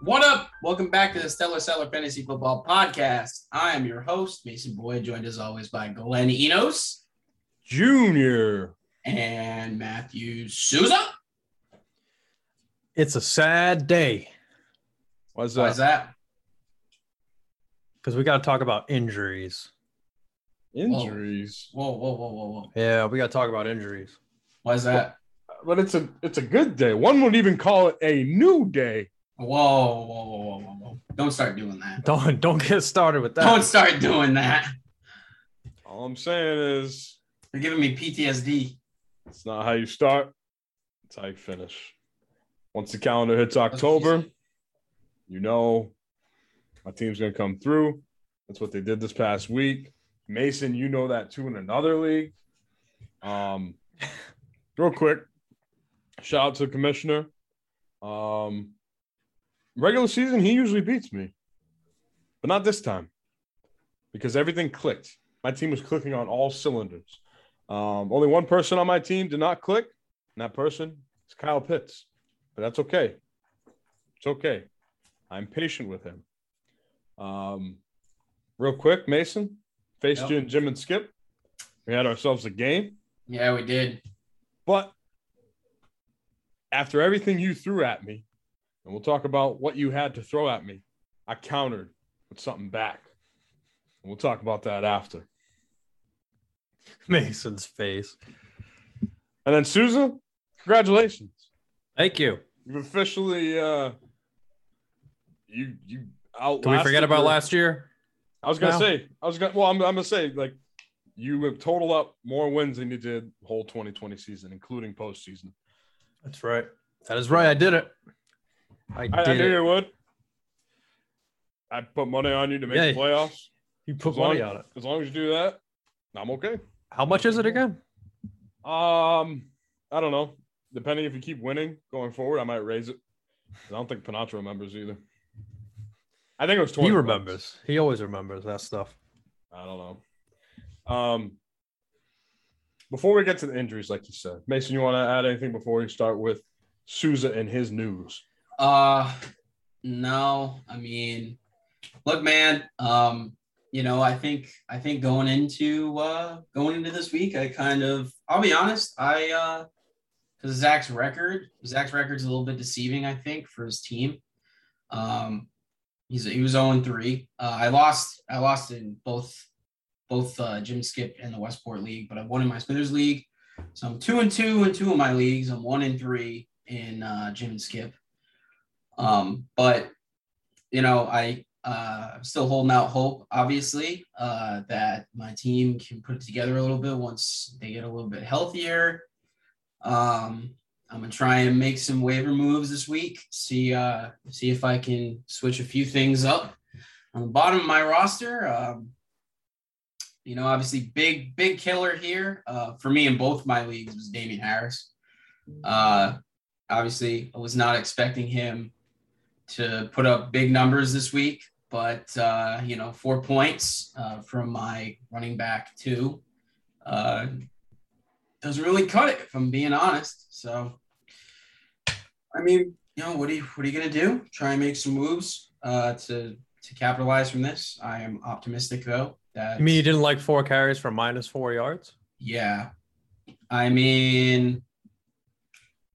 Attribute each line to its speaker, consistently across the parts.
Speaker 1: What up? Welcome back to the Stellar Seller Fantasy Football Podcast. I am your host, Mason Boyd, joined as always by Glenn Enos
Speaker 2: Junior.
Speaker 1: and Matthew Souza.
Speaker 3: It's a sad day
Speaker 2: What's
Speaker 1: Why
Speaker 2: up?
Speaker 1: is that?
Speaker 3: because we got to talk about injuries.
Speaker 1: Oh.
Speaker 2: Injuries.
Speaker 1: Whoa, whoa, whoa, whoa, whoa.
Speaker 3: Yeah, we got to talk about injuries.
Speaker 1: Why is that?
Speaker 2: But it's a it's a good day. One would even call it a new day.
Speaker 1: Whoa, whoa, whoa, whoa, whoa, whoa. Don't start doing that.
Speaker 3: Don't don't get started with that.
Speaker 1: Don't start doing that.
Speaker 2: All I'm saying is
Speaker 1: You're giving me PTSD.
Speaker 2: it's not how you start, it's how you finish. Once the calendar hits
Speaker 1: That's what she
Speaker 2: October,
Speaker 1: said.
Speaker 2: you know my team's gonna come through. That's what they did this past week. Mason, you know that too in another league. Um, real quick, shout out to the commissioner. Um, regular season, he usually beats me, but not this time because everything clicked. My team was clicking on all cylinders. Um, only one person on my team did not click, and that person is Kyle Pitts, but that's okay. It's okay. I'm patient with him. Um, real quick, Mason faced
Speaker 1: Yep.
Speaker 2: you in Jim and Skip. We had ourselves a game,
Speaker 1: Yeah, we did.
Speaker 2: but after everything you threw at me, and we'll talk about what you had to throw at me, I countered with something back. And we'll talk about that after.
Speaker 3: Mason's face.
Speaker 2: And then Susan, congratulations.
Speaker 3: Thank you.
Speaker 2: You've officially uh you you out
Speaker 3: Did we forget about last year?
Speaker 2: I was gonna
Speaker 3: No.
Speaker 2: say, I was gonna. Well, I'm, I'm gonna say like you have total up more wins than you did whole 2020 season, including postseason.
Speaker 3: That's right. That is right. I did it. I did
Speaker 2: I, I knew
Speaker 3: it.
Speaker 2: you would. I put money on you to make
Speaker 3: Yay.
Speaker 2: the playoffs.
Speaker 3: You put
Speaker 2: As long
Speaker 3: money
Speaker 2: as-
Speaker 3: on it.
Speaker 2: As long as you do that, I'm okay.
Speaker 3: How much is it again?
Speaker 2: Um, I don't know. Depending if you keep winning going forward, I might raise it. 'Cause I don't think Panacho remembers either. I think it was 20.
Speaker 3: He
Speaker 2: bucks.
Speaker 3: remembers. He always remembers that stuff.
Speaker 2: I don't know. Um, before we get to the injuries, like you said, Mason, you want to add anything before we start with Souza and his news?
Speaker 1: Uh no, I mean, look, man, um, you know, I think I think going into uh going into this week, I kind of I'll be honest, I uh because Zach's record, Zach's record's a little bit deceiving, I think, for his team. Um he's he was 0 3. Uh, I lost I lost in both both uh Jim Skip and the Westport League, but I won in my Spinners League. So I'm two and two in two of my leagues. I'm one and three in uh Jim and Skip. Um, but you know, I uh, I'm still holding out hope, obviously, uh, that my team can put it together a little bit once they get a little bit healthier. Um, I'm gonna try and make some waiver moves this week. See uh, see if I can switch a few things up on the bottom of my roster. Um, you know, obviously, big big killer here uh, for me in both my leagues was Damian Harris. Uh, obviously, I was not expecting him to put up big numbers this week, but uh, you know, four points uh, from my running back two uh, doesn't really cut it, if I'm being honest. So, I mean, you know, what are you what are you gonna do? Try and make some moves uh, to to capitalize from this. I am optimistic though that
Speaker 3: You mean you didn't like four carries for minus four yards?
Speaker 1: yeah. I mean,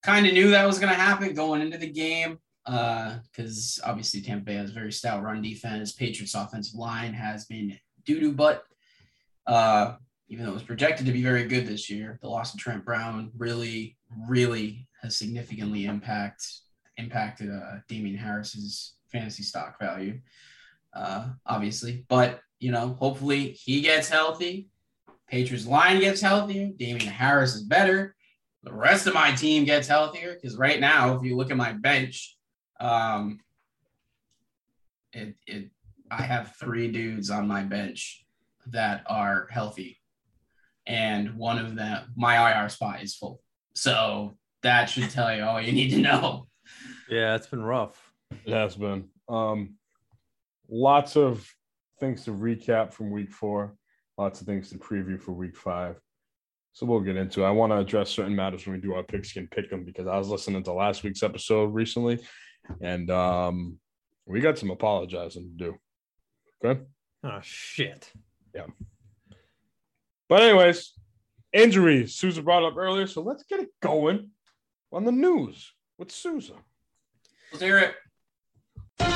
Speaker 1: kind of knew that was going to happen going into the game because obviously Tampa Bay has a very stout run defense. Patriots' offensive line has been doo doo, but uh, even though it was projected to be very good this year, the loss of Trent Brown really, really has significantly impact impacted uh, Damien Harris's fantasy stock value, uh, obviously. But you know, hopefully he gets healthy. Patriots line gets healthier. Damian Harris is better. The rest of my team gets healthier because right now, if you look at my bench, um, it, it I have three dudes on my bench that are healthy, and one of them, my IR spot is full. So that should tell you all you need to know.
Speaker 3: Yeah, it's been rough.
Speaker 2: It has been. Um, lots of things to recap from week four, lots of things to preview for week five. So we'll get into it. I want to address certain matters when we do our pickskin pick them because I was listening to last week's episode recently and um, We got some apologizing to do. Okay.
Speaker 3: Oh shit.
Speaker 2: But anyways, injuries Sousa brought up earlier, so let's get it going on the news with Sousa.
Speaker 1: Let's hear it.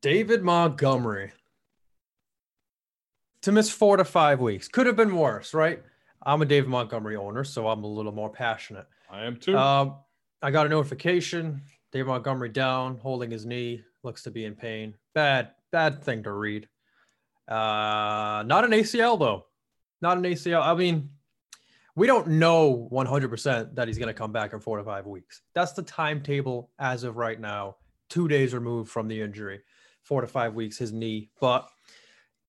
Speaker 3: David Montgomery to miss four to five weeks. Could have been worse, right? I'm a David Montgomery owner, so I'm a little more passionate.
Speaker 2: I am too.
Speaker 3: Um, I got a notification. Dave Montgomery down, holding his knee, looks to be in pain. Bad, bad thing to read. Uh, not an ACL though. Not an ACL. I mean, we don't know 100% that he's going to come back in four to five weeks. That's the timetable as of right now. Two days removed from the injury, four to five weeks, his knee. But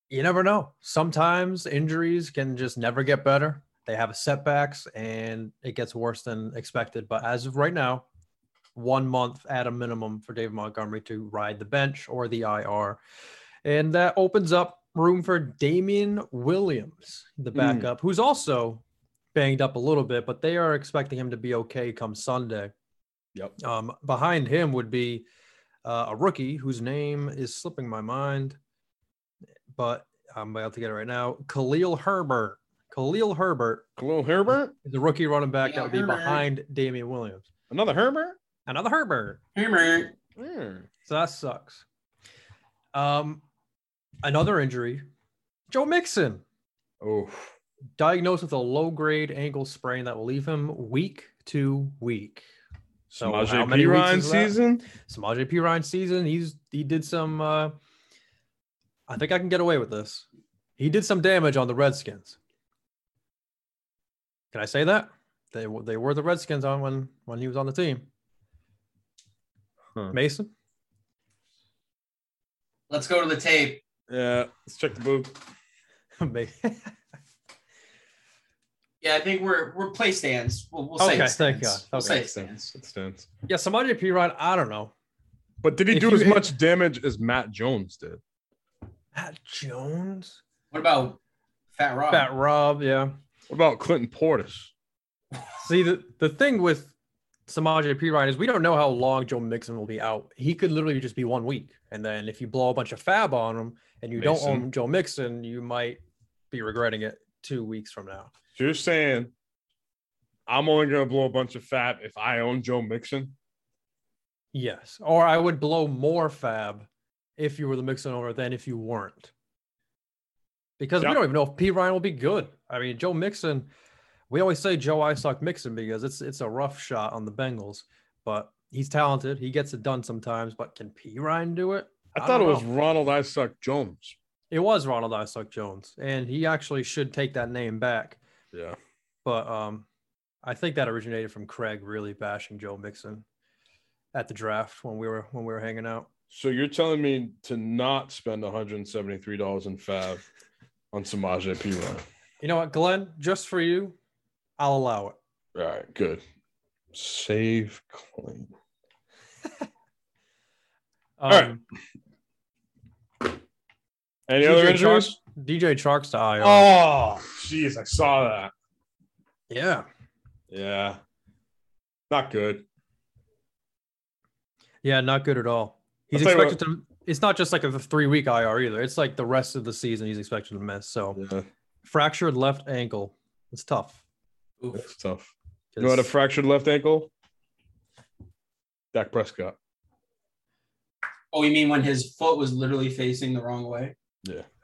Speaker 3: you never know. Sometimes injuries can just never get better. They have setbacks and it gets worse than expected. But as of right now, one month at a minimum for David Montgomery to ride the bench or the IR. And that opens up room for Damian Williams, the backup, who's also banged up a little bit, but they are expecting him to be okay come Sunday.
Speaker 2: Yep.
Speaker 3: Um, behind him would be uh, a rookie whose name is slipping my mind, but I'm about to get it right now. Khalil Herbert. Khalil Herbert
Speaker 2: Khalil Herbert,
Speaker 3: is a rookie running back that
Speaker 1: Yeah,
Speaker 3: would be
Speaker 1: Herbert.
Speaker 3: behind Damian Williams.
Speaker 2: another Herbert.
Speaker 3: Another Herbert.
Speaker 1: Hammer.
Speaker 2: Yeah.
Speaker 3: So that sucks. Um, another injury. Joe Mixon
Speaker 2: Oh,
Speaker 3: diagnosed with a low-grade ankle sprain that will leave him week to week. So
Speaker 2: Samaje
Speaker 3: how many weeks
Speaker 2: Perine
Speaker 3: is that?
Speaker 2: season.
Speaker 3: Samaj P. Ryan season. He's he did some. Uh, I think I can get away with this. He did some damage on the Redskins. Can I say that? They w- they were the Redskins on when when he was on the team.
Speaker 2: Huh.
Speaker 3: Mason,
Speaker 1: Let's go to the tape.
Speaker 2: Yeah, let's check the book.
Speaker 3: Ma-
Speaker 1: Yeah, I think we're we're play stands. We'll, we'll say
Speaker 3: Okay,
Speaker 1: it
Speaker 3: thank
Speaker 1: stands.
Speaker 3: God.
Speaker 1: We'll say
Speaker 3: Okay.
Speaker 1: it stands.
Speaker 2: It stands.
Speaker 3: yeah, Samaj P. Ryan. I don't know.
Speaker 2: But did he
Speaker 3: If
Speaker 2: do
Speaker 3: you-
Speaker 2: as much damage as Matt Jones did?
Speaker 3: Matt Jones,
Speaker 1: What about Fat Rob?
Speaker 3: Fat Rob, yeah.
Speaker 2: What about Clinton Portis?
Speaker 3: See, the, the thing with Samaje P. Ryan is we don't know how long Joe Mixon will be out. He could literally just be one week, and then if you blow a bunch of fab on him and you don't
Speaker 2: Mason.
Speaker 3: own Joe Mixon, you might be regretting it two weeks from now.
Speaker 2: So you're saying I'm only gonna blow a bunch of fat if I own Joe Mixon?
Speaker 3: Yes, or I would blow more fab if you were the Mixon owner than if you weren't, because
Speaker 2: Yeah.
Speaker 3: we don't even know if P. Ryan will be good. I mean, Joe Mixon. We always say Joe Isock Mixon because it's it's a rough shot on the Bengals, but he's talented. He gets it done sometimes. But can P. Ryan do it?
Speaker 2: I,
Speaker 3: I
Speaker 2: thought it
Speaker 3: don't
Speaker 2: was
Speaker 3: know.
Speaker 2: Ronald Isaac Jones.
Speaker 3: It was Ronald Isaac Jones, and he actually should take that name back.
Speaker 2: Yeah.
Speaker 3: But um, I think that originated from Craig really bashing Joe Mixon at the draft when we were when we were hanging out.
Speaker 2: So you're telling me to not spend $173 in fab on Samaje P.
Speaker 3: You know what, Glenn? Just for you, I'll allow it.
Speaker 2: All right, good. Save clean.
Speaker 3: Um,
Speaker 2: right. Any other
Speaker 3: DJ Chark-
Speaker 2: injuries?
Speaker 3: DJ Chark's to IR.
Speaker 2: Oh, jeez, I saw that.
Speaker 3: Yeah,
Speaker 2: Yeah. Not good.
Speaker 3: yeah, not good at all. He's
Speaker 2: I'll tell you
Speaker 3: expected to. It's not just like a three week IR either. It's like the rest of the season he's expected to miss. So
Speaker 2: Yeah,
Speaker 3: fractured left ankle. It's tough.
Speaker 1: Oof.
Speaker 2: that's tough. You know what a
Speaker 3: 'cause-
Speaker 2: fractured left ankle? Dak Prescott.
Speaker 1: Oh, you mean when his foot was literally facing the wrong way?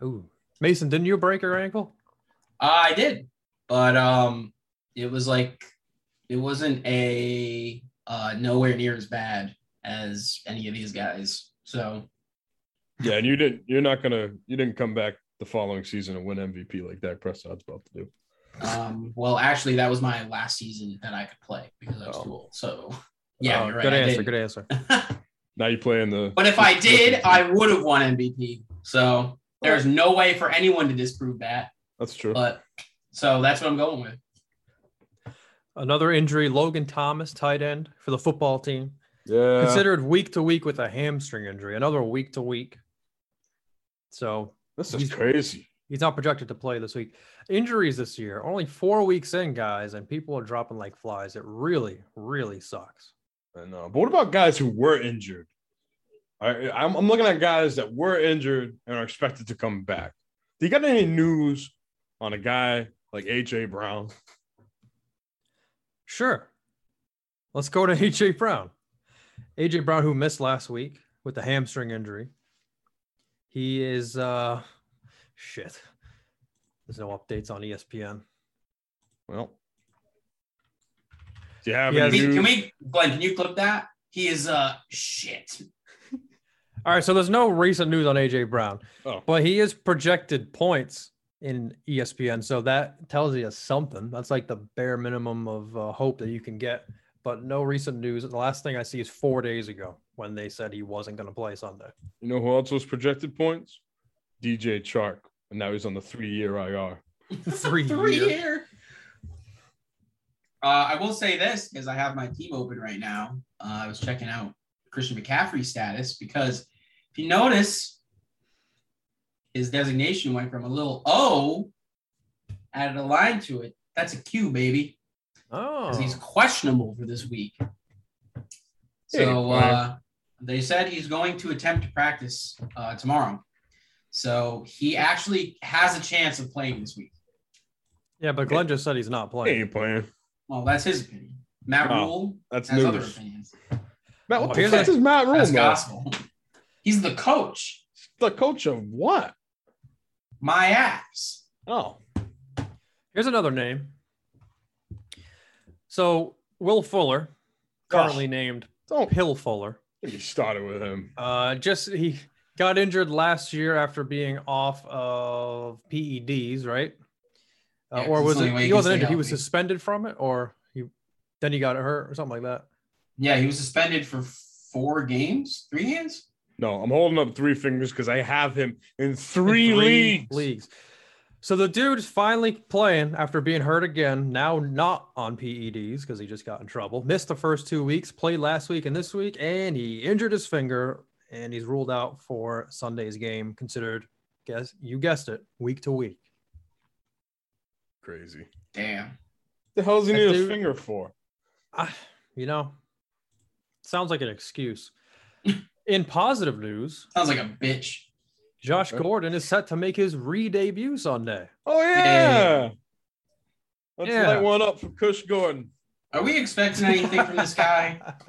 Speaker 3: Ooh. Mason, didn't you break your ankle?
Speaker 1: Ah, I did, but um, it was like it wasn't a uh, nowhere near as bad as any of these guys. So
Speaker 2: Yeah, and you didn't you're not gonna you didn't come back the following season and win MVP like Dak Prescott's about to do.
Speaker 1: Um, well, actually, that was my last season that I could play because I was
Speaker 2: Oh.
Speaker 1: too old. So, yeah,
Speaker 3: Oh,
Speaker 1: you're right.
Speaker 3: good
Speaker 1: I
Speaker 3: answer.
Speaker 1: didn't.
Speaker 3: Good answer.
Speaker 2: Now you play in the
Speaker 1: But if I did, I would have won MVP. So there's no way for anyone to disprove that.
Speaker 2: that's true.
Speaker 1: But so that's what I'm going with.
Speaker 3: Another injury. Logan Thomas, tight end for the football team,
Speaker 2: yeah.
Speaker 3: considered week to week with a hamstring injury. Another week to week. So
Speaker 2: this is
Speaker 3: he's-
Speaker 2: crazy.
Speaker 3: He's not projected to play this week. Injuries this year, only four weeks in, guys, and people are dropping like flies. It really, really sucks.
Speaker 2: I know. But what about guys who were injured? I, I'm, I'm looking at guys that were injured and are expected to come back. Do you got any news on a guy like AJ Brown?
Speaker 3: Sure. Let's go to AJ Brown. AJ Brown, who missed last week with a hamstring injury. He is uh shit. There's no updates on E ESPN.
Speaker 2: Well, do you have
Speaker 3: He
Speaker 2: any
Speaker 3: has-
Speaker 1: Can,
Speaker 2: news?
Speaker 1: can we, Glenn? Can you clip that? He is uh shit.
Speaker 3: All right, so there's no recent news on AJ Brown,
Speaker 2: Oh.
Speaker 3: but he is projected points in E ESPN, so that tells you something. That's like the bare minimum of uh, hope that you can get. But no recent news. The last thing I see is four days ago when they said he wasn't going to play Sunday.
Speaker 2: You know who else was projected points? DJ Chark. And now he's on the three year IR.
Speaker 3: Three
Speaker 1: three
Speaker 3: year.
Speaker 1: year. Uh, I will say this because I have my team open right now. Uh, I was checking out Christian McCaffrey's status because if you notice, his designation went from a little O, added a line to it. That's a Q, baby,
Speaker 3: Oh,
Speaker 1: 'cause he's questionable for this week.
Speaker 2: Hey,
Speaker 1: So
Speaker 2: Brian.
Speaker 1: uh, they said he's going to attempt to practice uh, tomorrow. So he actually has a chance of playing this week.
Speaker 3: yeah, but Glenn just said he's not
Speaker 2: He
Speaker 3: playing.
Speaker 2: ain't playing.
Speaker 1: Well, that's his opinion. Matt
Speaker 2: Oh,
Speaker 1: Rule
Speaker 2: That's
Speaker 1: has other
Speaker 2: news.
Speaker 1: opinions.
Speaker 2: Matt, what
Speaker 3: Oh,
Speaker 2: the
Speaker 3: here's
Speaker 2: fuck
Speaker 3: a-
Speaker 2: is Matt Rule,
Speaker 1: That's
Speaker 2: man?
Speaker 1: gospel. He's the coach.
Speaker 2: The coach of what?
Speaker 1: My ass.
Speaker 2: Oh,
Speaker 3: Here's another name. So Will Fuller, currently named
Speaker 2: don't
Speaker 3: Pill Fuller.
Speaker 2: get me started with him.
Speaker 3: Uh, just he got injured last year after being off of PEDs, right? Uh,
Speaker 1: Yeah, 'cause
Speaker 3: or
Speaker 1: it's
Speaker 3: was
Speaker 1: the only
Speaker 3: it
Speaker 1: way
Speaker 3: he
Speaker 1: you can
Speaker 3: wasn't
Speaker 1: stay
Speaker 3: injured? He was
Speaker 1: healthy.
Speaker 3: suspended from it, or he then he got hurt or something like that.
Speaker 1: Yeah, he was suspended for four games, three games.
Speaker 2: No, I'm holding up three fingers because I have him in three,
Speaker 3: In
Speaker 2: leagues.
Speaker 3: leagues. So the dude's finally playing after being hurt again. Now not on PEDs because he just got in trouble. Missed the first two weeks. Played last week and this week, and he injured his finger, and he's ruled out for Sunday's game. Considered, guess you guessed it, week to week.
Speaker 2: Crazy.
Speaker 1: Damn.
Speaker 2: The hell's he
Speaker 3: That
Speaker 2: need a
Speaker 3: dude-
Speaker 2: finger for?
Speaker 3: I, you know, sounds like an excuse. In positive news,
Speaker 1: Sounds like a bitch.
Speaker 3: Josh
Speaker 2: Okay.
Speaker 3: Gordon is set to make his re-debut Sunday.
Speaker 2: Oh yeah. Let's
Speaker 3: Yeah.
Speaker 2: light one up for Kush Gordon.
Speaker 1: Are we expecting anything from this guy?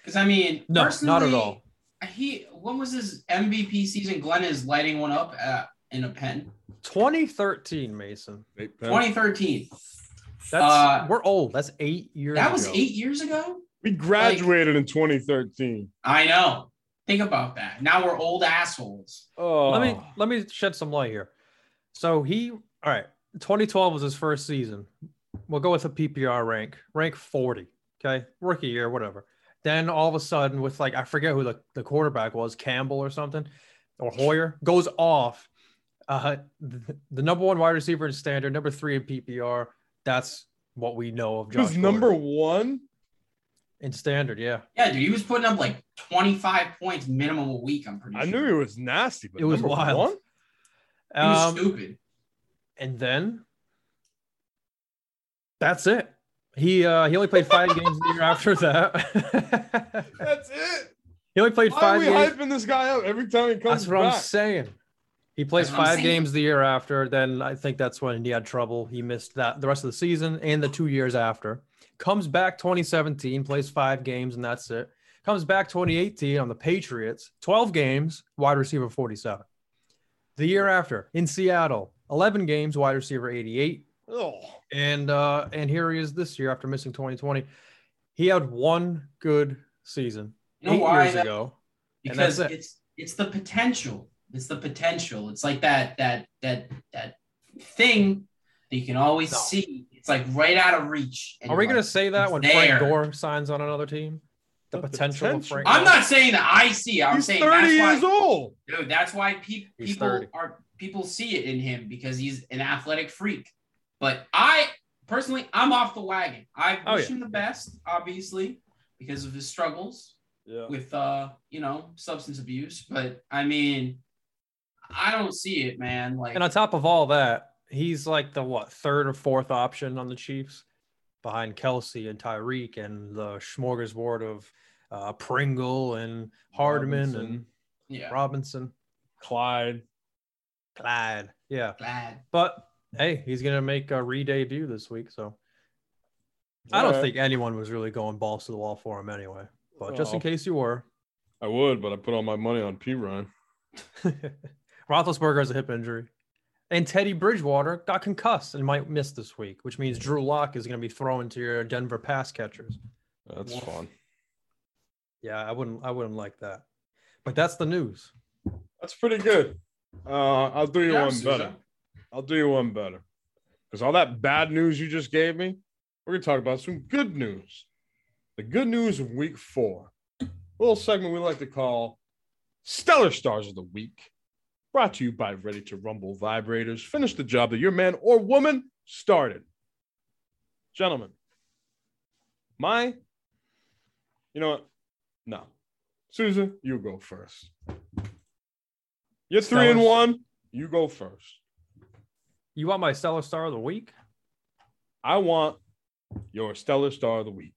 Speaker 1: Because I mean,
Speaker 3: No, not at
Speaker 1: personally,
Speaker 3: all.
Speaker 1: He when was his MVP season? Glenn is lighting one up at, in a pen.
Speaker 3: 2013, Mason.
Speaker 2: Nate Penn.
Speaker 1: 2013.
Speaker 3: That's
Speaker 1: Uh,
Speaker 3: we're old. That's eight years.
Speaker 1: That was
Speaker 3: ago.
Speaker 1: eight years ago.
Speaker 2: We graduated in 2013.
Speaker 1: I know. Think about that. Now we're old assholes.
Speaker 2: Oh,
Speaker 3: Let me let me shed some light here. So he all right. 2012 was his first season. We'll go with a PPR rank, rank 40. Okay, rookie year, whatever. Then all of a sudden, with like I forget who the, the quarterback was, Campbell or something, or Hoyer goes off. Uh, the, the number one wide receiver in standard, number three in PPR. That's what we know of
Speaker 2: he was
Speaker 3: Josh.
Speaker 2: number one.
Speaker 3: Gordon. in standard, yeah.
Speaker 1: Yeah, dude, he was putting up like 25 points minimum a week. I'm pretty
Speaker 2: I
Speaker 1: sure.
Speaker 2: knew he was nasty, but
Speaker 3: It was
Speaker 2: number
Speaker 3: wild.
Speaker 2: one?
Speaker 1: He was
Speaker 3: Um,
Speaker 1: stupid.
Speaker 3: and then that's it. He uh, he only played five games the year after that.
Speaker 2: That's it.
Speaker 3: he only played
Speaker 2: Why are
Speaker 3: five
Speaker 2: we
Speaker 3: games.
Speaker 2: hyping this guy up every time he comes
Speaker 3: That's what I'm
Speaker 2: back?
Speaker 3: saying. He plays
Speaker 1: That's what I'm
Speaker 3: five
Speaker 1: saying.
Speaker 3: games the year after. Then I think that's when he had trouble. He missed that the rest of the season and the two years after. Comes back 2017, plays five games, and that's it. Comes back 2018 on the Patriots, 12 games, wide receiver 47. The year after in Seattle, 11 games, wide receiver 88.
Speaker 2: Oh,
Speaker 3: and uh and here he is this year after missing 2020 he had one good season
Speaker 1: You know
Speaker 3: eight
Speaker 1: why?
Speaker 3: years
Speaker 1: That-
Speaker 3: ago and that's
Speaker 1: because
Speaker 3: it.
Speaker 1: it's it's the potential. It's the potential. It's like that that that that thing that you can always
Speaker 3: No.
Speaker 1: see. It's like right out of reach. and
Speaker 3: are
Speaker 1: you're
Speaker 3: we gonna
Speaker 1: like,
Speaker 3: say that
Speaker 1: it's
Speaker 3: when
Speaker 1: there.
Speaker 3: frank gore signs on another team the,
Speaker 2: The
Speaker 3: potential, of
Speaker 2: potential.
Speaker 3: frank
Speaker 1: I'm
Speaker 3: Gore.
Speaker 1: not saying that I see. it. I'm
Speaker 2: he's
Speaker 1: saying
Speaker 2: 30
Speaker 1: that's why,
Speaker 2: years old.
Speaker 1: dude. That's why pe-
Speaker 3: He's
Speaker 1: people
Speaker 3: 30.
Speaker 1: are people see it in him because he's an athletic freak. But I personally, I'm off the wagon. I wish
Speaker 3: Oh, yeah.
Speaker 1: him the best, obviously, because of his struggles
Speaker 2: Yeah.
Speaker 1: with uh you know substance abuse but i mean i don't see it man like
Speaker 3: and on top of all that he's like the what third or fourth option on the Chiefs, behind Kelsey and Tyreek and the smorgasbord of uh, Pringle and Hardman
Speaker 2: Robinson.
Speaker 3: and
Speaker 1: Yeah.
Speaker 3: Robinson,
Speaker 2: Clyde.
Speaker 3: Clyde. Yeah,
Speaker 1: Glad.
Speaker 3: but hey, he's gonna make a re-debut this week, so I
Speaker 2: All
Speaker 3: don't
Speaker 2: right.
Speaker 3: think anyone was really going balls to the wall for him anyway. But just in
Speaker 2: Oh.
Speaker 3: case you were,
Speaker 2: I would, but I put all my money on P Ryan.
Speaker 3: Roethlisberger has a hip injury, and Teddy Bridgewater got concussed and might miss this week, which means Drew Lock is going to be thrown to your Denver pass catchers.
Speaker 2: That's
Speaker 1: Woof.
Speaker 2: fun.
Speaker 3: Yeah, I wouldn't, I wouldn't like that. But that's the news.
Speaker 2: That's pretty good. Uh, I'll do you
Speaker 1: Yeah,
Speaker 2: one
Speaker 1: Sousa.
Speaker 2: better. I'll do you one better. Because all that bad news you just gave me, we're going to talk about some good news. The good news of week four. A little segment we like to call Stellar Stars of the Week. Brought to you by Ready to Rumble Vibrators. Finish the job that your man or woman started. Gentlemen, my, you know what? No. Susan, you go first. You're three and
Speaker 3: Stellar-
Speaker 2: one. You go first.
Speaker 3: You want my stellar star of the week?
Speaker 2: I want your stellar star of the week.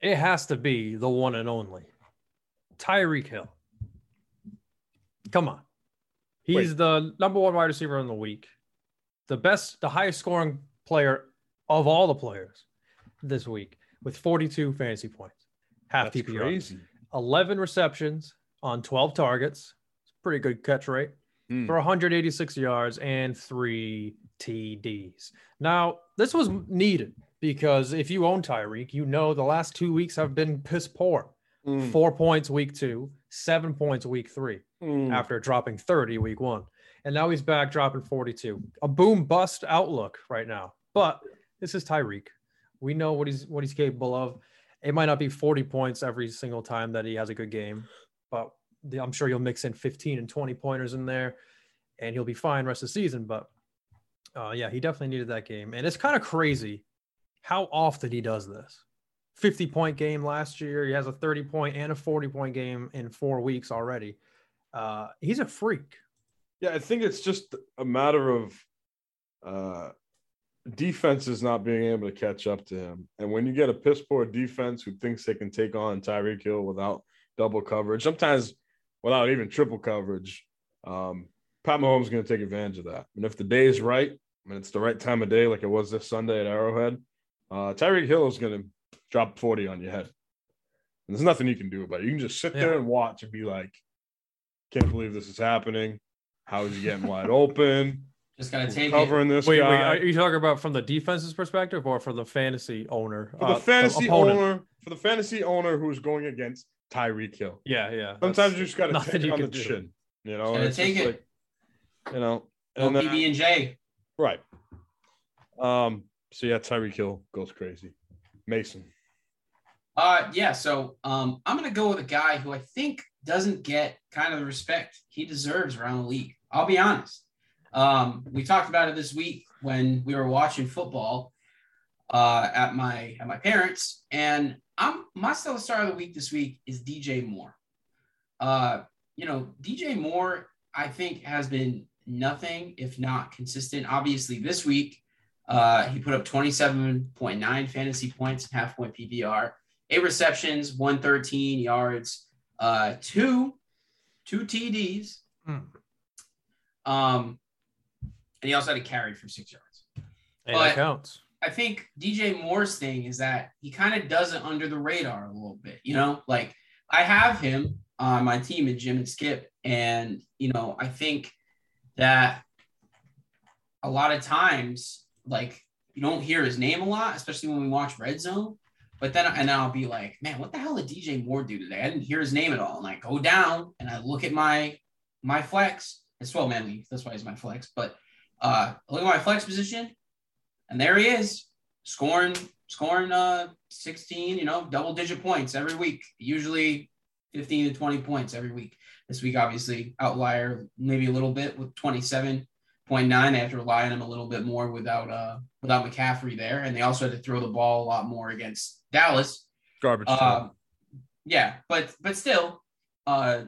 Speaker 3: It has to be the one and only Tyreek Hill. Come on. He's the number one wide receiver in the week, the best, the highest scoring player of all the players this week with 42 fantasy points, half
Speaker 2: That's
Speaker 3: PPR,
Speaker 2: crazy.
Speaker 3: 11 receptions on 12 targets. It's a pretty good catch rate
Speaker 2: Hmm.
Speaker 3: for 186 yards and three TDs. Now, this was needed because if you own Tyreek, you know the last two weeks have been piss poor.
Speaker 2: Mm,
Speaker 3: Four points week two, seven points week three
Speaker 2: mm.
Speaker 3: after dropping 30 week one. And now he's back dropping 42. A boom bust outlook right now. But this is Tyreek. We know what he's what he's capable of. It might not be 40 points every single time that he has a good game, but the- I'm sure you'll mix in 15 and 20 pointers in there and he'll be fine rest of the season. But uh, yeah, he definitely needed that game. And it's kind of crazy how often he does this. 50 point game last year. He has a 30 point and a 40 point game in four weeks already uh, he's a freak.
Speaker 2: Yeah, I think it's just a matter of uh, defenses not being able to catch up to him. And when you get a piss poor defense who thinks they can take on Tyreek Hill without double coverage, sometimes without even triple coverage, um, Pat Mahomes is going to take advantage of that. And if the day's right, I mean, it's the right time of day, like it was this Sunday at Arrowhead, uh, Tyreek Hill is going to drop 40 on your head. And there's nothing you can do about it. You can just sit there
Speaker 3: Yeah.
Speaker 2: and watch and be like, can't believe this is happening. How is he getting wide open?
Speaker 1: Just gotta take it.
Speaker 2: Covering this guy.
Speaker 3: you talking about from the defense's perspective or from the fantasy owner? uh,
Speaker 2: for the fantasy owner, for the fantasy owner who's going against Tyreek Hill.
Speaker 3: Yeah, yeah.
Speaker 2: Sometimes you just got to
Speaker 3: nothing
Speaker 2: take it
Speaker 3: you
Speaker 2: on the
Speaker 3: can do.
Speaker 2: chin, you know.
Speaker 1: Gotta
Speaker 2: and it's
Speaker 1: take
Speaker 2: just
Speaker 1: it.
Speaker 2: like, you know,
Speaker 1: No
Speaker 2: and then-
Speaker 1: PB and J.
Speaker 2: right. Um. So yeah, Tyreek Hill goes crazy. Mason.
Speaker 1: Uh, yeah. So um, I'm gonna go with a guy who I think doesn't get kind of the respect he deserves around the league. I'll be honest. Um, we talked about it this week when we were watching football uh, at my at my parents, and I'm my stellar star of the week this week is DJ Moore. Uh, you know, DJ Moore, I think has been nothing if not consistent. Obviously, this week. Uh, he put up 27.9 fantasy points and half point PPR eight receptions, 113 yards, uh, two, two TDs.
Speaker 3: Mm.
Speaker 1: Um, and he also had a carry for six yards.
Speaker 3: Hey, that
Speaker 1: But-
Speaker 3: counts.
Speaker 1: I think DJ Moore's thing is that he kind of does it under the radar a little bit. You know, like I have him on my team in Jim and Skip, and you know, I think that a lot of times, like you don't hear his name a lot, especially when we watch Red Zone. But then, and I'll be like, man, what the hell did DJ Moore do today? I didn't hear his name at all. And I go down and I look at my my flex. It's 12 man league. That's why he's my flex. But uh, I look at my flex position, and there he is, scoring scoring uh 16, you know, double digit points every week. Usually 15 to 20 points every week. This week, obviously, outlier maybe a little bit with 27.9. They have to rely on him a little bit more without uh without McCaffrey there, and they also had to throw the ball a lot more against Dallas. Uh,
Speaker 2: Garbage. time.
Speaker 1: Um, yeah, but but still, uh,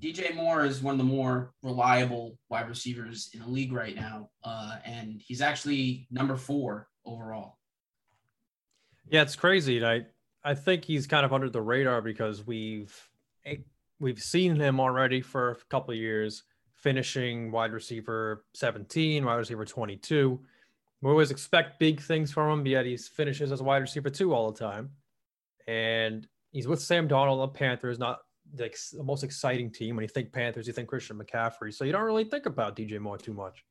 Speaker 1: DJ Moore is one of the more reliable wide receivers in the league right now, uh, and he's actually number four overall.
Speaker 3: Yeah, it's crazy. And I I think he's kind of under the radar because we've eh, we've seen him already for a couple of years finishing wide receiver 17, wide receiver 22. We always expect big things from him, yet he finishes as wide receiver two all the time. And he's with Sam Donald, the Panthers, not the, ex- the most exciting team. When you think Panthers, you think Christian McCaffrey. So you don't really think about DJ Moore too much.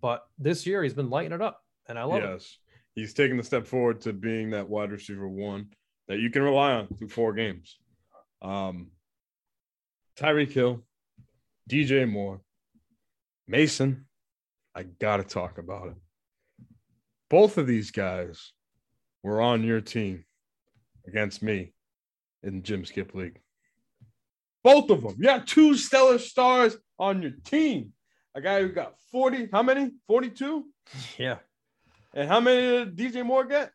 Speaker 3: But this year he's been lighting it up, and I love it.
Speaker 2: Yes. He's taken the step forward to being that wide receiver one that you can rely on through four games. Um, Tyreek Hill, DJ Moore, Mason. I got to talk about it. Both of these guys were on your team against me in Jim Skip League. Both of them. You got two stellar stars on your team. A guy who got 40, how many? 42?
Speaker 3: Yeah,
Speaker 2: And how many did DJ Moore get?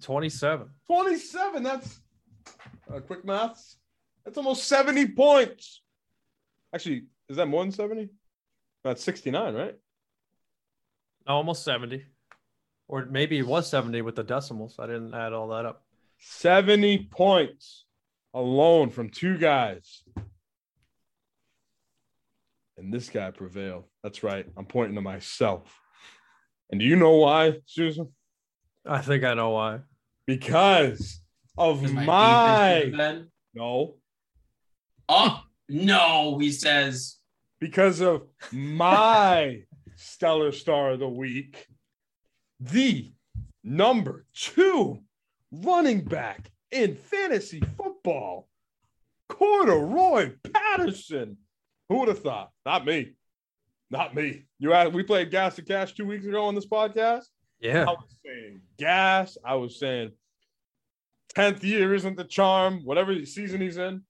Speaker 3: 27.
Speaker 2: 27. That's uh, quick maths. That's almost 70 points. Actually, is that more than 70? That's 69, right?
Speaker 3: almost 70 or maybe it was 70 with the decimals i didn't add all that up
Speaker 2: 70 points alone from two guys. And this guy prevailed. That's right. I'm pointing to myself. And do you know why, Susan?
Speaker 3: i think i know why
Speaker 2: Because of
Speaker 1: Is
Speaker 2: my,
Speaker 1: defense good then?
Speaker 2: no,
Speaker 1: Oh no, he says.
Speaker 2: because of my stellar star of the week, the number two running back in fantasy football, Corduroy Patterson. Who would have thought? Not me. Not me. You asked, we played Gas to Cash two weeks ago on this podcast.
Speaker 3: yeah
Speaker 2: I was saying gas. I was saying 10th year isn't the charm, whatever season he's in,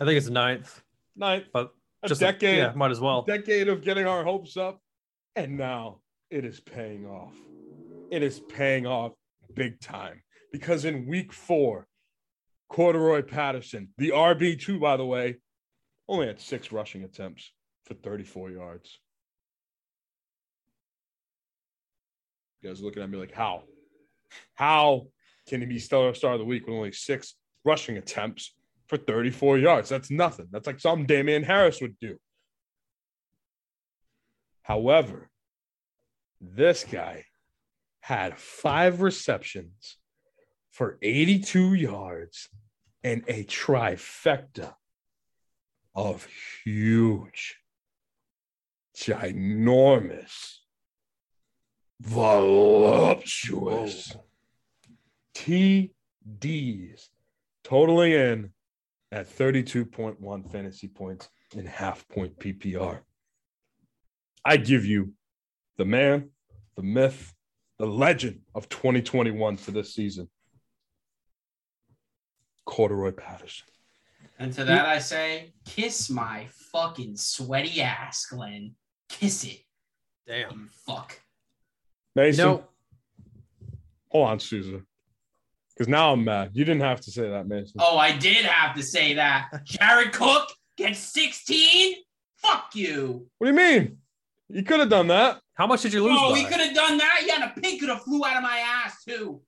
Speaker 3: i think it's ninth
Speaker 2: ninth,
Speaker 3: but
Speaker 2: a
Speaker 3: just
Speaker 2: decade.
Speaker 3: yeah might as well
Speaker 2: decade of getting our hopes up, and now it is paying off. It is paying off big time because in week four, Corduroy Patterson, the RB2, by the way, only had six rushing attempts for 34 yards. You guys are looking at me like, how? How can he be stellar star of the week with only six rushing attempts for 34 yards? That's nothing. That's like something Damian Harris would do. However, this guy had five receptions for 82 yards and a trifecta of huge, ginormous, voluptuous TDs, totaling in at 32.1 fantasy points and half point PPR. I give you the man, the myth, the legend of 2021 for this season. Corduroy Patterson.
Speaker 1: And to that I say, kiss my fucking sweaty ass, Glenn. Kiss it,
Speaker 3: damn
Speaker 1: you fuck.
Speaker 3: you
Speaker 2: Mason,
Speaker 3: know
Speaker 2: hold on, Susan. Because now I'm mad. You didn't have to say that, Mason.
Speaker 1: Oh, I did have to say that. Jared Cook gets 16. Fuck you.
Speaker 2: What do you mean? You could have done that.
Speaker 3: how much did you lose
Speaker 1: Oh, he
Speaker 3: by?
Speaker 1: could have done that. Yeah, and a pin could have flew out of my ass too.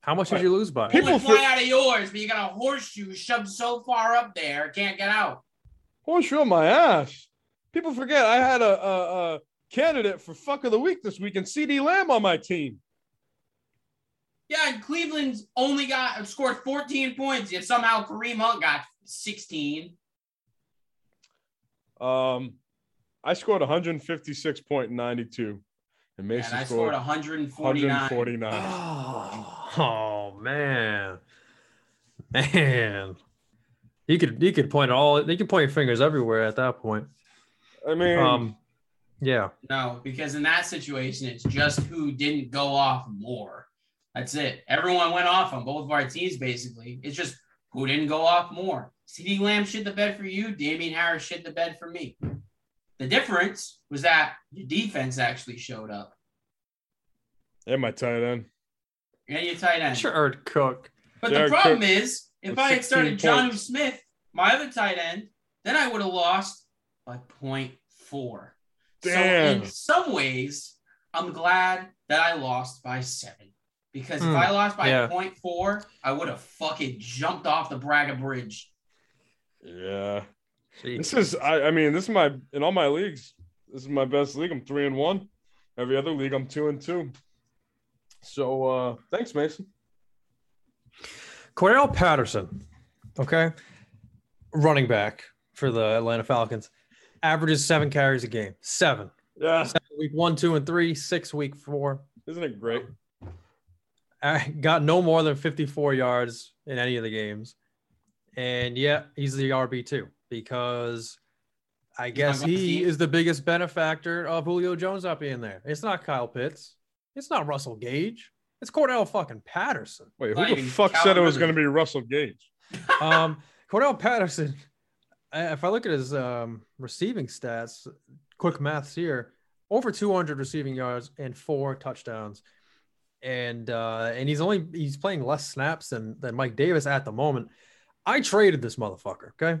Speaker 3: how much did you lose by
Speaker 2: People
Speaker 1: People fly
Speaker 2: feel-
Speaker 1: out of yours, but you got a horseshoe shoved so far up there, it can't get out.
Speaker 2: Oh, sure, my ass. People forget I had a, a, a candidate for fuck of the week this week and CD Lamb on my team.
Speaker 1: Yeah, and Cleveland's only got scored 14 points, yet somehow Kareem Hunt got 16.
Speaker 2: Um, I scored 156.92, and Mason
Speaker 1: And I
Speaker 2: scored
Speaker 1: scored 149.
Speaker 2: 149.
Speaker 3: oh, oh, man man you could you could point all you could point your fingers everywhere at that point
Speaker 2: I mean,
Speaker 3: um yeah
Speaker 1: No, because in that situation, it's just who didn't go off more. That's it. Everyone went off on both of our teams, basically. It's just who didn't go off more. CD Lamb shit the bed for you. Damien Harris shit the bed for me. The difference was that your defense actually showed up
Speaker 2: and my tight end.
Speaker 1: and your tight end.
Speaker 3: jared cook
Speaker 1: But
Speaker 2: Jared
Speaker 1: the problem
Speaker 2: Cook
Speaker 1: is, if
Speaker 2: with
Speaker 1: I had started
Speaker 2: 16
Speaker 1: John
Speaker 2: points.
Speaker 1: Smith, my other tight end, Then I would have lost by 0.4.
Speaker 2: Damn.
Speaker 1: So in some ways, I'm glad that I lost by seven. Because
Speaker 3: Hmm,
Speaker 1: if I lost by
Speaker 3: yeah.
Speaker 1: 0.4, I would have fucking jumped off the Braga Bridge.
Speaker 2: Yeah. This is I, I mean, this is my in all my leagues, this is my best league. I'm three and one. Every other league, I'm two and two. So uh thanks, Mason.
Speaker 3: Cordell Patterson, okay, running back for the Atlanta Falcons, averages seven carries a game. Seven.
Speaker 2: Yeah.
Speaker 3: Seven week one, two, and three. Six week four.
Speaker 2: Isn't it great?
Speaker 3: I got no more than 54 yards in any of the games. And yeah, he's the RB2 because I guess
Speaker 1: going to
Speaker 3: he
Speaker 1: team?
Speaker 3: is the biggest benefactor of Julio Jones not being there. It's not Kyle Pitts. It's not Russell Gage. It's Cordell fucking Patterson.
Speaker 2: Wait,
Speaker 1: Not
Speaker 2: who the
Speaker 1: even
Speaker 2: fuck said it was
Speaker 1: Calvin
Speaker 2: gonna be Russell Gage?
Speaker 3: Um, Cordell Patterson, I- if I look at his um, receiving stats, quick maths here, over 200 receiving yards and four touchdowns. And uh, and he's only he's playing less snaps than than Mike Davis at the moment. I traded this motherfucker. Okay,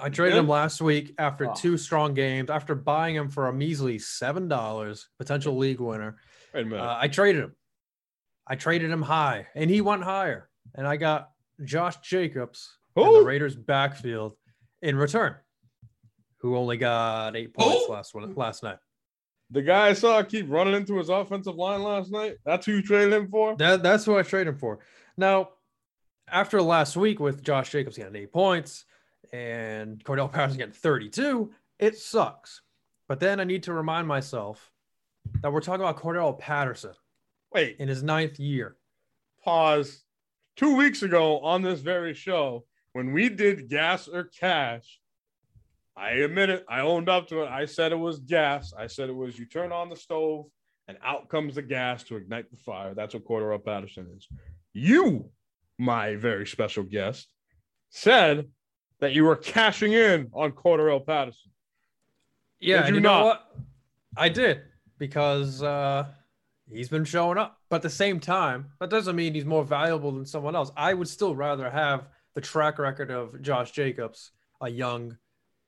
Speaker 3: I traded
Speaker 2: did?
Speaker 3: him last week after
Speaker 1: Oh.
Speaker 3: two strong games. After buying him for a measly seven dollars, potential league winner.
Speaker 2: Wait a minute.
Speaker 3: Uh, I traded him. I traded him high, and he went higher. And I got Josh Jacobs in
Speaker 2: Who?
Speaker 3: the Raiders' backfield in return, who only got eight points
Speaker 1: Who?
Speaker 3: last one last night.
Speaker 2: the guy I saw keep running into his offensive line last night. That's who you traded him for?
Speaker 3: That, that's who I traded him for. Now, after last week with Josh Jacobs getting eight points and Cordell Patterson getting 32, it sucks. But then I need to remind myself that we're talking about Cordell Patterson
Speaker 2: Wait,
Speaker 3: in his ninth year.
Speaker 2: pause. Two weeks ago on this very show, when we did gas or cash, I admit it. I owned up to it. I said it was gas. I said it was you turn on the stove and out comes the gas to ignite the fire. That's what Cordero Patterson is. You, my very special guest, said that you were cashing in on Cordero Patterson.
Speaker 3: Yeah,
Speaker 2: Did
Speaker 3: and
Speaker 2: you
Speaker 3: you know
Speaker 2: not?
Speaker 3: what? I did because uh, he's been showing up. But at the same time, that doesn't mean he's more valuable than someone else. I would still rather have the track record of Josh Jacobs, a young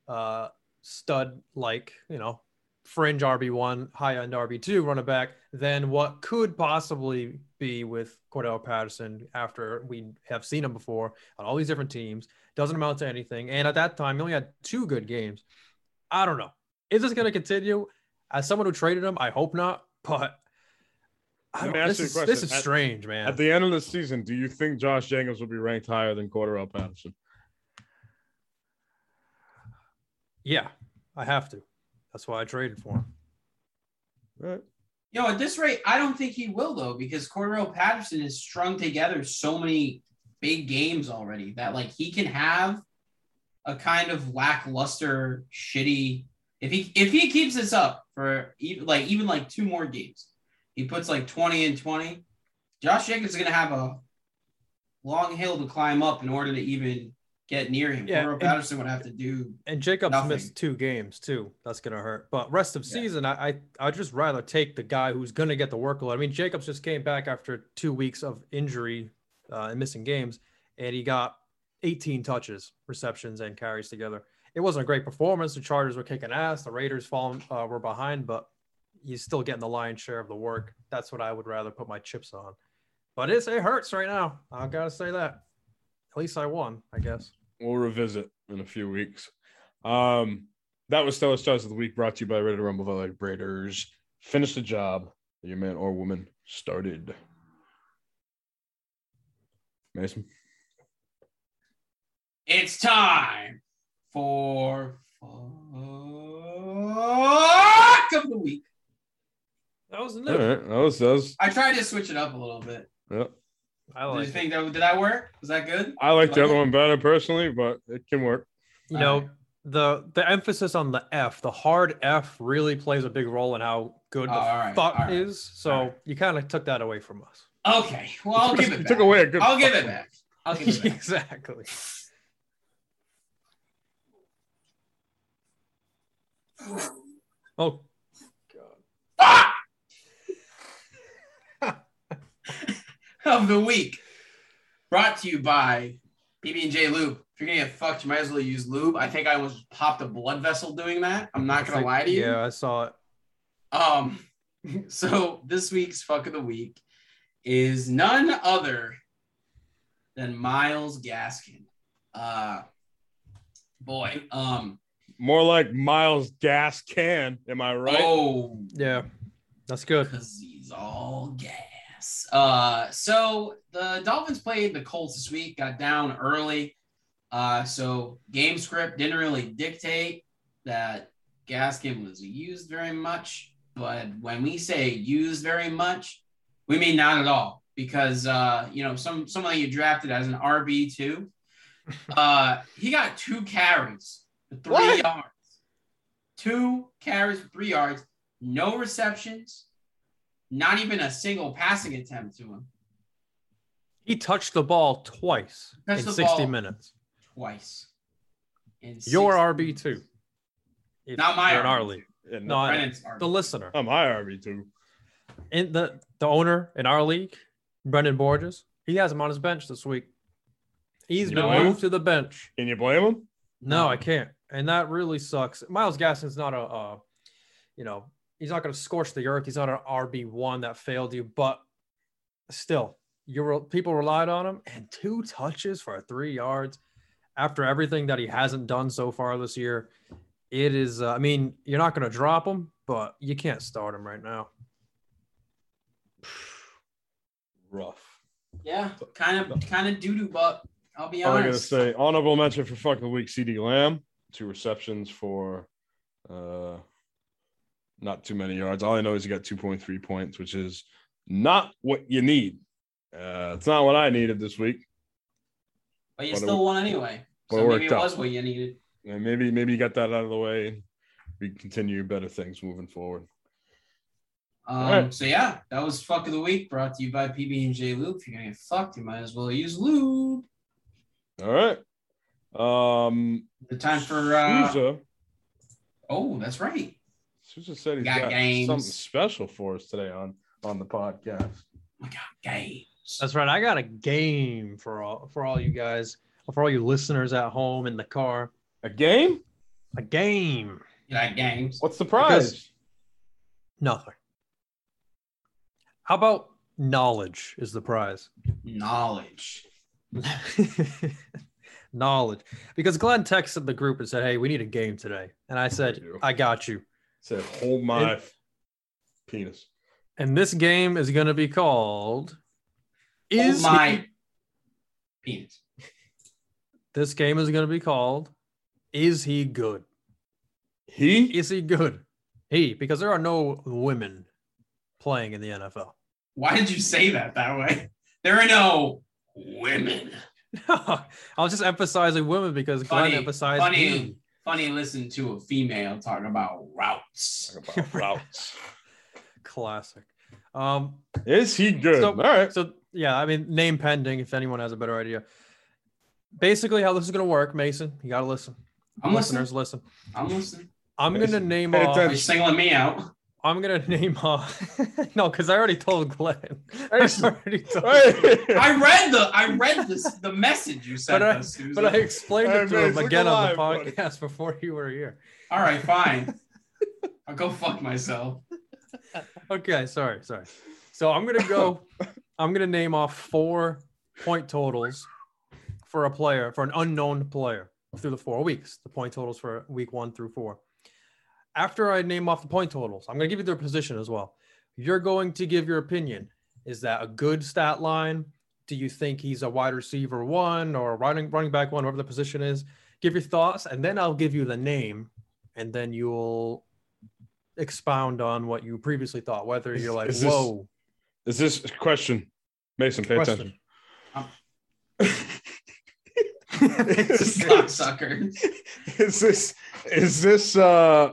Speaker 3: uh, stud like, you know, fringe RB1, high end RB2 running back than what could possibly be with Cordell Patterson after we have seen him before on all these different teams. Doesn't amount to anything. And at that time, he only had two good games. I don't know. Is this going to continue? As someone who traded him, I hope not. But
Speaker 2: Let
Speaker 3: I don't,
Speaker 2: me
Speaker 3: this,
Speaker 2: ask you a
Speaker 3: is,
Speaker 2: question.
Speaker 3: this is
Speaker 2: At-
Speaker 3: strange, man.
Speaker 2: At the end of the season, do you think Josh Jacobs will be ranked higher than Cordero Patterson?
Speaker 3: yeah, I have to. That's why I traded for him.
Speaker 2: Right.
Speaker 1: You know, at this rate, I don't think he will though, because Cordell Patterson has strung together so many big games already that like he can have a kind of lackluster, shitty. If he if he keeps this up for even like even like two more games, he puts like twenty and twenty. Josh Jacobs is gonna have a long hill to climb up in order to even get near him.
Speaker 3: Yeah,
Speaker 1: Cordell
Speaker 3: and-
Speaker 1: Patterson would have to do
Speaker 3: And Jacobs
Speaker 1: Nothing.
Speaker 3: missed two games too. That's gonna hurt. But rest of
Speaker 1: Yeah.
Speaker 3: season, I, I I'd just rather take the guy who's gonna get the workload. I mean, Jacobs just came back after two weeks of injury uh, and missing games, and he got 18 touches, receptions, and carries together. It wasn't a great performance. The Chargers were kicking ass. The Raiders falling uh, were behind, but he's still getting the lion's share of the work. That's what I would rather put my chips on. But it's it hurts right now. I gotta say that. At least I won, I guess.
Speaker 2: We'll revisit in a few weeks. Um, that was Stellar Stars of the Week brought to you by Ready to Rumble Valley Braiders. Finish the job that your man or woman started. Mason.
Speaker 1: It's time for fuck of the week.
Speaker 3: That was
Speaker 2: All
Speaker 3: new.
Speaker 2: right. That was, that was
Speaker 1: I tried to switch it up a little bit.
Speaker 2: yeah.
Speaker 3: I
Speaker 1: Did
Speaker 3: like
Speaker 1: you
Speaker 3: it.
Speaker 1: think that did that work? Was that good?
Speaker 2: I like the other one better personally, but it can work.
Speaker 3: you
Speaker 1: All
Speaker 3: know
Speaker 1: right.
Speaker 3: the the emphasis on the F, the hard F, really plays a big role in how good the
Speaker 1: Oh, all right,
Speaker 3: fuck
Speaker 1: all right,
Speaker 3: is. So
Speaker 1: all right.
Speaker 3: you kind of took that away from us.
Speaker 1: Okay. Well, I'll give it
Speaker 2: You
Speaker 1: back.
Speaker 2: took away a good
Speaker 1: I'll give
Speaker 2: fuck.
Speaker 1: it back. I'll give it back.
Speaker 3: exactly. Oh,
Speaker 1: Fuck of the week, brought to you by BB&J lube. If you're gonna get fucked, you might as well use lube. I think I almost popped a blood vessel doing that. I'm not
Speaker 3: It's
Speaker 1: gonna
Speaker 3: like-
Speaker 1: lie to you.
Speaker 3: Yeah, I saw it.
Speaker 1: Um, so this week's fuck of the week is none other than Miles Gaskin. Uh, boy. Um.
Speaker 2: More like Miles Gas can. Am I right?
Speaker 1: Oh,
Speaker 3: Yeah, that's good.
Speaker 1: because he's all gas. Uh, so the Dolphins played the Colts this week, got down early. Uh, so game script didn't really dictate that Gaskin was used very much. But when we say used very much, we mean not at all because uh, you know some somebody you drafted as an RB two. Uh, he got two carries, for three
Speaker 3: What?
Speaker 1: yards, two carries, for three yards, no receptions, not even a single passing attempt to him
Speaker 3: He touched the ball twice
Speaker 1: Touched
Speaker 3: in
Speaker 1: the
Speaker 3: 60
Speaker 1: ball.
Speaker 3: minutes.
Speaker 1: twice. In
Speaker 3: Your
Speaker 1: 16
Speaker 3: RB2. If
Speaker 1: Not my
Speaker 3: you're in our
Speaker 1: RB2.
Speaker 3: league.
Speaker 2: Yeah,
Speaker 3: No, I-
Speaker 1: Brennan's RB2.
Speaker 3: the listener.
Speaker 2: I'm high RB too.
Speaker 3: in the the owner in our league, Brendan Borges, he has him on his bench this week. He's
Speaker 2: You
Speaker 3: been
Speaker 2: know what?
Speaker 3: moved to the bench.
Speaker 2: Can you blame him?
Speaker 3: No,
Speaker 1: No.
Speaker 3: I can't, and that really sucks. Miles Gaston's not a, uh, you know, he's not going to scorch the earth. He's not an RB one that failed you, but still, you were people relied on him, and two touches for three yards after everything that he hasn't done so far this year. It is, uh, I mean, you're not going to drop him, but you can't start him right now.
Speaker 2: Rough.
Speaker 1: Yeah, kind of, kind of doo doo, but I'll be
Speaker 2: All I'm gonna
Speaker 1: honest.
Speaker 2: say honorable mention for fucking the week. CD Lamb, two receptions for, uh, not too many yards. All I know is he got 2.3 points, which is not what you need. Uh, it's not what I needed this week.
Speaker 1: but you
Speaker 2: but it
Speaker 1: still
Speaker 2: wo-
Speaker 1: won anyway.
Speaker 2: but
Speaker 1: So
Speaker 2: it
Speaker 1: maybe it
Speaker 2: worked out.
Speaker 1: was what you needed.
Speaker 2: And maybe maybe you got that out of the way. And we continue better things moving forward.
Speaker 1: Um,
Speaker 2: Alright.
Speaker 1: So yeah, that was fuck of the week brought to you by PB and J Lube. If you're gonna get fucked, you might as well use lube.
Speaker 2: All right. Um,
Speaker 1: The time for uh,
Speaker 2: Sousa-
Speaker 1: oh, that's right.
Speaker 2: Sousa said he's
Speaker 1: Got
Speaker 2: got,
Speaker 1: games.
Speaker 2: something special for us today on on the podcast.
Speaker 1: Games.
Speaker 3: That's right. I got a game for all for all you guys, for all you listeners at home in the car.
Speaker 2: A game?
Speaker 3: A game.
Speaker 1: You like games?
Speaker 2: What's the
Speaker 3: Because-
Speaker 2: prize?
Speaker 3: Nothing. How about knowledge is the prize?
Speaker 1: Knowledge.
Speaker 3: knowledge. Because Glenn texted the group and said, Hey, we need a game today. And I said,
Speaker 2: do.
Speaker 3: I got you.
Speaker 2: Said, hold my penis.
Speaker 3: And this game is gonna be called Is
Speaker 1: oh my
Speaker 3: He-
Speaker 1: penis.
Speaker 3: this game is gonna be called Is He Good?
Speaker 2: He?
Speaker 3: Is he good? He, because there are no women playing in the NFL.
Speaker 1: Why did you say that that way? There are no women.
Speaker 3: I was just emphasizing women because Glenn
Speaker 1: Funny,
Speaker 3: emphasized
Speaker 1: funny.
Speaker 3: funny.
Speaker 1: Funny, listen to a female talk about routes.
Speaker 2: Talk about routes.
Speaker 3: classic. Um,
Speaker 2: Is he good?
Speaker 3: So-
Speaker 2: All right.
Speaker 3: so yeah, I mean, name pending. If anyone has a better idea, basically how this is gonna work, Mason, you gotta listen.
Speaker 1: I'm listening.
Speaker 3: Listeners, listen.
Speaker 1: I'm listening.
Speaker 3: I'm gonna
Speaker 2: Mason,
Speaker 3: name
Speaker 2: pay
Speaker 3: off.
Speaker 1: You're
Speaker 2: attention.
Speaker 1: singling me out.
Speaker 3: I'm gonna name off. no, because I already told Glenn. I
Speaker 2: Mason.
Speaker 3: already told.
Speaker 2: Hey.
Speaker 1: I read the I read this the message you sent
Speaker 3: But I-
Speaker 1: us. Susan.
Speaker 3: But I explained
Speaker 2: Hey,
Speaker 3: it to
Speaker 2: Mason,
Speaker 3: him
Speaker 2: look
Speaker 3: again on the
Speaker 2: alive, buddy.
Speaker 3: podcast before you were here.
Speaker 1: All right, fine. I'll go fuck myself.
Speaker 3: Okay, sorry, sorry. So I'm gonna go. I'm gonna name off four point totals for a player for an unknown player through the four weeks. The point totals for week one through four. After I name off the point totals, I'm gonna give you their position as well. You're going to give your opinion. Is that a good stat line? Do you think he's a wide receiver one or a running running back one, whatever the position is? Give your thoughts, and then I'll give you the name, and then you'll expound on what you previously thought. Whether
Speaker 2: Is-
Speaker 3: you're like,
Speaker 2: is this-
Speaker 3: whoa,
Speaker 2: Is this a question? Mason, pay
Speaker 3: question.
Speaker 2: attention. Is this,
Speaker 1: Cocksucker.
Speaker 2: is this is this uh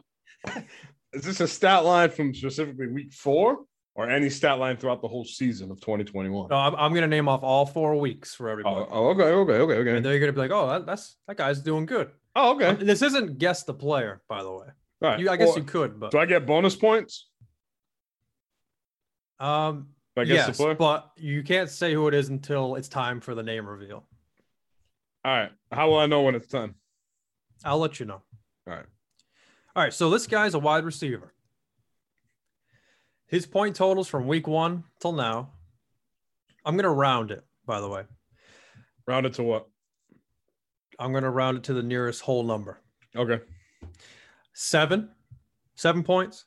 Speaker 2: is this a stat line from specifically week four or any stat line throughout the whole season of 2021?
Speaker 3: No, I'm, I'm gonna name off all four weeks for everybody.
Speaker 2: Oh, oh, okay, okay, okay,
Speaker 3: and
Speaker 2: okay.
Speaker 3: then you're gonna be like, oh, that, that's that guy's doing good.
Speaker 2: Oh, okay.
Speaker 3: Um, This isn't guess the player, by the way.
Speaker 2: All right.
Speaker 3: You, I guess
Speaker 2: Well,
Speaker 3: you could, but
Speaker 2: do I get bonus points?
Speaker 3: um,
Speaker 2: If I guess the
Speaker 3: yes,
Speaker 2: player.
Speaker 3: but you can't say who it is until it's time for the name reveal.
Speaker 2: All right. How will I know when it's time?
Speaker 3: I'll let you know.
Speaker 2: All right.
Speaker 3: All right. So this guy's a wide receiver. His point totals from week one till now. I'm gonna round it, by the way.
Speaker 2: Round it to what?
Speaker 3: I'm gonna round it to the nearest whole number.
Speaker 2: Okay.
Speaker 3: Seven, seven points,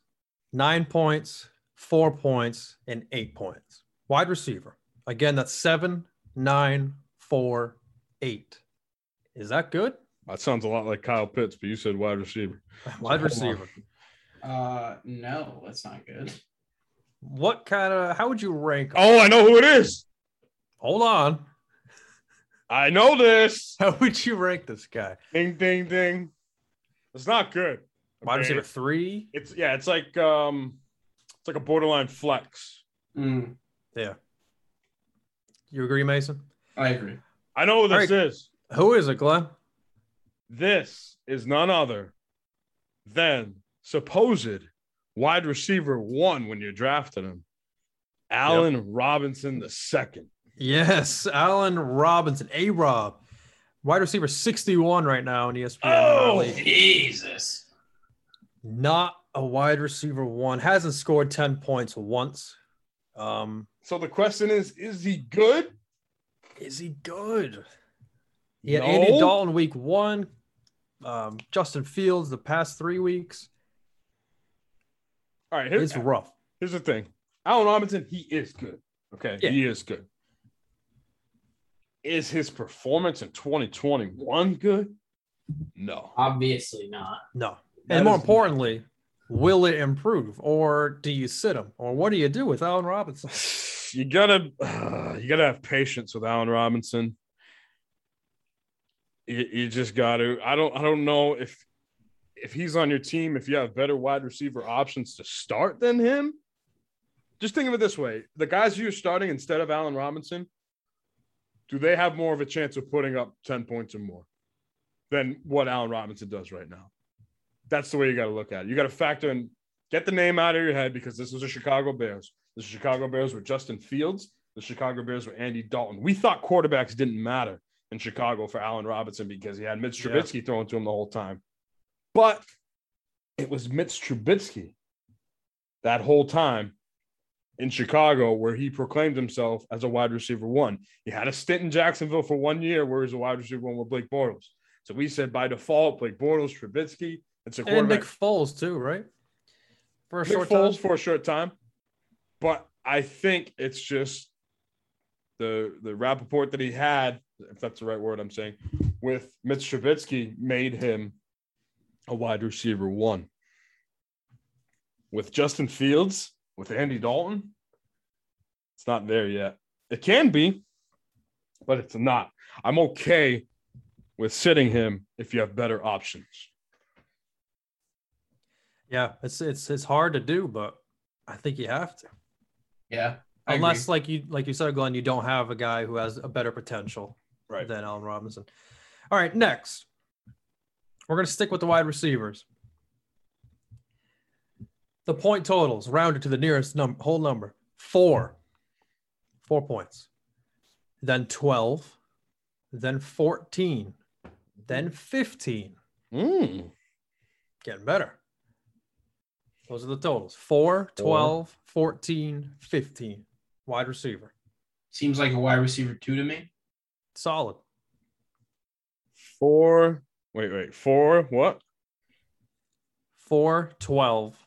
Speaker 3: nine points, four points, and eight points. Wide receiver. Again, that's seven, nine, four, eight. Is that good?
Speaker 2: That sounds a lot like Kyle Pitts, but you said wide receiver.
Speaker 3: Wide
Speaker 2: Hold on.
Speaker 3: receiver.
Speaker 1: Uh, no, that's not good.
Speaker 3: What kind of? How would you rank? 'em?
Speaker 2: Oh, I know who it is.
Speaker 3: hold on.
Speaker 2: I know this.
Speaker 3: How would you rank this guy?
Speaker 2: Ding, ding, ding. It's not good. Okay.
Speaker 3: Wide receiver three.
Speaker 2: It's yeah. It's like um, it's like a borderline flex.
Speaker 1: Mm,
Speaker 3: You agree, Mason?
Speaker 1: I agree.
Speaker 2: I know who
Speaker 3: All
Speaker 2: this is.
Speaker 3: Who is it, Glenn?
Speaker 2: This is none other than supposed wide receiver one when you drafted him, Allen Robinson the second.
Speaker 3: Yes, Allen Robinson, A Rob, wide receiver 61 right now E in ESPN. in our
Speaker 2: Oh!
Speaker 3: league.
Speaker 1: Jesus.
Speaker 3: Not a wide receiver one. Hasn't scored 10 points once. Um,
Speaker 2: So the question is, is he good?
Speaker 3: is he good? Yeah,
Speaker 2: No.
Speaker 3: Andy Dalton week one, um, Justin Fields the past three weeks.
Speaker 2: All right, here's
Speaker 3: It's rough.
Speaker 2: here's the thing. Allen Robinson, he is good. Okay,
Speaker 3: Yeah.
Speaker 2: he is good. Is his performance in 2021 good? No.
Speaker 1: Obviously not.
Speaker 3: No.
Speaker 2: That
Speaker 3: and more
Speaker 2: is-
Speaker 3: importantly, will it improve or do you sit him or what do you do with Allen Robinson?
Speaker 2: You gotta you gotta have patience with Allen Robinson. You, you just gotta. I don't I don't know if if he's on your team, if you have better wide receiver options to start than him. Just think of it this way: the guys you're starting instead of Allen Robinson, do they have more of a chance of putting up 10 points or more than what Allen Robinson does right now? That's the way you got to look at it. You got to factor in, get the name out of your head because this was the Chicago Bears. The Chicago Bears were Justin Fields. The Chicago Bears were Andy Dalton. We thought quarterbacks didn't matter in Chicago for Allen Robinson because he had Mitch
Speaker 3: Yeah.
Speaker 2: Trubisky throwing to him the whole time. But it was Mitch Trubisky that whole time in Chicago where he proclaimed himself as a wide receiver one. He had a stint in Jacksonville for one year where he was a wide receiver one with Blake Bortles. So we said by default, Blake Bortles, Trubisky, it's a
Speaker 3: and
Speaker 2: quarterback.
Speaker 3: Nick Foles too, right? For a
Speaker 2: Nick
Speaker 3: short
Speaker 2: Foles
Speaker 3: time.
Speaker 2: for a short time. But I think it's just the the rapport that he had, if that's the right word I'm saying, with Mitch Trubisky made him a wide receiver one. With Justin Fields, with Andy Dalton, it's not there yet. It can be, but it's not. I'm okay with sitting him if you have better options.
Speaker 3: Yeah, it's it's it's hard to do, but I think you have to.
Speaker 1: Yeah. I agree.
Speaker 3: Unless like you like you said, Glenn, you don't have a guy who has a better potential
Speaker 2: Right.
Speaker 3: than Allen Robinson. All right, next. We're gonna stick with the wide receivers. The point totals rounded to the nearest num- whole number. Four. Four points. Then 12. Then 14. Then 15.
Speaker 2: Mm.
Speaker 3: getting better. Those are the totals 4, 12, 14, 15. Wide receiver.
Speaker 1: seems like a wide receiver two to me.
Speaker 3: Solid.
Speaker 2: Four. Wait, wait. Four. What?
Speaker 3: 4, 12,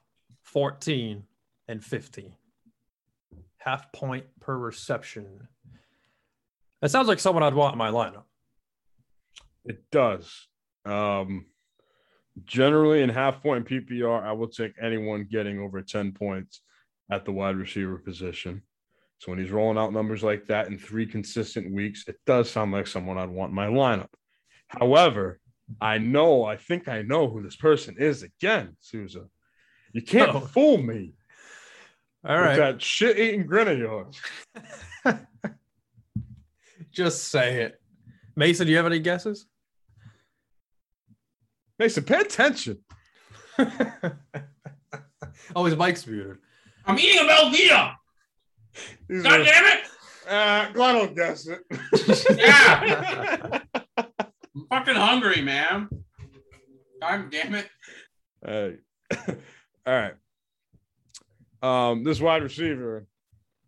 Speaker 3: 14, and 15. Half point per reception. That sounds like someone I'd want in my lineup.
Speaker 2: It does. Um, generally, in half point PPR, I will take anyone getting over 10 points at the wide receiver position. So when he's rolling out numbers like that in three consistent weeks, it does sound like someone I'd want in my lineup. However, I know, I think I know who this person is again, Souza. You can't
Speaker 3: Oh.
Speaker 2: fool me
Speaker 3: All
Speaker 2: with
Speaker 3: right.
Speaker 2: that shit eating grin of yours.
Speaker 3: Just say it. Mason, do you have any guesses?
Speaker 2: Mason, pay attention.
Speaker 3: oh, his mic's muted.
Speaker 1: I'm eating a Velveeta.
Speaker 2: These
Speaker 1: God
Speaker 2: are- Ah,
Speaker 1: damn it.
Speaker 2: Uh, Glenn will guess it.
Speaker 1: Yeah. fucking hungry, man. God damn it.
Speaker 2: All right. All right. Um, this wide receiver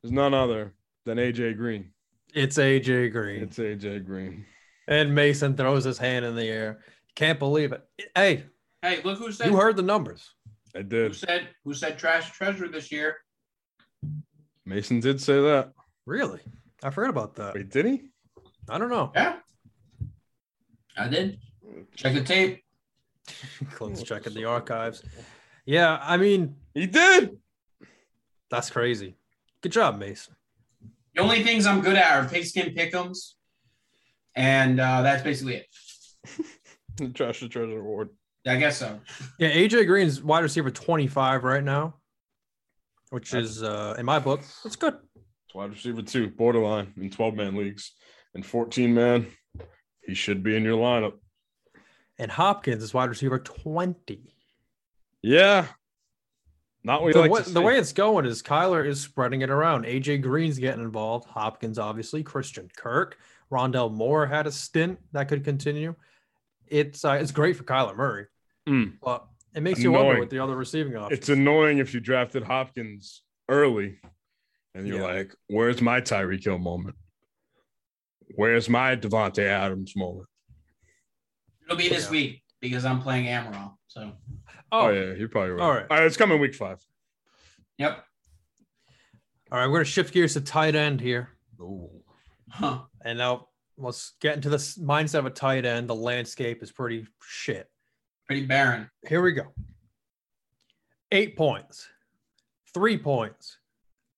Speaker 2: is none other than AJ Green.
Speaker 3: It's AJ Green.
Speaker 2: It's AJ Green.
Speaker 3: And Mason throws his hand in the air. Can't believe it. Hey,
Speaker 1: Hey, look who said
Speaker 3: you heard the numbers.
Speaker 2: I
Speaker 1: who
Speaker 2: did.
Speaker 1: said who said trash treasure this year.
Speaker 2: Mason did say that.
Speaker 3: Really? I forgot about that.
Speaker 2: Wait, did he?
Speaker 3: I don't know.
Speaker 1: Yeah. I did. Check the tape.
Speaker 3: Let's check in the archives. Yeah, I mean,
Speaker 2: He did.
Speaker 3: that's crazy. Good job, Mason.
Speaker 1: The only things I'm good at are pigskin pickums. And uh, that's basically it.
Speaker 2: Trash the treasure award.
Speaker 1: I guess so.
Speaker 3: Yeah, AJ Green's wide receiver 25 right now, which is uh in my book, that's good.
Speaker 2: It's wide receiver two, borderline in 12 man leagues. And 14 man, he should be in your lineup.
Speaker 3: And Hopkins is wide receiver 20.
Speaker 2: Yeah. Not what you
Speaker 3: The,
Speaker 2: like
Speaker 3: wa-
Speaker 2: to
Speaker 3: the
Speaker 2: see.
Speaker 3: way it's going is Kyler is spreading it around. AJ Green's getting involved. Hopkins, obviously. Christian Kirk. Rondell Moore had a stint that could continue. It's uh, it's great for Kyler Murray,
Speaker 2: Mm.
Speaker 3: but it makes you
Speaker 2: Annoying.
Speaker 3: wonder with the other receiving options.
Speaker 2: it's annoying if you drafted Hopkins early and you're
Speaker 3: Yeah.
Speaker 2: like, where's my Tyreek Hill moment? Where's my Devontae Adams moment?
Speaker 1: It'll be this
Speaker 3: Yeah.
Speaker 1: week because I'm playing Amaral. So
Speaker 3: oh,
Speaker 2: yeah, you're probably right.
Speaker 3: all right.
Speaker 2: All right, it's coming week five.
Speaker 1: yep.
Speaker 3: Oh, All right, we're gonna shift gears to tight end here,
Speaker 1: Huh.
Speaker 3: and now let's get into this mindset of a tight end. The landscape is pretty shit.
Speaker 1: Pretty barren.
Speaker 3: Here we go. Eight points, three points,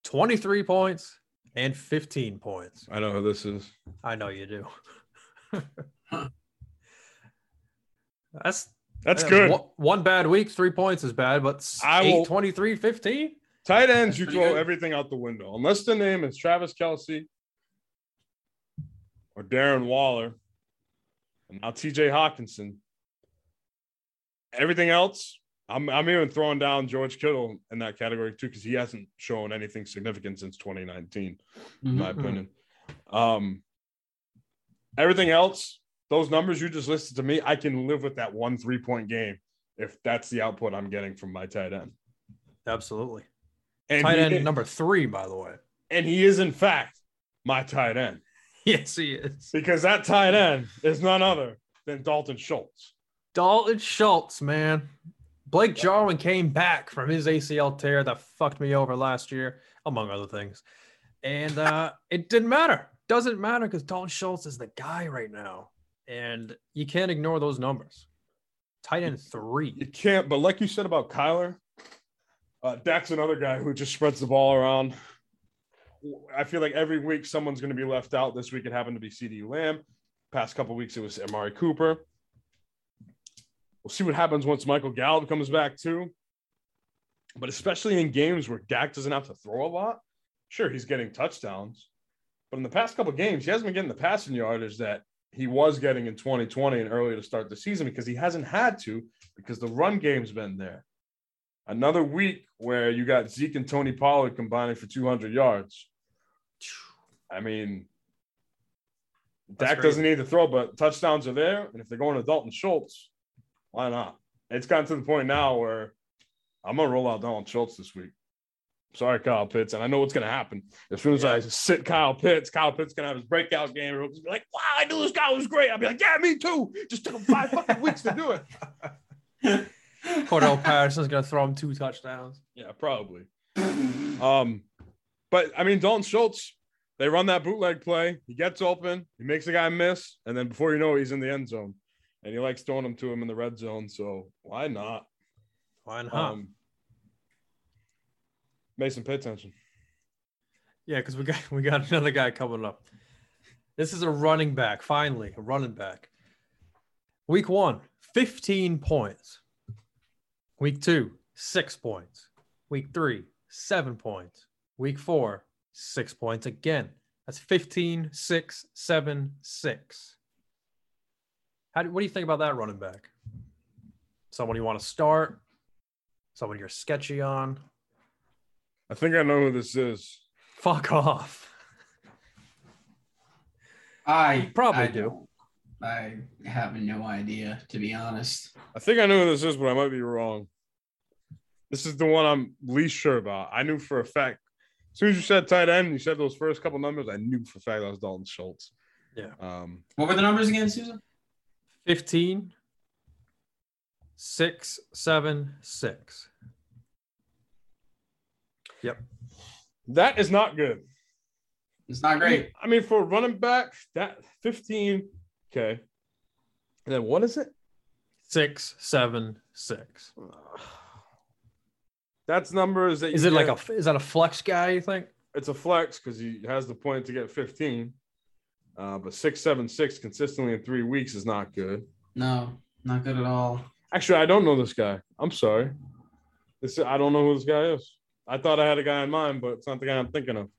Speaker 3: twenty-three points, and fifteen points.
Speaker 2: I know who this is.
Speaker 3: I know you do. That's
Speaker 2: That's
Speaker 3: uh,
Speaker 2: good.
Speaker 3: One, one bad week, three points is bad, but s-
Speaker 2: I
Speaker 3: eight,
Speaker 2: will-
Speaker 3: 23, 15?
Speaker 2: Tight ends, you
Speaker 1: pretty
Speaker 2: throw
Speaker 1: good.
Speaker 2: everything out the window. Unless the name is Travis Kelsey or Darren Waller, and now TJ Hawkinson. Everything else, I'm, I'm even throwing down George Kittle in that category too, because he hasn't shown anything significant since 2019, in my
Speaker 1: Mhm.
Speaker 3: Mhm.
Speaker 2: opinion. Um, everything else, those numbers you just listed to me, I can live with that one three point game if that's the output I'm getting from my tight end.
Speaker 3: Absolutely.
Speaker 2: And
Speaker 3: tight
Speaker 2: he-
Speaker 3: end number three, by the way.
Speaker 2: and he is in fact my tight end
Speaker 3: Yes, he is.
Speaker 2: because that tight end is none other than Dalton Schultz.
Speaker 3: Dalton Schultz, man. Blake Jarwin came back from his ACL tear that fucked me over last year, among other things. And uh, it didn't matter. Doesn't matter because Dalton Schultz is the guy right now. And you can't ignore those numbers. Tight end
Speaker 2: You
Speaker 3: three.
Speaker 2: can't, but like you said about Kyler, uh, Dak's another guy who just spreads the ball around. I feel like every week someone's going to be left out. This week it happened to be CD Lamb. Past couple weeks it was Amari Cooper. We'll see what happens once Michael Gallup comes back too. But especially in games where Dak doesn't have to throw a lot, sure he's getting touchdowns, but in the past couple games he hasn't been getting the passing yardage that he was getting in 2020 and earlier to start the season because he hasn't had to because the run game's been there. Another week where you got Zeke and Tony Pollard combining for 200 yards. I mean,
Speaker 3: That's
Speaker 2: Dak
Speaker 3: crazy.
Speaker 2: doesn't need to throw, but touchdowns are there. And if they're going to Dalton Schultz, why not? It's gotten to the point now where I'm going to roll out Dalton Schultz this week. Sorry, Kyle Pitts. And I know what's going to happen. As soon as I sit Kyle Pitts, Kyle Pitts going to have his breakout game. Everyone's gonna be like, wow, I knew this guy was great. I'll be like, yeah, me too. Just took him five fucking weeks to do it.
Speaker 3: Cordell Patterson's going to throw him two touchdowns.
Speaker 2: Yeah, probably. Um, but I mean, Dalton Schultz, they run that bootleg play. He gets open, he makes the guy miss, and then before you know it, he's in the end zone. And he likes throwing them to him in the red zone. So why not?
Speaker 3: Why not?
Speaker 2: Um, Mason, pay attention.
Speaker 3: Yeah, because we got we got another guy coming up. This is a running back, finally, a running back. Week one, 15 points. Week two, six points. Week three, seven points. Week four, six points again. That's 15, six, seven, six. How do, what do you think about that running back? Someone you want to start? Someone you're sketchy on?
Speaker 2: I think I know who this is.
Speaker 3: Fuck off.
Speaker 1: I
Speaker 3: You probably
Speaker 1: I
Speaker 3: do.
Speaker 1: don't. I have no idea, to be honest.
Speaker 2: I think I know who this is, but I might be wrong. This is the one I'm least sure about. I knew for a fact. As soon as you said tight end, you said those first couple numbers. I knew for a fact that was Dalton Schultz.
Speaker 3: Yeah.
Speaker 2: Um,
Speaker 1: What were the numbers again, Susan?
Speaker 3: 15, 6, 7, 6.
Speaker 2: that is not good.
Speaker 1: It's not great.
Speaker 2: I mean, for a running back, that 15. Okay. And then what is it?
Speaker 3: 6, 7, 6.
Speaker 2: That's numbers that you
Speaker 3: Is it like
Speaker 2: get-
Speaker 3: a is that a flex guy, you think?
Speaker 2: it's a flex because he has the point to get 15. Uh, but six, seven, six consistently in three weeks is not good.
Speaker 1: No, not good at all.
Speaker 2: Actually, I don't know this guy. I'm sorry. This I don't know who this guy is. I thought I had a guy in mind, but it's not the guy I'm thinking of.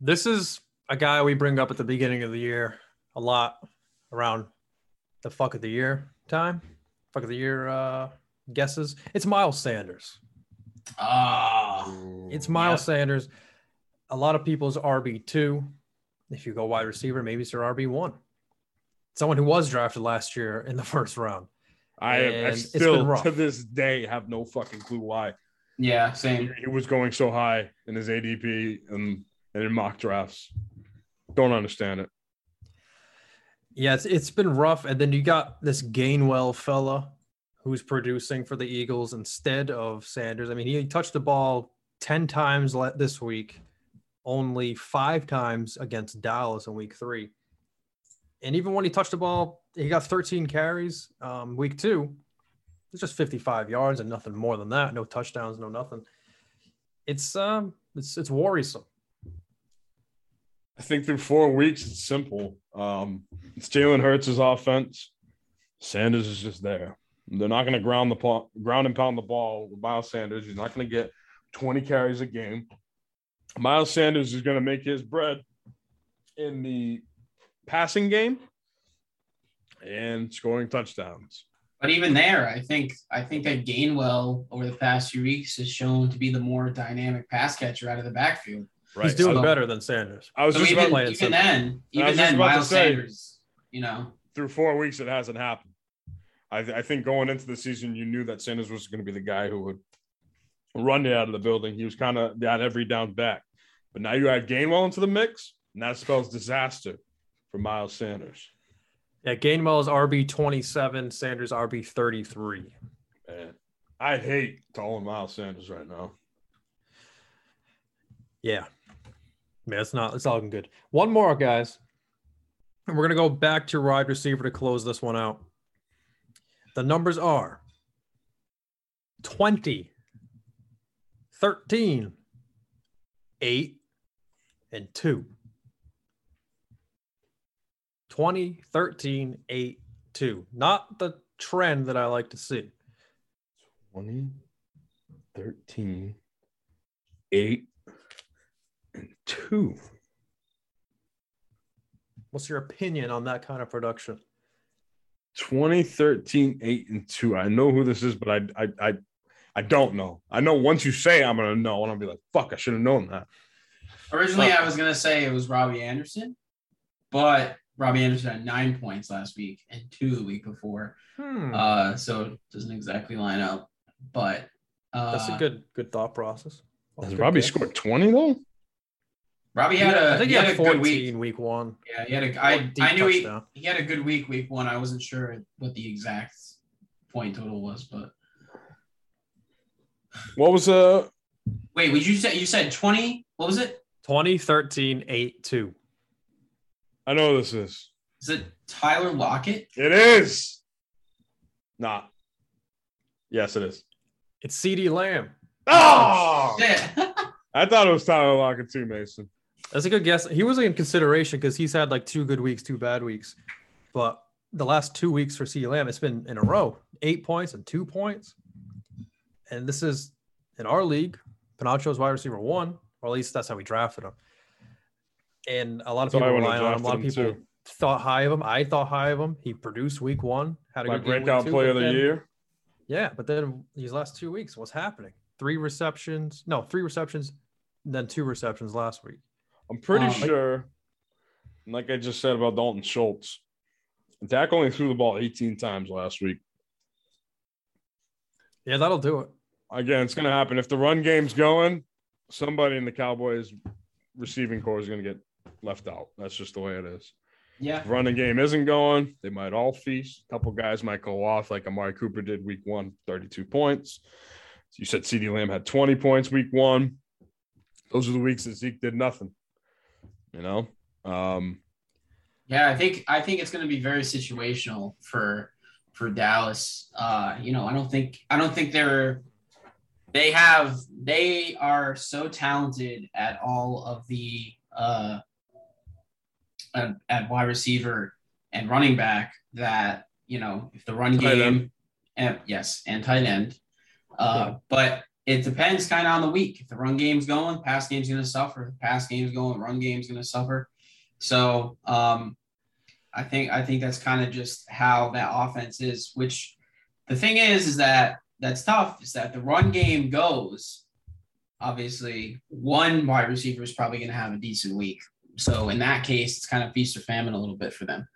Speaker 3: This is a guy we bring up at the beginning of the year a lot around the fuck of the year time. Fuck of the year uh guesses. It's Miles Sanders.
Speaker 1: Ah,
Speaker 3: It's
Speaker 1: my-
Speaker 3: Miles
Speaker 1: Yeah.
Speaker 3: Sanders. A lot of people's RB2. If you go wide receiver, maybe it's your RB1. Someone who was drafted last year in the first round.
Speaker 2: I, I
Speaker 3: and it's been
Speaker 2: still
Speaker 3: rough.
Speaker 2: to this day have no fucking clue why
Speaker 1: yeah, same.
Speaker 2: he was going so high in his ADP and, and in mock drafts. Don't understand it.
Speaker 3: Yeah, it's, it's been rough. And then you got this Gainwell fella who's producing for the Eagles instead of Sanders. I mean, he touched the ball 10 times le- this week, only five times against Dallas in week three. And even when he touched the ball, he got 13 carries um, week two. It's just 55 yards and nothing more than that. No touchdowns, no nothing. It's um, it's it's worrisome.
Speaker 2: I think through four weeks, it's simple. Um, it's Jalen Hurts' offense. Sanders is just there. They're not going to ground the pa- ground and pound the ball with Miles Sanders. He's not going to get 20 carries a game. Miles Sanders is going to make his bread in the passing game and scoring touchdowns.
Speaker 1: But even there, I think I think that Gainwell over the past few weeks has shown to be the more dynamic pass catcher out of the backfield.
Speaker 2: Right.
Speaker 3: He's doing
Speaker 1: so-
Speaker 3: better than Sanders.
Speaker 2: I was
Speaker 1: So
Speaker 2: just
Speaker 1: even,
Speaker 2: about,
Speaker 3: playing
Speaker 1: even
Speaker 3: something.
Speaker 1: then,
Speaker 2: I was
Speaker 1: even
Speaker 2: just
Speaker 1: then,
Speaker 2: about to
Speaker 1: Miles
Speaker 2: say-
Speaker 1: Sanders, you know,
Speaker 2: through four weeks, it hasn't happened. I, th- I think going into the season, you knew that Sanders was going to be the guy who would run you out of the building. He was kind of that every down back. But now you add Gainwell into the mix, and that spells disaster for Miles Sanders.
Speaker 3: Yeah, Gainwell's RB twenty seven, Sanders RB thirty three.
Speaker 2: Man, I hate calling Miles Sanders right now.
Speaker 3: Yeah, man, it's not it's all good. One more, guys, and we're gonna go back to wide receiver to close this one out. The numbers are 20, 13, 8, and 2. 20, 13, 8, 2. Not the trend that I like to see.
Speaker 2: 20, 13, 8, and 2.
Speaker 3: What's your opinion on that kind of production?
Speaker 2: 2013 8 and 2 i know who this is but i i i, I don't know i know once you say i'm gonna know and i'll be like fuck i should have known that
Speaker 1: originally I was gonna say it was Robbie Anderson, but Robbie Anderson had nine points last week and two the week before,
Speaker 3: Hmm.
Speaker 1: uh, so it doesn't exactly line up. But uh,
Speaker 3: That's a good good thought process.
Speaker 2: has
Speaker 3: Good
Speaker 2: Robbie
Speaker 3: guess.
Speaker 2: scored 20 though
Speaker 1: Robbie had
Speaker 3: Yeah,
Speaker 1: a
Speaker 3: I think
Speaker 1: he
Speaker 3: he had,
Speaker 1: had a good
Speaker 3: 14
Speaker 1: week.
Speaker 3: week. one.
Speaker 1: Yeah, he had a. I,
Speaker 3: Deep
Speaker 1: I knew he,
Speaker 3: touchdown.
Speaker 1: he had a good week, week one. I wasn't sure what the exact point total was, but
Speaker 2: what was uh
Speaker 1: wait, would you say you said twenty? What was it?
Speaker 3: 20, 13, 8, 2.
Speaker 2: i know who this is
Speaker 1: Is it Tyler Lockett?
Speaker 2: it is not yes it is
Speaker 3: It's CD Lamb. Ah!
Speaker 2: oh
Speaker 1: Shit.
Speaker 2: i thought it was tyler lockett too mason
Speaker 3: That's a good guess. He was in consideration because he's had like two good weeks, two bad weeks. But the last two weeks for CD Lamb, it's been in a row eight points and two points. And this is in our league, Panacho's wide receiver one, or at least that's how we drafted him. And a lot of
Speaker 2: That's how I
Speaker 3: people
Speaker 2: would've
Speaker 3: rely on him. A lot of
Speaker 2: drafted him,
Speaker 3: people thought high of him. I thought high of him. He produced week one, had a
Speaker 2: my
Speaker 3: good game week
Speaker 2: breakout
Speaker 3: two,
Speaker 2: player of
Speaker 3: but
Speaker 2: the
Speaker 3: then-
Speaker 2: year
Speaker 3: Yeah, but then these last two weeks, what's happening? Three receptions, no, three receptions, and then two receptions last week.
Speaker 2: i'm pretty
Speaker 1: Um,
Speaker 2: sure like i just said about dalton schultz And Dak only threw the ball 18 times last week.
Speaker 3: Yeah, that'll do it.
Speaker 2: Again, it's going to happen. If the run game's going, somebody in the Cowboys receiving core is going to get left out. That's just the way it is.
Speaker 1: Yeah.
Speaker 2: If running game isn't going, they might all feast. A couple guys might go off like Amari Cooper did week one, 32 points. You said CD Lamb had 20 points week one. Those are the weeks that Zeke did nothing. You know? Um,
Speaker 1: Yeah, I think I think it's going to be very situational for for Dallas. Uh, you know, I don't think I don't think they're they have they are so talented at all of the uh, at, at wide receiver and running back that you know if the run
Speaker 2: Tight end.
Speaker 1: game and yes and tight end, uh, but it depends kind of on the week. If the run game's going, pass game's going to suffer. If pass game's going, run game's going to suffer. So um, I think I think that's kind of just how that offense is. Which the thing is, is that that's tough. Is that the run game goes? Obviously, one wide receiver is probably going to have a decent week. So in that case, it's kind of feast or famine a little bit for them.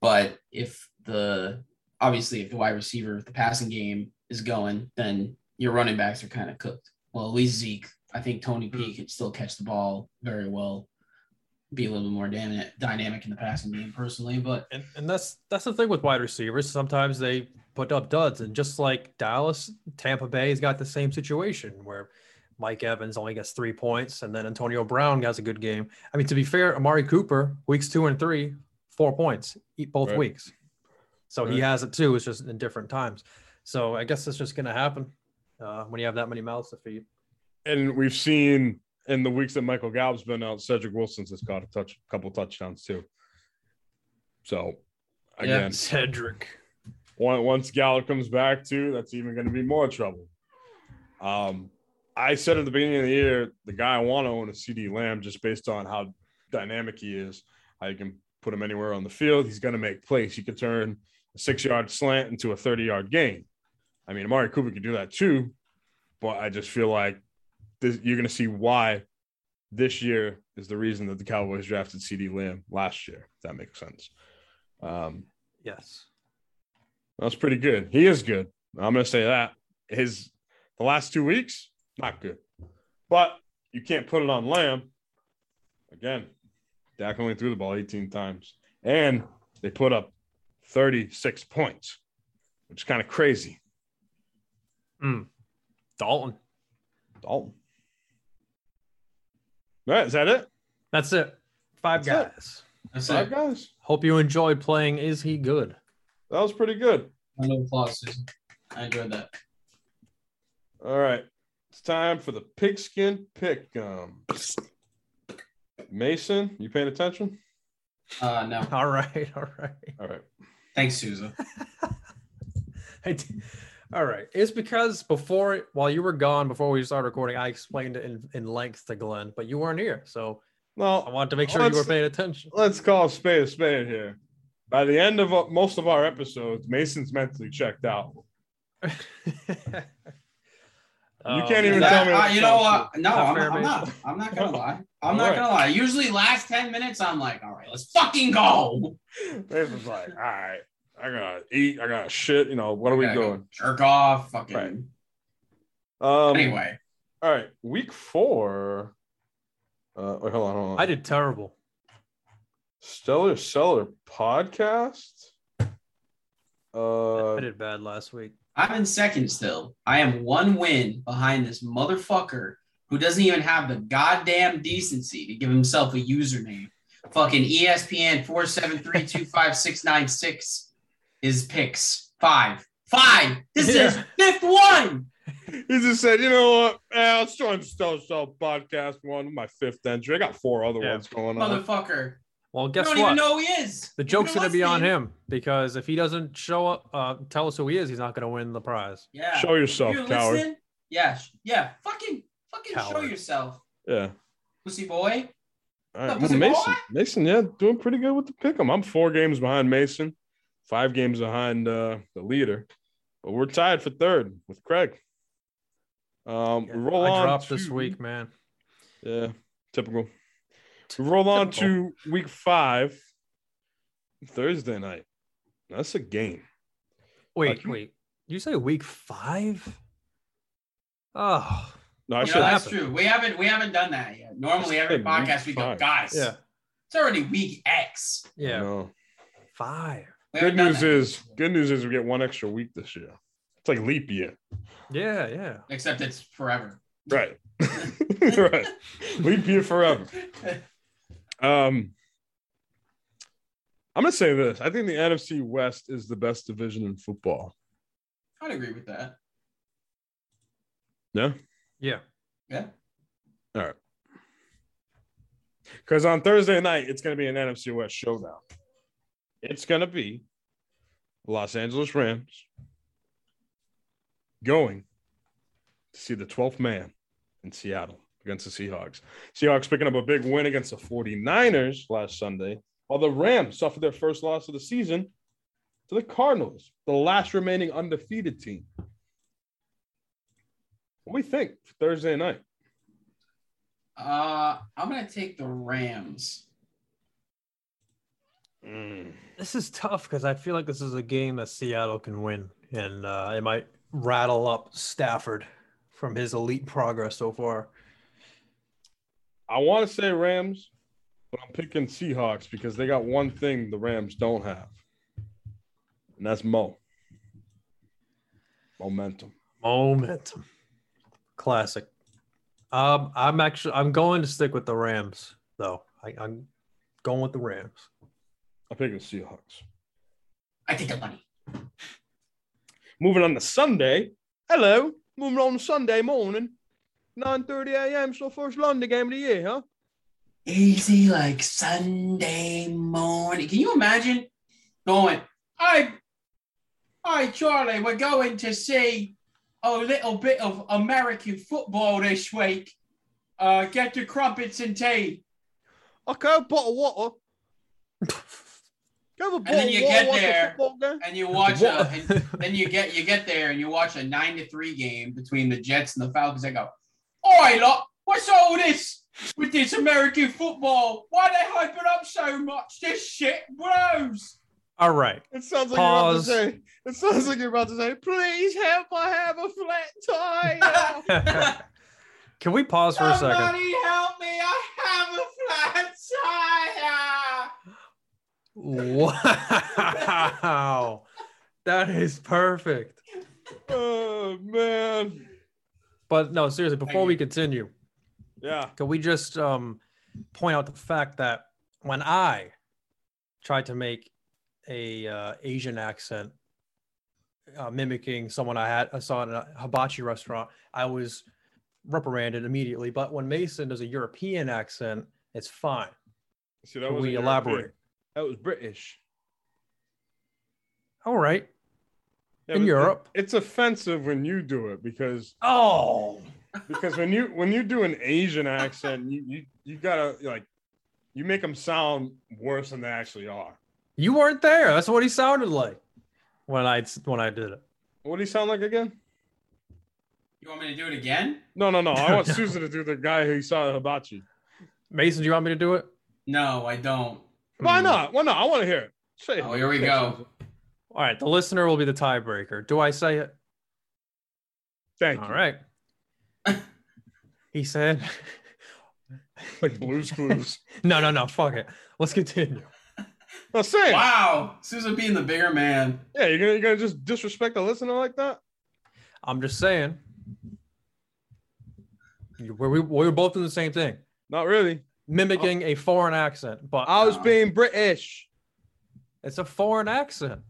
Speaker 1: But if the obviously if the wide receiver, if the passing game is going, then your running backs are kind of cooked. Well, at least Zeke. I think Tony P can still catch the ball very well be a little bit more dyna- dynamic in the passing game personally. But
Speaker 3: And, and that's that's the thing with wide receivers. Sometimes they put up duds, and just like Dallas, Tampa Bay has got the same situation where Mike Evans only gets three points, and then Antonio Brown has a good game. I mean, to be fair, Amari Cooper weeks two and three, four points eat both
Speaker 2: Right.
Speaker 3: weeks, so he
Speaker 2: Right.
Speaker 3: has it too. It's just in different times. So I guess it's just gonna happen uh, when you have that many mouths to feed.
Speaker 2: and we've seen in the weeks that Michael Gallup's been out, Cedric Wilson's has caught a touch, couple touchdowns too. So again,
Speaker 3: Cedric.
Speaker 2: on- once Gallup comes back too, that's even going to be more trouble. Um, I said at the beginning of the year, the guy I want to own is CD Lamb just based on how dynamic he is. How you can put him anywhere on the field, he's going to make plays. He could turn a six-yard slant into a thirty-yard gain. I mean, Amari Cooper could do that too, but I just feel like this, you're going to see why this year is the reason that the Cowboys drafted CD Lamb last year. If that makes sense. Um,
Speaker 3: Yes.
Speaker 2: that's pretty good. He is good. I'm gonna say that. His the last two weeks, not good. But you can't put it on Lamb. Again, Dak only threw the ball 18 times. And they put up 36 points, which is kind of crazy.
Speaker 3: Dalton.
Speaker 2: Dalton. All right, is that it?
Speaker 3: That's it. Five
Speaker 2: That's
Speaker 3: guys.
Speaker 1: that's
Speaker 2: Five
Speaker 1: it.
Speaker 2: guys.
Speaker 3: Hope you enjoyed playing. Is he good?
Speaker 2: That was pretty good.
Speaker 1: Round of applause, Susan. I enjoyed that.
Speaker 2: All right. It's time for the pigskin pick. Um, Mason, you paying attention?
Speaker 1: Uh, no,
Speaker 3: All right, all right.
Speaker 2: All right.
Speaker 1: thanks, Susan.
Speaker 3: I d- all right. It's because before, while you were gone, before we started recording, I explained it in, in length to Glenn, but you weren't here, so I
Speaker 2: Well,
Speaker 3: wanted to make sure you were
Speaker 2: Let's-
Speaker 3: paying attention.
Speaker 2: let's call a spade a spade here. By the end of uh, most of our episodes, Mason's mentally checked out.
Speaker 3: Um,
Speaker 2: can't even
Speaker 1: That-
Speaker 2: tell me
Speaker 1: uh,
Speaker 2: what
Speaker 1: you know
Speaker 2: sounds
Speaker 1: what? No,
Speaker 3: Not
Speaker 1: I'm,
Speaker 3: fair,
Speaker 1: not, I'm not.
Speaker 3: Mason.
Speaker 1: I'm not gonna lie. I'm
Speaker 2: All
Speaker 1: not
Speaker 2: right.
Speaker 1: gonna lie. Usually, last ten minutes, I'm like, all right, let's fucking go.
Speaker 2: Mason's like, all right, I gotta eat, I gotta shit. You know, what are we
Speaker 1: Gotta go
Speaker 2: doing?
Speaker 1: Jerk off, fucking.
Speaker 2: Right. Um,
Speaker 1: Anyway,
Speaker 2: all right, week four. Uh, wait, hold on, hold on.
Speaker 3: I did terrible.
Speaker 2: Stellar Seller podcast.
Speaker 3: I
Speaker 2: Uh,
Speaker 3: did bad last week.
Speaker 1: I'm in second still. I am one win behind this motherfucker who doesn't even have the goddamn decency to give himself a username. Fucking E ESPN four seven three two five six nine six is picks five five. This is
Speaker 3: Yeah.
Speaker 1: fifth one.
Speaker 2: he just said, you know what? Eh, let's join the Stellar Seller podcast one, my fifth entry. I got four other
Speaker 3: Yeah.
Speaker 2: ones going on.
Speaker 1: Motherfucker,
Speaker 3: Well,
Speaker 1: you
Speaker 3: guess
Speaker 1: don't
Speaker 3: what?
Speaker 1: even know who he is.
Speaker 3: the
Speaker 1: You've
Speaker 3: joke's
Speaker 1: been
Speaker 3: gonna be on
Speaker 1: listening.
Speaker 3: him because if he doesn't show up, uh, tell us who he is, he's not gonna win the prize.
Speaker 1: Yeah,
Speaker 2: Show yourself,
Speaker 1: you
Speaker 2: coward.
Speaker 1: listening? Yeah, sh- yeah. Fucking, fucking show
Speaker 3: Coward.
Speaker 1: yourself,
Speaker 2: Yeah.
Speaker 1: pussy boy.
Speaker 2: All
Speaker 1: What
Speaker 2: right.
Speaker 1: was
Speaker 2: Well,
Speaker 1: it,
Speaker 2: Mason,
Speaker 1: Kawhi?
Speaker 2: Mason, yeah, doing pretty good with the pick 'em. I'm four games behind Mason, five games behind uh, the leader, but we're tied for third with Craig. Um, we roll
Speaker 3: I
Speaker 2: on
Speaker 3: dropped this
Speaker 2: to-
Speaker 3: week, man.
Speaker 2: Yeah, typical. We roll on
Speaker 3: Typical.
Speaker 2: to week five, Thursday night. That's a game.
Speaker 3: Wait,
Speaker 2: Okay.
Speaker 3: wait. You say week five? Oh,
Speaker 2: No, I
Speaker 1: You know,
Speaker 2: said
Speaker 1: that's
Speaker 3: happen.
Speaker 1: true. We haven't we haven't done that yet. Normally,
Speaker 2: I
Speaker 1: every
Speaker 2: said
Speaker 1: podcast
Speaker 2: week
Speaker 1: we go,
Speaker 2: five.
Speaker 1: guys.
Speaker 3: yeah,
Speaker 1: It's already week X.
Speaker 3: yeah.
Speaker 2: No.
Speaker 3: Five.
Speaker 1: We haven't
Speaker 2: Good
Speaker 1: done
Speaker 2: news
Speaker 1: that.
Speaker 2: is good news is we get one extra week this year. It's like leap year.
Speaker 3: Yeah, yeah.
Speaker 1: except it's forever.
Speaker 2: Right. right. Leap year forever. Um I'm gonna say this. I think the NFC West is the best division in football.
Speaker 1: I'd agree with that.
Speaker 2: Yeah.
Speaker 3: Yeah.
Speaker 1: Yeah.
Speaker 2: All right. Because on Thursday night, it's going to be an NFC West showdown. It's going to be Los Angeles Rams going to see the 12th man in Seattle against the Seahawks. Seahawks picking up a big win against the 49ers last Sunday, while the Rams suffered their first loss of the season to the Cardinals, the last remaining undefeated team. What do we think for Thursday night?
Speaker 1: Uh, I'm gonna take the Rams.
Speaker 3: This is tough because I feel like this is a game that Seattle can win, and uh, it might rattle up Stafford from his elite progress so far.
Speaker 2: I want to say Rams, but I'm picking Seahawks because they got one thing the Rams don't have, and that's Mo. Momentum.
Speaker 3: Momentum. Classic. Um, I'm actually I'm going to stick with the Rams though. I, I'm going with the Rams.
Speaker 2: I'm picking Seahawks.
Speaker 1: I take the money.
Speaker 2: Moving on to Sunday. Hello. Moving on to Sunday morning. 9.30 a.m. So first London game of the year, huh?
Speaker 1: Easy like Sunday morning. Can you imagine going? I, I Charlie, we're going to see a little bit of American football this week. Uh, get the crumpets and tea,
Speaker 2: Okay, a bottle of water. Go have a
Speaker 1: then you get
Speaker 2: watch the
Speaker 1: there.
Speaker 2: football game.
Speaker 1: and you watch. A, and then you get you get there and you watch a nine to three game between the Jets and the Falcons. I go, Oi, lot, what's all this with this American football? Why they hype it up so much? This shit blows.
Speaker 3: All right.
Speaker 2: It sounds like
Speaker 3: Pause.
Speaker 2: you're about to say. It sounds like you're about to say. Please help! I have a flat tire.
Speaker 3: Can we pause for a second?
Speaker 1: Somebody help me! I have a flat tire.
Speaker 3: Wow. That is perfect.
Speaker 2: oh man.
Speaker 3: But no, seriously, before
Speaker 1: Thank
Speaker 3: we continue,
Speaker 2: Yeah.
Speaker 3: Can we just um, point out the fact that when I tried to make a uh, Asian accent uh, mimicking someone I had I saw in a hibachi restaurant, I was reprimanded immediately. But when Mason does a European accent, it's fine.
Speaker 2: See,
Speaker 3: Can
Speaker 2: wasn't
Speaker 3: we
Speaker 2: European.
Speaker 3: elaborate?
Speaker 2: That was British.
Speaker 3: All right.
Speaker 2: Yeah,
Speaker 3: In
Speaker 2: but it-
Speaker 3: Europe.
Speaker 2: it's offensive when you do it because
Speaker 3: Oh,
Speaker 2: because when you when you do an Asian accent, you you, you gotta like you make them sound worse than they actually are.
Speaker 3: you weren't there. That's what he sounded like when I when I did it.
Speaker 2: What do you sound like again?
Speaker 1: You want me to do it again?
Speaker 2: No, no, no. I want
Speaker 3: No.
Speaker 2: Susan to do the guy who saw hibachi.
Speaker 3: Mason, do you want me to do it?
Speaker 1: No, I don't.
Speaker 2: Why
Speaker 3: Hmm.
Speaker 2: not? Why not? I want to hear it. Say it.
Speaker 1: Oh, here we go.
Speaker 3: All right, the listener will be the tiebreaker. Do I say it?
Speaker 2: Thank
Speaker 3: All
Speaker 2: you.
Speaker 3: right. he said,
Speaker 2: Like Blue's Clues.
Speaker 3: no, no, no, fuck it. Let's continue.
Speaker 2: No, say it.
Speaker 1: Wow, Susan being the bigger man.
Speaker 2: Yeah, you're gonna, you're gonna just disrespect the listener like that?
Speaker 3: I'm just saying. You- We, we, we were both doing the same thing,
Speaker 2: Not really.
Speaker 3: mimicking a foreign accent, but
Speaker 2: I was
Speaker 1: Uh-uh.
Speaker 2: being British.
Speaker 3: it's a foreign accent.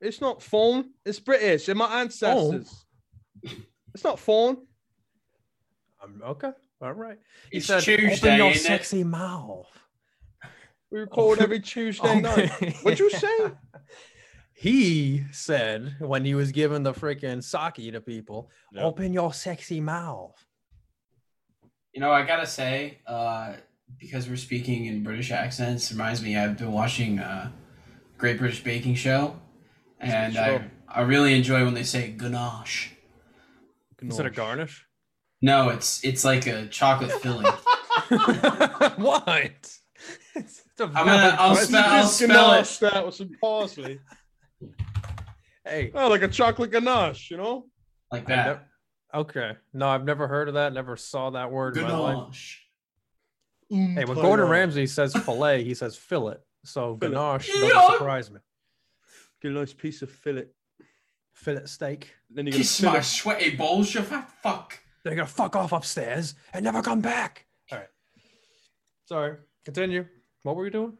Speaker 2: It's not phone. It's British. And my ancestors.
Speaker 3: Oh.
Speaker 2: It's not phone.
Speaker 3: I'm, okay, all right. He
Speaker 1: It's
Speaker 3: said,
Speaker 1: Tuesday,
Speaker 3: open your
Speaker 1: isn't it?"
Speaker 3: sexy mouth.
Speaker 2: We record every
Speaker 3: Oh.
Speaker 2: Tuesday night. What'd you say?
Speaker 3: He said when he was giving the freaking sake to people,
Speaker 2: Yeah.
Speaker 3: open your sexy mouth.
Speaker 1: You know, I gotta say, uh, because we're speaking in British accents, reminds me I've been watching uh, Great British Baking Show, and I,
Speaker 2: Sure.
Speaker 1: I really enjoy when they say ganache.
Speaker 3: Instead of garnish?
Speaker 1: No, it's it's like a chocolate filling.
Speaker 3: what? It's a
Speaker 1: I'm gonna. I'll
Speaker 2: Why don't you
Speaker 1: spell. I'll
Speaker 2: just
Speaker 1: spell it.
Speaker 2: ganache that with some parsley.
Speaker 3: Hey,
Speaker 2: Oh, like a chocolate ganache, you know?
Speaker 1: like
Speaker 3: I
Speaker 1: that.
Speaker 3: nev- okay. No, I've never heard of that. Never saw that word in my life.
Speaker 1: Ganache.
Speaker 3: Hey, when Gordon Ramsay says fillet, he says fillet. So
Speaker 2: Fillet.
Speaker 3: ganache
Speaker 1: Yeah.
Speaker 3: doesn't surprise me.
Speaker 2: get a nice piece of fillet.
Speaker 3: Fillet steak.
Speaker 2: Then you get
Speaker 1: Kiss my sweaty bullshit. Fuck.
Speaker 3: They're gonna fuck off upstairs and never come back. All right. Sorry. Continue. What were you doing?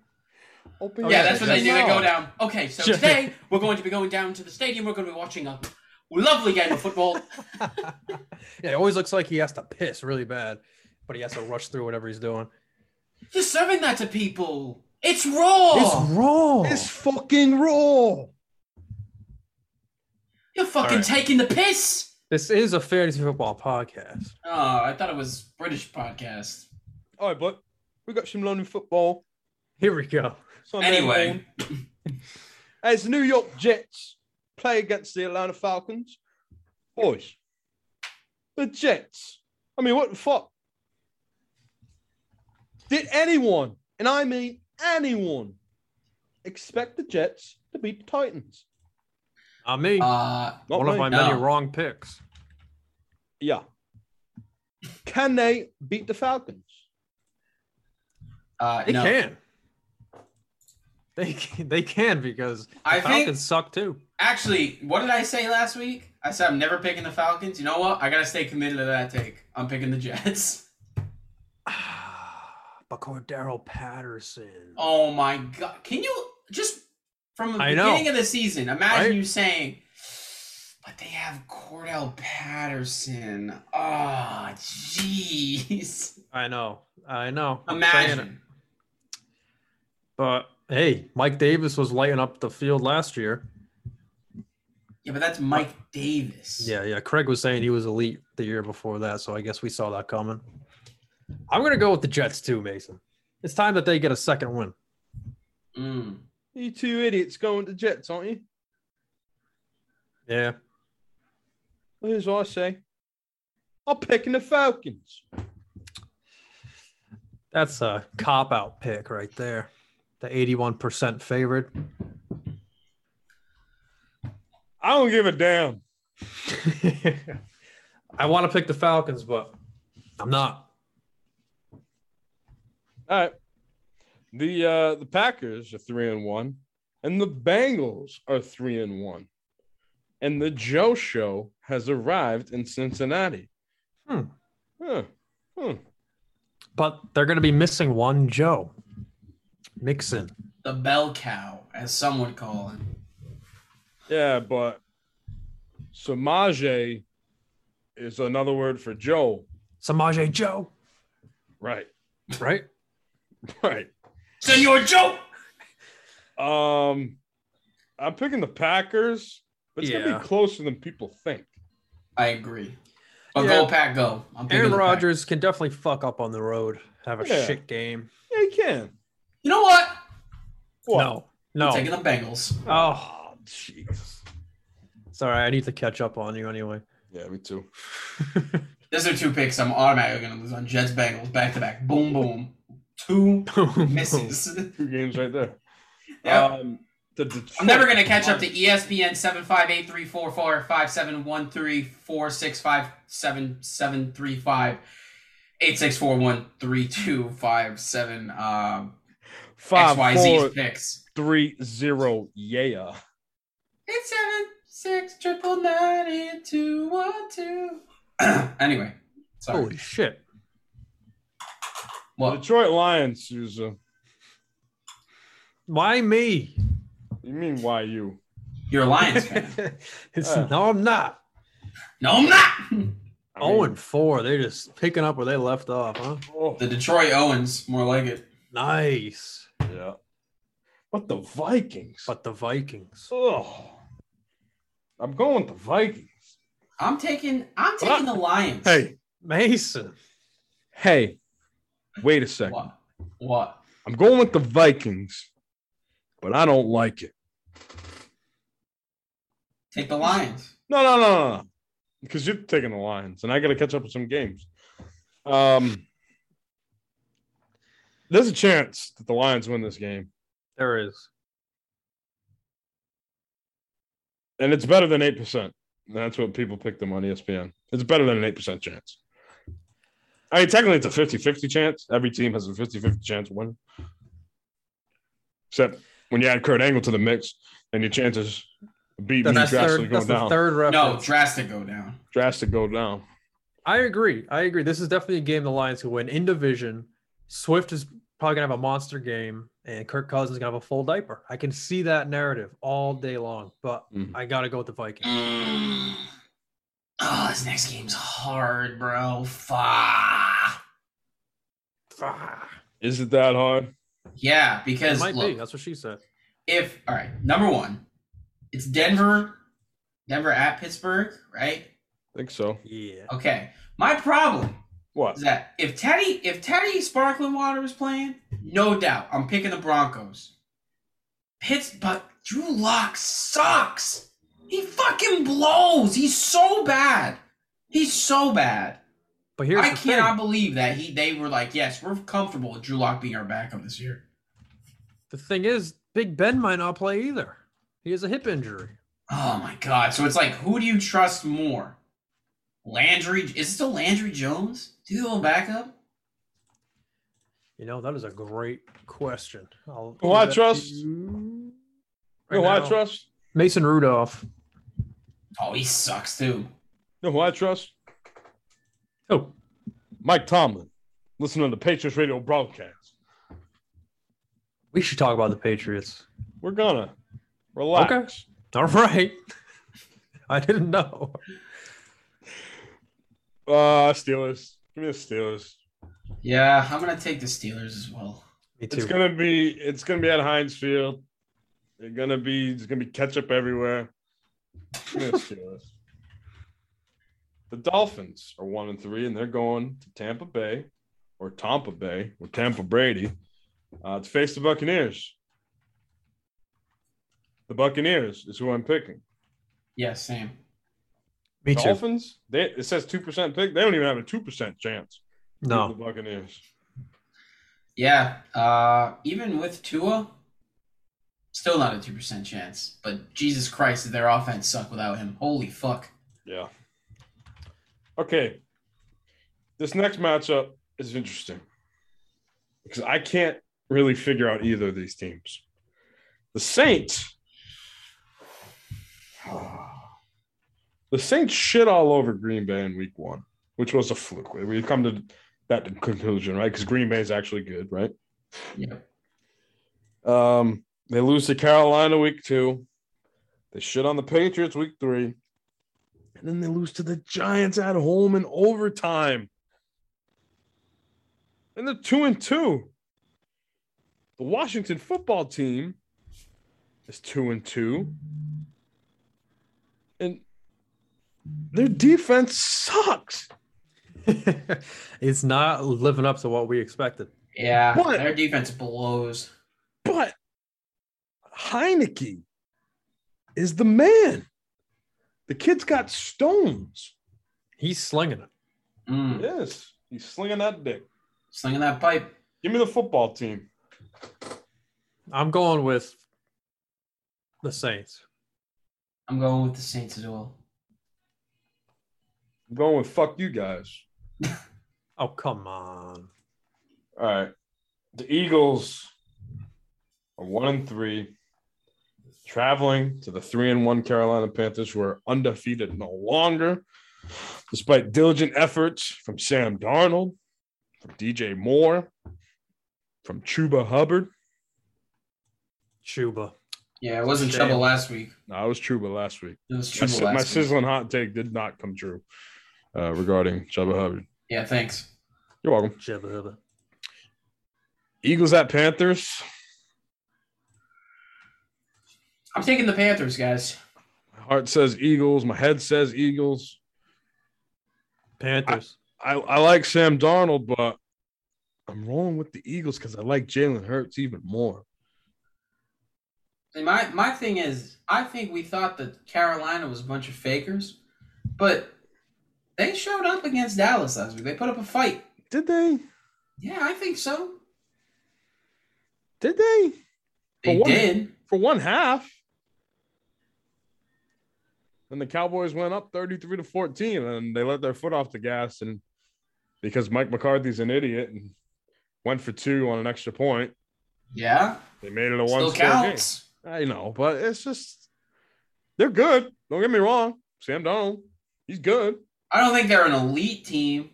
Speaker 2: open.
Speaker 3: Oh,
Speaker 1: yeah,
Speaker 3: yeah,
Speaker 1: that's what they
Speaker 3: that's-
Speaker 1: do. They go down. Okay, so
Speaker 3: Sure.
Speaker 1: today we're going to be going down to the stadium. We're going to be watching a lovely game of football.
Speaker 3: Yeah, it always looks like he has to piss really bad, but he has to rush through whatever he's doing.
Speaker 1: You're serving that to people. It's raw.
Speaker 3: It's raw.
Speaker 2: Oh. It's fucking raw.
Speaker 1: You're fucking
Speaker 3: All right.
Speaker 1: taking the piss.
Speaker 3: This is a fantasy football podcast.
Speaker 1: Oh, I thought it was British podcast.
Speaker 2: All right, but we got some London football.
Speaker 3: Here we go.
Speaker 2: Sunday morning.
Speaker 1: Anyway,
Speaker 2: as the New York Jets play against the Atlanta Falcons, boys, the Jets. I mean, what the fuck? Did anyone, and I mean anyone, expect the Jets to beat the Titans?
Speaker 3: I mean,
Speaker 1: uh,
Speaker 2: Not
Speaker 3: one of
Speaker 2: me.
Speaker 3: my
Speaker 1: No.
Speaker 3: many wrong picks.
Speaker 2: Yeah. Can they beat the Falcons?
Speaker 1: uh,
Speaker 3: They
Speaker 1: no.
Speaker 3: can. They can, they can because the
Speaker 1: I
Speaker 3: Falcons
Speaker 1: think
Speaker 3: suck too.
Speaker 1: actually, what did I say last week? I said I'm never picking the Falcons. You know what? I gotta stay committed to that take. I'm picking the Jets.
Speaker 3: but Cordero Patterson.
Speaker 1: Oh my god! Can you just from the
Speaker 3: I know.
Speaker 1: beginning of the season imagine
Speaker 3: Right?
Speaker 1: you saying, "But they have Cordell Patterson." Ah, jeez.
Speaker 3: I know. I know. I'm saying it.
Speaker 1: Imagine.
Speaker 3: But hey, Mike Davis was lighting up the field last year.
Speaker 1: Yeah, but that's Mike Davis.
Speaker 3: Yeah, yeah. Craig was saying he was elite the year before that, so I guess we saw that coming. I'm gonna go with the Jets too, Mason. It's time that they get a second win.
Speaker 1: Mm.
Speaker 2: You two idiots going to Jets, aren't you?
Speaker 3: Yeah.
Speaker 2: Here's what I say. I'm picking the Falcons.
Speaker 3: That's a cop out pick right there. The 81% favorite.
Speaker 2: I don't give a damn.
Speaker 3: I want to pick the Falcons, but I'm not.
Speaker 2: All right. The uh the Packers are three and one, and the Bengals are three and one. And the Joe Show has arrived in Cincinnati.
Speaker 3: Hmm.
Speaker 2: Huh. Hmm.
Speaker 3: But they're gonna be missing one Joe. Mixon.
Speaker 1: The bell cow, as some would call it.
Speaker 2: Yeah, but Samaje is another word for Joe.
Speaker 3: Samaje Joe.
Speaker 2: Right.
Speaker 3: Right?
Speaker 2: Right.
Speaker 1: Senor Joe.
Speaker 2: Um I'm picking the Packers, but it's gonna
Speaker 3: Yeah.
Speaker 2: be closer than people think.
Speaker 1: I agree. But
Speaker 3: Yeah.
Speaker 1: go pack, go. I'm picking
Speaker 3: Aaron
Speaker 1: the Pack.
Speaker 3: Rodgers can definitely fuck up on the road, have a
Speaker 2: Yeah.
Speaker 3: shit game.
Speaker 2: Yeah, you can.
Speaker 1: You know what?
Speaker 2: What?
Speaker 3: No, no.
Speaker 1: I'm taking the Bengals.
Speaker 3: Oh,
Speaker 2: jeez.
Speaker 3: sorry. I need to catch up on you anyway.
Speaker 2: Yeah, me too.
Speaker 1: Those are two picks I'm automatically gonna lose on Jets Bengals back to back. Boom boom. Two misses.
Speaker 3: Oh.
Speaker 2: Two games right there.
Speaker 1: Yeah.
Speaker 2: Um, the Detroit-
Speaker 1: I'm never gonna catch up to E ESPN seven five eight three four four five seven one three four six five seven seven three five eight six four one three two five seven um
Speaker 2: five, four,
Speaker 1: XYZ's picks.
Speaker 2: three, zero. Yeah.
Speaker 1: It's seven six triple nine eight two one two. anyway, sorry.
Speaker 3: Holy shit.
Speaker 2: The
Speaker 1: well,
Speaker 2: Detroit Lions, uh, Sousa.
Speaker 3: Why me?
Speaker 2: You mean why you?
Speaker 1: you're a Lions fan.
Speaker 3: it's,
Speaker 2: Uh.
Speaker 3: no, I'm not.
Speaker 1: no, I'm not.
Speaker 2: I
Speaker 3: Oh,
Speaker 2: mean-
Speaker 3: and four. They're just picking up where they left off, huh?
Speaker 2: Oh,
Speaker 1: The Detroit Owens, more like it.
Speaker 3: Nice.
Speaker 2: yeah. But the Vikings.
Speaker 3: But the Vikings.
Speaker 2: oh, I'm going with the Vikings.
Speaker 1: I'm taking. I'm taking the Lions.
Speaker 3: Mason.
Speaker 2: hey, wait a second.
Speaker 1: What? What?
Speaker 2: I'm going with the Vikings, but I don't like it.
Speaker 1: Take the Lions.
Speaker 2: No, no, no, no, no. Because you're taking the Lions, and I got to catch up with some games. Um, there's a chance that the Lions win this game.
Speaker 3: There is.
Speaker 2: and it's better than eight percent. That's what people picked them on E ESPN. It's better than an eight percent chance. I mean, technically, it's a 50-50 chance. Every team has a 50-50 chance of winning. Except when you add Kurt Angle to the mix, and your chances of beating
Speaker 3: That's,
Speaker 2: you
Speaker 3: the
Speaker 2: drastically
Speaker 3: third,
Speaker 2: go
Speaker 3: that's the
Speaker 2: down.
Speaker 3: third
Speaker 1: No,
Speaker 3: reference.
Speaker 1: drastic go down.
Speaker 2: Drastic go down.
Speaker 3: I agree. I agree. This is definitely a game the Lions could win in division. Swift is probably gonna have a monster game, and Kirk Cousins is gonna have a full diaper. I can see that narrative all day long, but
Speaker 2: Mhm.
Speaker 3: I gotta go with the Vikings.
Speaker 1: Mm. Oh, this next game's hard, bro. Fuck.
Speaker 3: Ah,
Speaker 2: Is it that hard?
Speaker 1: Yeah,
Speaker 3: it
Speaker 1: because
Speaker 3: might be.
Speaker 1: look,
Speaker 3: That's what she said.
Speaker 1: if all right, number one, it's Denver, Denver at Pittsburgh, right?
Speaker 2: I think so.
Speaker 3: Yeah.
Speaker 1: Okay. My problem
Speaker 2: What?
Speaker 1: is that if Teddy, if Teddy Sparkling Water was playing, no doubt, I'm picking the Broncos. Pitts, but Drew Lock sucks. He fucking blows. He's so bad. He's so bad.
Speaker 3: But here's
Speaker 1: I
Speaker 3: the
Speaker 1: cannot
Speaker 3: thing.
Speaker 1: believe that he they were like, yes, we're comfortable with Drew Lock being our backup this year.
Speaker 3: The thing is, Big Ben might not play either. He has a hip injury.
Speaker 1: Oh my god! So it's like, who do you trust more? Landry is it still Landry Jones? Do the old backup?
Speaker 3: You know, that is a great question. I'll
Speaker 2: Who I
Speaker 3: leave that to
Speaker 2: trust?
Speaker 3: you
Speaker 2: You know who
Speaker 3: right
Speaker 2: I
Speaker 3: now.
Speaker 2: trust?
Speaker 3: Mason Rudolph.
Speaker 1: Oh, he sucks too.
Speaker 2: You know who I trust?
Speaker 3: Oh,
Speaker 2: Mike Tomlin. Listen to the Patriots radio broadcast.
Speaker 3: we should talk about the Patriots.
Speaker 2: We're gonna relax.
Speaker 3: All right. I didn't know.
Speaker 2: Uh Steelers. Give me the Steelers.
Speaker 1: Yeah, I'm gonna take the Steelers as well.
Speaker 3: Me
Speaker 2: It's
Speaker 3: too.
Speaker 2: gonna be it's gonna be at Heinz Field. They're gonna be there's gonna be ketchup everywhere. Give me the Steelers. The Dolphins are one and three, and they're going to Tampa Bay or Tampa Bay or Tampa Brady uh, to face the Buccaneers. The Buccaneers is who I'm picking.
Speaker 1: Yeah, same.
Speaker 3: Me too.
Speaker 2: Dolphins, they, it says two percent pick. They don't even have a two percent chance. The
Speaker 3: No.
Speaker 2: Buccaneers.
Speaker 1: Yeah, uh, even with Tua, still not a two percent chance. But Jesus Christ, did their offense suck without him? Holy fuck!
Speaker 2: Yeah. Okay. This next matchup is interesting because I can't really figure out either of these teams. The Saints. The Saints shit all over Green Bay in week one, which was a fluke. We've come to that conclusion, right? Because Green Bay is actually good, right?
Speaker 1: Yep.
Speaker 2: Um, they lose to Carolina week two. They shit on the Patriots week three. And then they lose to the Giants at home in overtime. And they're two and two. The Washington football team is two and two. And their defense sucks.
Speaker 3: it's not living up to what we expected.
Speaker 1: Yeah,
Speaker 2: What?
Speaker 1: their defense blows.
Speaker 2: But Heineke is the man. The kid's got stones.
Speaker 3: He's slinging it.
Speaker 1: Mm,
Speaker 2: Yes, he's slinging that dick.
Speaker 1: Slinging that pipe.
Speaker 2: Give me the football team.
Speaker 3: I'm going with the Saints.
Speaker 1: I'm going with the Saints as well.
Speaker 2: I'm going with fuck you guys.
Speaker 3: Oh, come on.
Speaker 2: All right. The Eagles are one and three, traveling to the three and one Carolina Panthers, who are undefeated no longer, despite diligent efforts from Sam Darnold, from DJ Moore, from Chuba Hubbard.
Speaker 3: Chuba.
Speaker 1: Yeah, it wasn't
Speaker 3: Shame.
Speaker 1: trouble last week.
Speaker 2: No, I was Chuba last week.
Speaker 1: It was
Speaker 2: My,
Speaker 1: trouble
Speaker 2: si-
Speaker 1: last
Speaker 2: my
Speaker 1: week.
Speaker 2: sizzling hot take did not come true uh, regarding Chuba Hubbard.
Speaker 1: Yeah, thanks.
Speaker 2: You're welcome.
Speaker 3: Jibba hibba.
Speaker 2: Eagles at Panthers.
Speaker 1: I'm taking the Panthers, guys.
Speaker 2: My heart says Eagles. My head says Eagles.
Speaker 3: Panthers.
Speaker 2: I, I like Sam Darnold, but I'm rolling with the Eagles because I like Jalen Hurts even more.
Speaker 1: And my my thing is, I think we thought that Carolina was a bunch of fakers, but they showed up against Dallas last week. They put up a fight.
Speaker 2: Did they?
Speaker 1: Yeah, I think so.
Speaker 2: Did they?
Speaker 1: They
Speaker 2: But what-
Speaker 1: did.
Speaker 2: For one half. and the Cowboys went up 33 to 14 and they let their foot off the gas and because Mike McCarthy's an idiot and went for two on an extra point,
Speaker 1: Yeah.
Speaker 2: they made it a
Speaker 1: Still
Speaker 2: one score game.
Speaker 1: counts.
Speaker 2: I know, but it's just they're good. Don't get me wrong. Sam Donald, he's good.
Speaker 1: I don't think they're an elite team,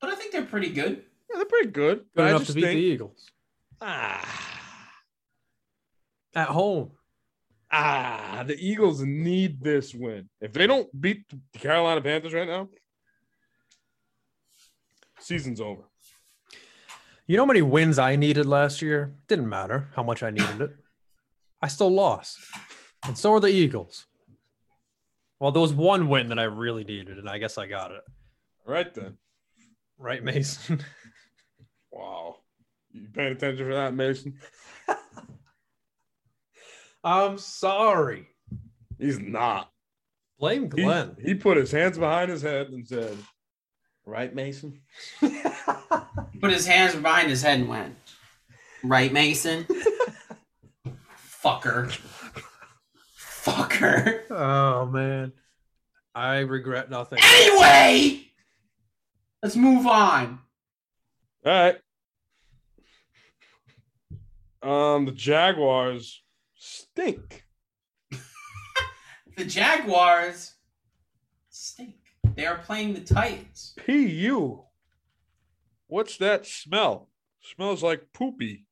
Speaker 1: but I think they're pretty good.
Speaker 2: Yeah, they're pretty good. But
Speaker 3: Good
Speaker 2: I
Speaker 3: enough
Speaker 2: just
Speaker 3: to beat the
Speaker 2: think
Speaker 3: Eagles
Speaker 2: ah,
Speaker 3: at home.
Speaker 2: ah, the Eagles need this win. If they don't beat the Carolina Panthers right now, season's over.
Speaker 3: You know how many wins I needed last year? Didn't matter how much I needed it. I still lost. And so are the Eagles. Well, there was one win that I really needed, and I guess I got it.
Speaker 2: All right then.
Speaker 3: Right, Mason?
Speaker 2: Wow. You paying attention for that, Mason?
Speaker 3: I'm sorry.
Speaker 2: He's not.
Speaker 3: Blame
Speaker 2: He,
Speaker 3: Glenn.
Speaker 2: he put his hands behind his head and said, Right, Mason?
Speaker 1: He put his hands behind his head and went, Right, Mason? Fucker. Fucker.
Speaker 3: oh, man. I regret nothing.
Speaker 1: Anyway, let's move on.
Speaker 2: All right. Um, the Jaguars stink.
Speaker 1: The Jaguars stink. They are playing the Titans.
Speaker 2: PU. What's that smell? Smells like poopy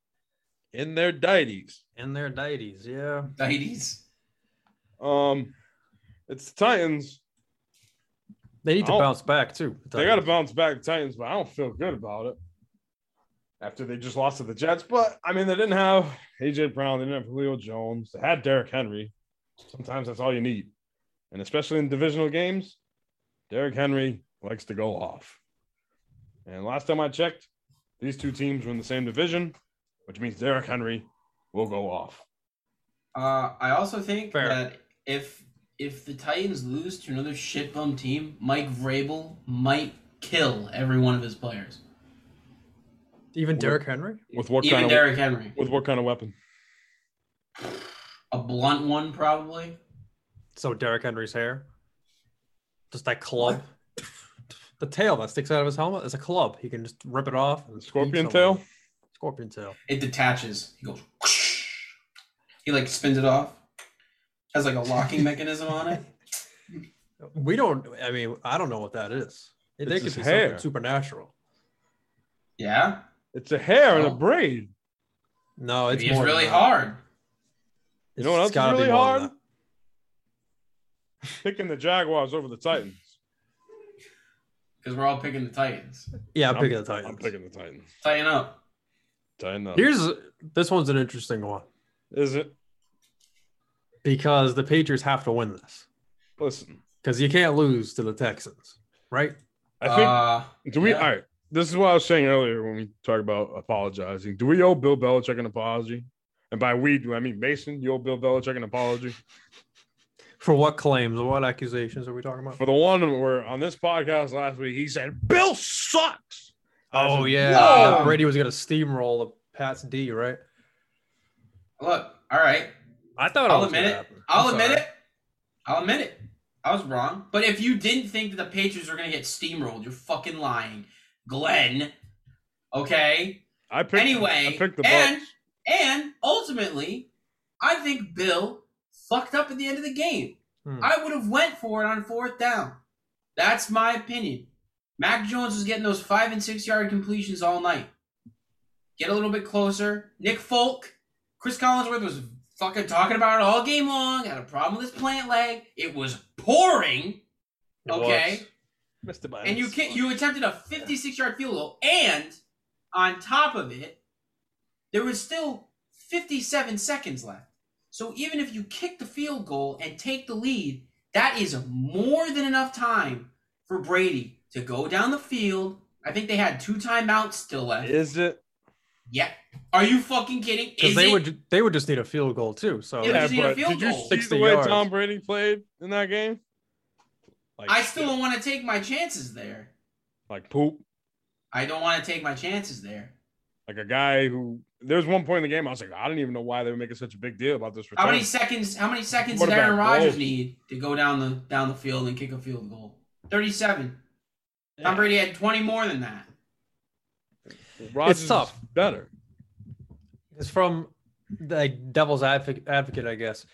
Speaker 2: in their dieties.
Speaker 3: In their deities, yeah.
Speaker 1: Titans.
Speaker 2: Um, it's the Titans.
Speaker 3: They need to
Speaker 2: Oh.
Speaker 3: bounce back, too.
Speaker 2: They got to bounce back, the Titans, but I don't feel good about it after they just lost to the Jets. But I mean, they didn't have AJ Brown, they didn't have Julio Jones, they had Derrick Henry. Sometimes that's all you need, and especially in divisional games, Derrick Henry likes to go off. And last time I checked, these two teams were in the same division, which means Derrick Henry will go off.
Speaker 1: Uh, I also think
Speaker 3: Fair.
Speaker 1: that if if the Titans lose to another shit bum team, Mike Vrabel might kill every one of his players,
Speaker 3: Even Derrick Henry?
Speaker 2: With what
Speaker 1: even
Speaker 2: kind of
Speaker 1: Derrick Henry.
Speaker 2: with what kind of weapon?
Speaker 1: A blunt one, probably.
Speaker 3: So Derrick Henry's hair, just that club, the tail that sticks out of his helmet is a club. He can just rip it off. and beat
Speaker 2: Scorpion
Speaker 3: someone.
Speaker 2: tail.
Speaker 3: Scorpion tail.
Speaker 1: It detaches. He goes. Whoosh. He like spins it off. Has like a locking mechanism on it.
Speaker 3: We don't. I mean, I don't know what that is. It
Speaker 2: It's
Speaker 3: they could
Speaker 2: his
Speaker 3: be
Speaker 2: hair.
Speaker 3: something supernatural.
Speaker 1: Yeah,
Speaker 2: It's a hair and a
Speaker 1: Oh.
Speaker 2: braid.
Speaker 3: No, it's
Speaker 1: it's,
Speaker 3: more than
Speaker 1: really
Speaker 3: that.
Speaker 1: hard.
Speaker 2: You know what
Speaker 3: It's
Speaker 2: else is
Speaker 3: gotta be
Speaker 2: really
Speaker 3: more than
Speaker 2: hard?
Speaker 3: that.
Speaker 2: Picking the Jaguars over the Titans.
Speaker 1: because we're all picking the Titans.
Speaker 3: Yeah, I'm,
Speaker 2: I'm-
Speaker 3: picking the Titans.
Speaker 2: I'm picking the Titans.
Speaker 1: Tighten up.
Speaker 2: Titan uh, up.
Speaker 3: Here's this one's an interesting one
Speaker 2: Is it?
Speaker 3: because the Patriots have to win this
Speaker 2: Listen,
Speaker 3: because you can't lose to the Texans, right?
Speaker 2: I think.
Speaker 1: uh,
Speaker 2: do we?
Speaker 1: yeah.
Speaker 2: All right. This is what I was saying earlier when we talk about apologizing. Do we owe Bill Belichick an apology? And by we, do I mean Mason? You owe Bill Belichick an apology
Speaker 3: For what claims? What accusations are we talking about?
Speaker 2: for the one where on this podcast last week he said Bill sucks. I
Speaker 3: Oh
Speaker 2: said,
Speaker 3: yeah,
Speaker 1: Whoa!
Speaker 3: yeah, Brady was gonna steamroll the Pats D, right?
Speaker 1: look, all right.
Speaker 3: I thought
Speaker 1: I'll admit it. I'll admit it. I'll admit it. I was wrong. But if you didn't think that the Patriots were gonna get steamrolled, you're fucking lying, Glenn. Okay.
Speaker 2: I picked.
Speaker 1: Anyway,
Speaker 2: I picked the
Speaker 1: and-
Speaker 2: Bucks.
Speaker 1: And ultimately, I think Bill fucked up at the end of the game.
Speaker 3: Hmm.
Speaker 1: I would have went for it on fourth down. That's my opinion. Mac Jones was getting those five and six yard completions all night. Get a little bit closer. Nick Folk, Chris Collinsworth was fucking talking about it all game long. Had a problem with his plant leg. It was pouring,
Speaker 3: It
Speaker 1: Okay.
Speaker 3: was.
Speaker 1: and you can you attempted a fifty six yard field goal. And on top of it, there was still fifty seven seconds left. So even if you kick the field goal and take the lead, that is more than enough time for Brady to go down the field. I think they had two timeouts still left.
Speaker 2: Is it?
Speaker 1: Yeah. Are you fucking kidding?
Speaker 3: because
Speaker 1: Is
Speaker 3: they
Speaker 1: it?
Speaker 3: would they would just need a field goal too. So
Speaker 1: Yeah,
Speaker 2: Yeah,
Speaker 1: just need a
Speaker 2: but
Speaker 1: field
Speaker 2: did you
Speaker 1: goal.
Speaker 2: see the
Speaker 3: 60
Speaker 2: way
Speaker 3: yards.
Speaker 2: Tom Brady played in that game? Like,
Speaker 1: I still don't want to take my chances there.
Speaker 2: like poop.
Speaker 1: I don't want to take my chances there.
Speaker 2: Like a guy who there's one point in the game I was like, I don't even know why they were making such a big deal about this
Speaker 1: How
Speaker 2: return.
Speaker 1: many seconds? How many seconds
Speaker 2: What
Speaker 1: did Aaron
Speaker 2: about
Speaker 1: Rodgers
Speaker 2: goals?
Speaker 1: need to go down the down the field and kick a field goal? Thirty-seven. Tom
Speaker 3: Yeah.
Speaker 1: Brady had twenty more than that.
Speaker 2: Rodgers
Speaker 3: It's tough.
Speaker 2: is better.
Speaker 3: It's from the devil's advocate, advocate, I guess.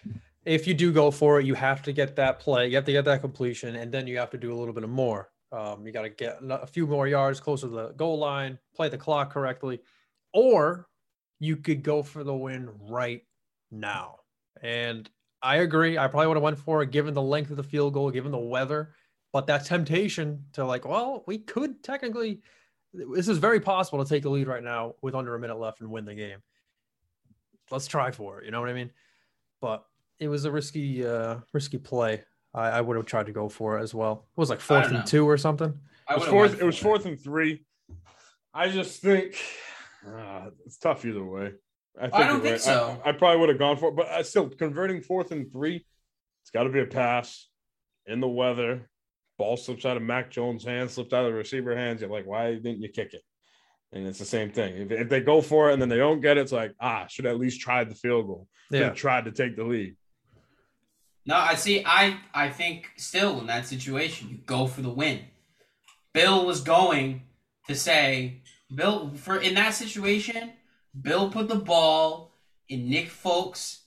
Speaker 3: If you do go for it, you have to get that play, you have to get that completion, and then you have to do a little bit of more. Um, you got to get a few more yards closer to the goal line, play the clock correctly, or you could go for the win right now. And I agree. I probably would have went for it given the length of the field goal, given the weather. But that temptation to like, well, we could technically, this is very possible to take the lead right now with under a minute left and win the game. Let's try for it. You know what I mean? But it was a risky, uh, risky play. I, I would have tried to go for it as well. It was like
Speaker 1: I don't
Speaker 3: fourth
Speaker 1: know.
Speaker 3: and two or something.
Speaker 1: I
Speaker 2: It was
Speaker 1: would've
Speaker 2: fourth.
Speaker 1: went
Speaker 2: It was
Speaker 1: for
Speaker 2: fourth and three. I just think uh, it's tough either way. I, think
Speaker 1: don't
Speaker 2: you're
Speaker 1: think so.
Speaker 2: I, I probably would have gone for it, but I still converting fourth and three. It's got to be a pass in the weather. Ball slips out of Mac Jones' hands, slipped out of the receiver hands. You're like, why didn't you kick it? And it's the same thing. If, if they go for it and then they don't get it, it's like, ah, should at least try the field goal. Should
Speaker 3: Yeah.
Speaker 2: have tried to take the lead.
Speaker 1: No, I see. I I think still in that situation, you go for the win. Bill was going to say, Bill for in that situation, Bill put the ball in Nick Folks'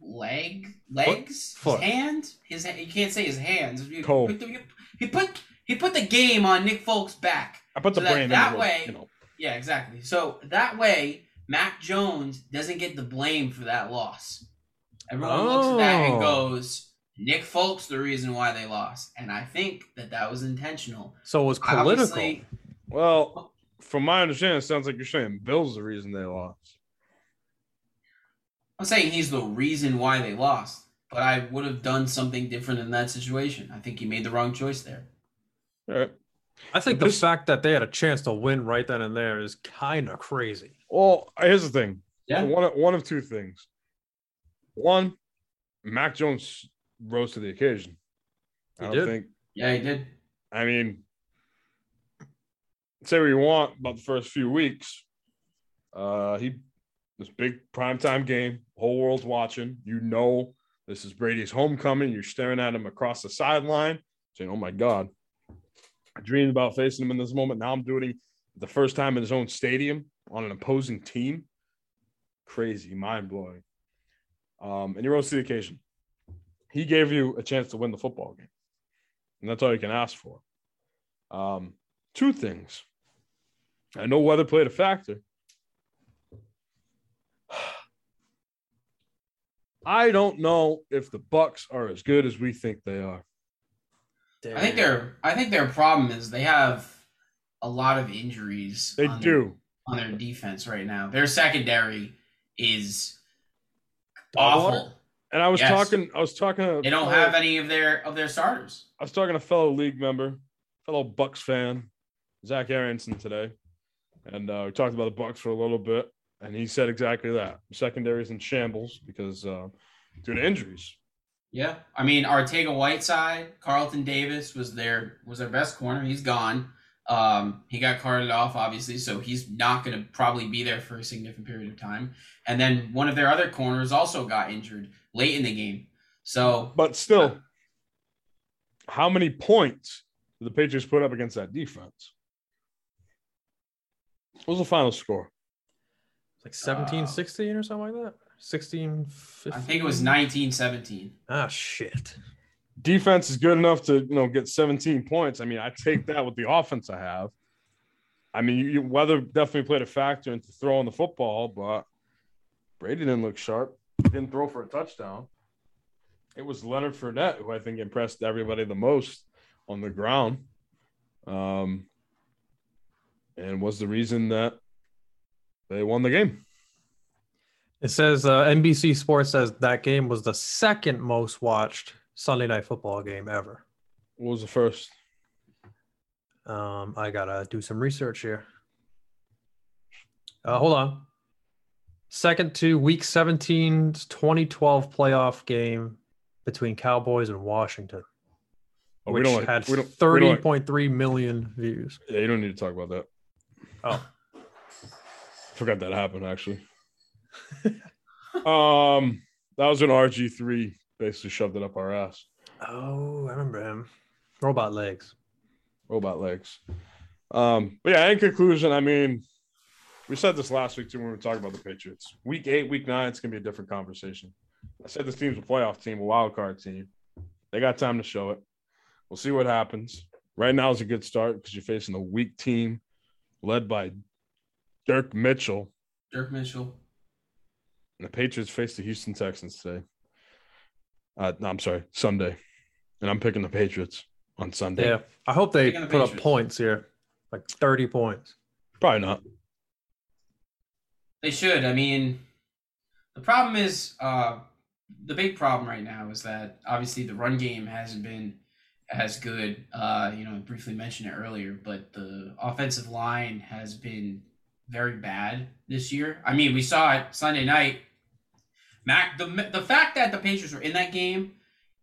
Speaker 1: leg, legs,
Speaker 3: Foot.
Speaker 1: His hand. His ha- you can't say his hands. You-
Speaker 2: Toe.
Speaker 1: He put, the, he put he put the game on Nick Folks' back.
Speaker 2: I put
Speaker 1: So
Speaker 2: the
Speaker 1: that-
Speaker 2: brain in
Speaker 1: that
Speaker 2: the
Speaker 1: way-
Speaker 2: you know.
Speaker 1: Yeah, exactly. So that way, Mac Jones doesn't get the blame for that loss. Everyone looks at that
Speaker 3: Oh.
Speaker 1: and goes, Nick Folks, the reason why they lost. And I think that that was intentional.
Speaker 3: So it was political.
Speaker 1: Obviously,
Speaker 2: Well, from my understanding, it sounds like you're saying Bill's the reason they lost.
Speaker 1: I'm saying he's the reason why they lost, but I would have done something different in that situation. I think he made the wrong choice there.
Speaker 2: All right.
Speaker 3: I think the
Speaker 2: This-
Speaker 3: fact that they had a chance to win right then and there is kind of crazy.
Speaker 2: Well, here's the thing.
Speaker 1: Yeah.
Speaker 2: One of- one of two things. One, Mac Jones rose to the occasion. I
Speaker 3: He
Speaker 2: don't
Speaker 3: did.
Speaker 2: think.
Speaker 1: Yeah, he did.
Speaker 2: I mean, say what you want about the first few weeks. Uh, he this big primetime game, whole world's watching. You know, this is Brady's homecoming. You're staring at him across the sideline, saying, "Oh my God, I dreamed about facing him in this moment. Now I'm doing it the first time in his own stadium on an opposing team. Crazy, mind blowing. Um, and he rose to the occasion. He gave you a chance to win the football game, and that's all you can ask for. Um, two things. I know weather played a factor. I don't know if the Bucks are as good as we think they are.
Speaker 1: I think their I think their problem is they have a lot of injuries.
Speaker 2: They
Speaker 1: on their-
Speaker 2: do.
Speaker 1: on their defense right now. Their secondary is
Speaker 3: Dog
Speaker 1: awful.
Speaker 3: water?
Speaker 2: And I was
Speaker 1: Yes.
Speaker 2: talking, I was talking to
Speaker 1: They don't have any of their of their starters.
Speaker 2: I was talking to a fellow league member, fellow Bucks fan, Zach Aronson today, and uh, we talked about the Bucks for a little bit, and he said exactly that: secondaries in shambles because uh, due to injuries.
Speaker 1: Yeah, I mean Artega Whiteside, Carlton Davis was their was their best corner. He's gone. Um, he got carted off, obviously, so he's not going to probably be there for a significant period of time. And then one of their other corners also got injured late in the game. So
Speaker 2: But still, how many points did the Patriots put up against that defense? What was the final score?
Speaker 3: It's like 17
Speaker 1: Uh,
Speaker 3: 16 or something like that. 16 15.
Speaker 1: I think it was nineteen seventeen.
Speaker 3: Ah, shit.
Speaker 2: Defense is good enough to you know get 17 points. I mean, I take that with the offense I have. I mean, you, you, weather definitely played a factor into throwing the football, but Brady didn't look sharp. Didn't throw for a touchdown. It was Leonard Fournette who I think impressed everybody the most on the ground, um, and was the reason that they won the game.
Speaker 3: It says uh, NBC Sports says that game was the second most watched Sunday night football game ever.
Speaker 2: What was the first?
Speaker 3: Um, I gotta do some research here. Uh, hold on. Second to week 17's 2012 playoff game between Cowboys and Washington,
Speaker 2: Oh,
Speaker 3: which
Speaker 2: we don't like,
Speaker 3: had
Speaker 2: we don't, we don't like-
Speaker 3: 30.3 million views.
Speaker 2: yeah, you don't need to talk about that.
Speaker 3: Oh.
Speaker 2: forgot that happened actually. um, that was an RG three basically shoved it up our ass.
Speaker 3: Oh, I remember him. Robot legs.
Speaker 2: Robot legs. Um, but yeah, in conclusion, I mean, we said this last week too when we were talking about the Patriots. Week eight, week nine, it's gonna be a different conversation. I said this team's a playoff team, a wild card team. They got time to show it. We'll see what happens. Right now is a good start because you're facing a weak team led by Dirk Mitchell.
Speaker 1: Dirk Mitchell.
Speaker 2: And the Patriots face the Houston Texans today. Uh, no, I'm sorry, Sunday. And I'm picking the Patriots on Sunday.
Speaker 3: Yeah. I hope they
Speaker 1: Speaking of
Speaker 3: put up
Speaker 1: injuries.
Speaker 3: points here, like 30 points.
Speaker 2: Probably not.
Speaker 1: They should. I mean, the problem is uh, the big problem right now is that obviously the run game hasn't been as good. Uh, you know, I briefly mentioned it earlier, but the offensive line has been very bad this year. I mean, we saw it Sunday night. Mac, the the fact that the Patriots were in that game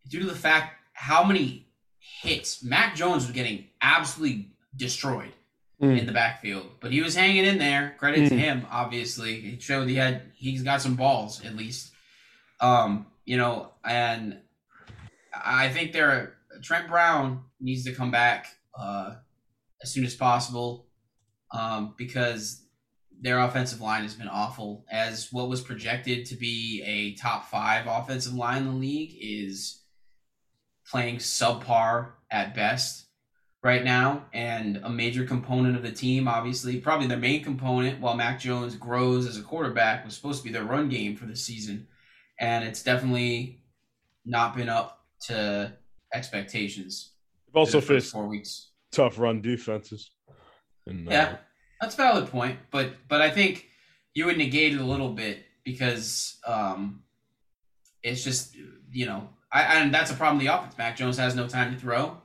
Speaker 1: due to the fact how many hits Mac Jones was getting absolutely destroyed in the backfield, but he was hanging in there. Credit to
Speaker 2: Mm.
Speaker 1: him, obviously. It showed he had he's got some balls at least. Um, you know, and I think they're Trent Brown needs to come back uh, as soon as possible um, because their offensive line has been awful. As what was projected to be a top five offensive line in the league is playing subpar at best right now and a major component of the team obviously probably their main component while mac jones grows as a quarterback was supposed to be their run game for this season and it's definitely not been up to expectations
Speaker 2: They've
Speaker 1: through
Speaker 2: also
Speaker 1: the first
Speaker 2: faced
Speaker 1: four weeks
Speaker 2: tough run defenses. And, uh,
Speaker 1: yeah, that's a valid point, but but I think you would negate it a little bit because um, it's just you know I and that's a problem. with The offense, Mac Jones has no time to throw,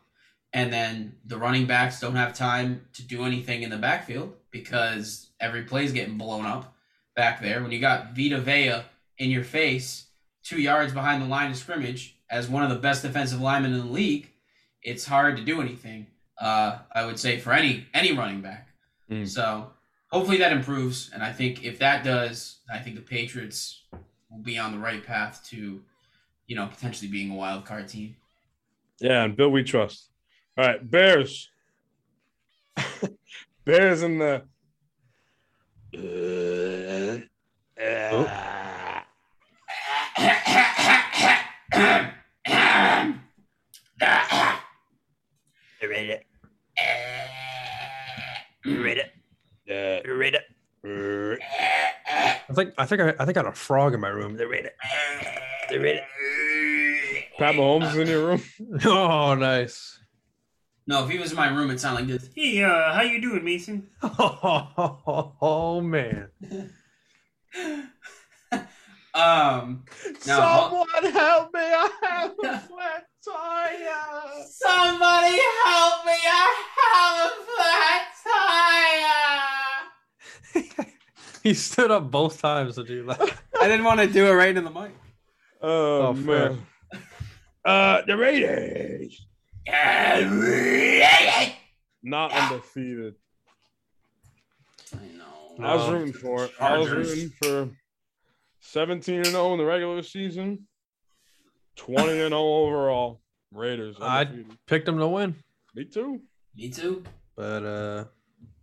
Speaker 1: and then the running backs don't have time to do anything in the backfield because every play's getting blown up back there. When you got Vita Vea in your face, two yards behind the line of scrimmage as one of the best defensive linemen in the league, it's hard to do anything. Uh, I would say for any any running back.
Speaker 2: Mm.
Speaker 1: So hopefully that improves, and I think if that does, I think the Patriots will be on the right path to, you know, potentially being a wild card team.
Speaker 2: Yeah, and Bill we trust. All right, Bears. Bears uh, in the Oh.
Speaker 3: Read it.
Speaker 2: Mm. yeah.
Speaker 3: Read it. I think I think I, I think I had a frog in my room. They read it. They read it.
Speaker 2: Pat Mahomes is in your room.
Speaker 3: Oh, nice.
Speaker 1: No, if he was in my room, it sounded like this. Hey, uh, how you doing, Mason?
Speaker 3: Oh man.
Speaker 1: Um, Someone
Speaker 3: help me! I have
Speaker 1: a
Speaker 3: flat tire.
Speaker 1: somebody help me! I have a flat tire.
Speaker 3: He stood up both times to do that.
Speaker 1: I didn't want to do it right in the mic.
Speaker 2: Oh,
Speaker 3: Oh, fair.
Speaker 2: man. Uh, the Raiders
Speaker 1: I
Speaker 2: not undefeated.
Speaker 1: know.
Speaker 2: I was
Speaker 3: Oh.
Speaker 2: rooting for it. I was
Speaker 1: Chargers.
Speaker 2: rooting for 17 and 0 in the regular season, 20 and 0 overall. Raiders.
Speaker 3: I-
Speaker 2: undefeated.
Speaker 3: Picked him to win,
Speaker 2: Me too.
Speaker 1: Me too.
Speaker 3: but uh,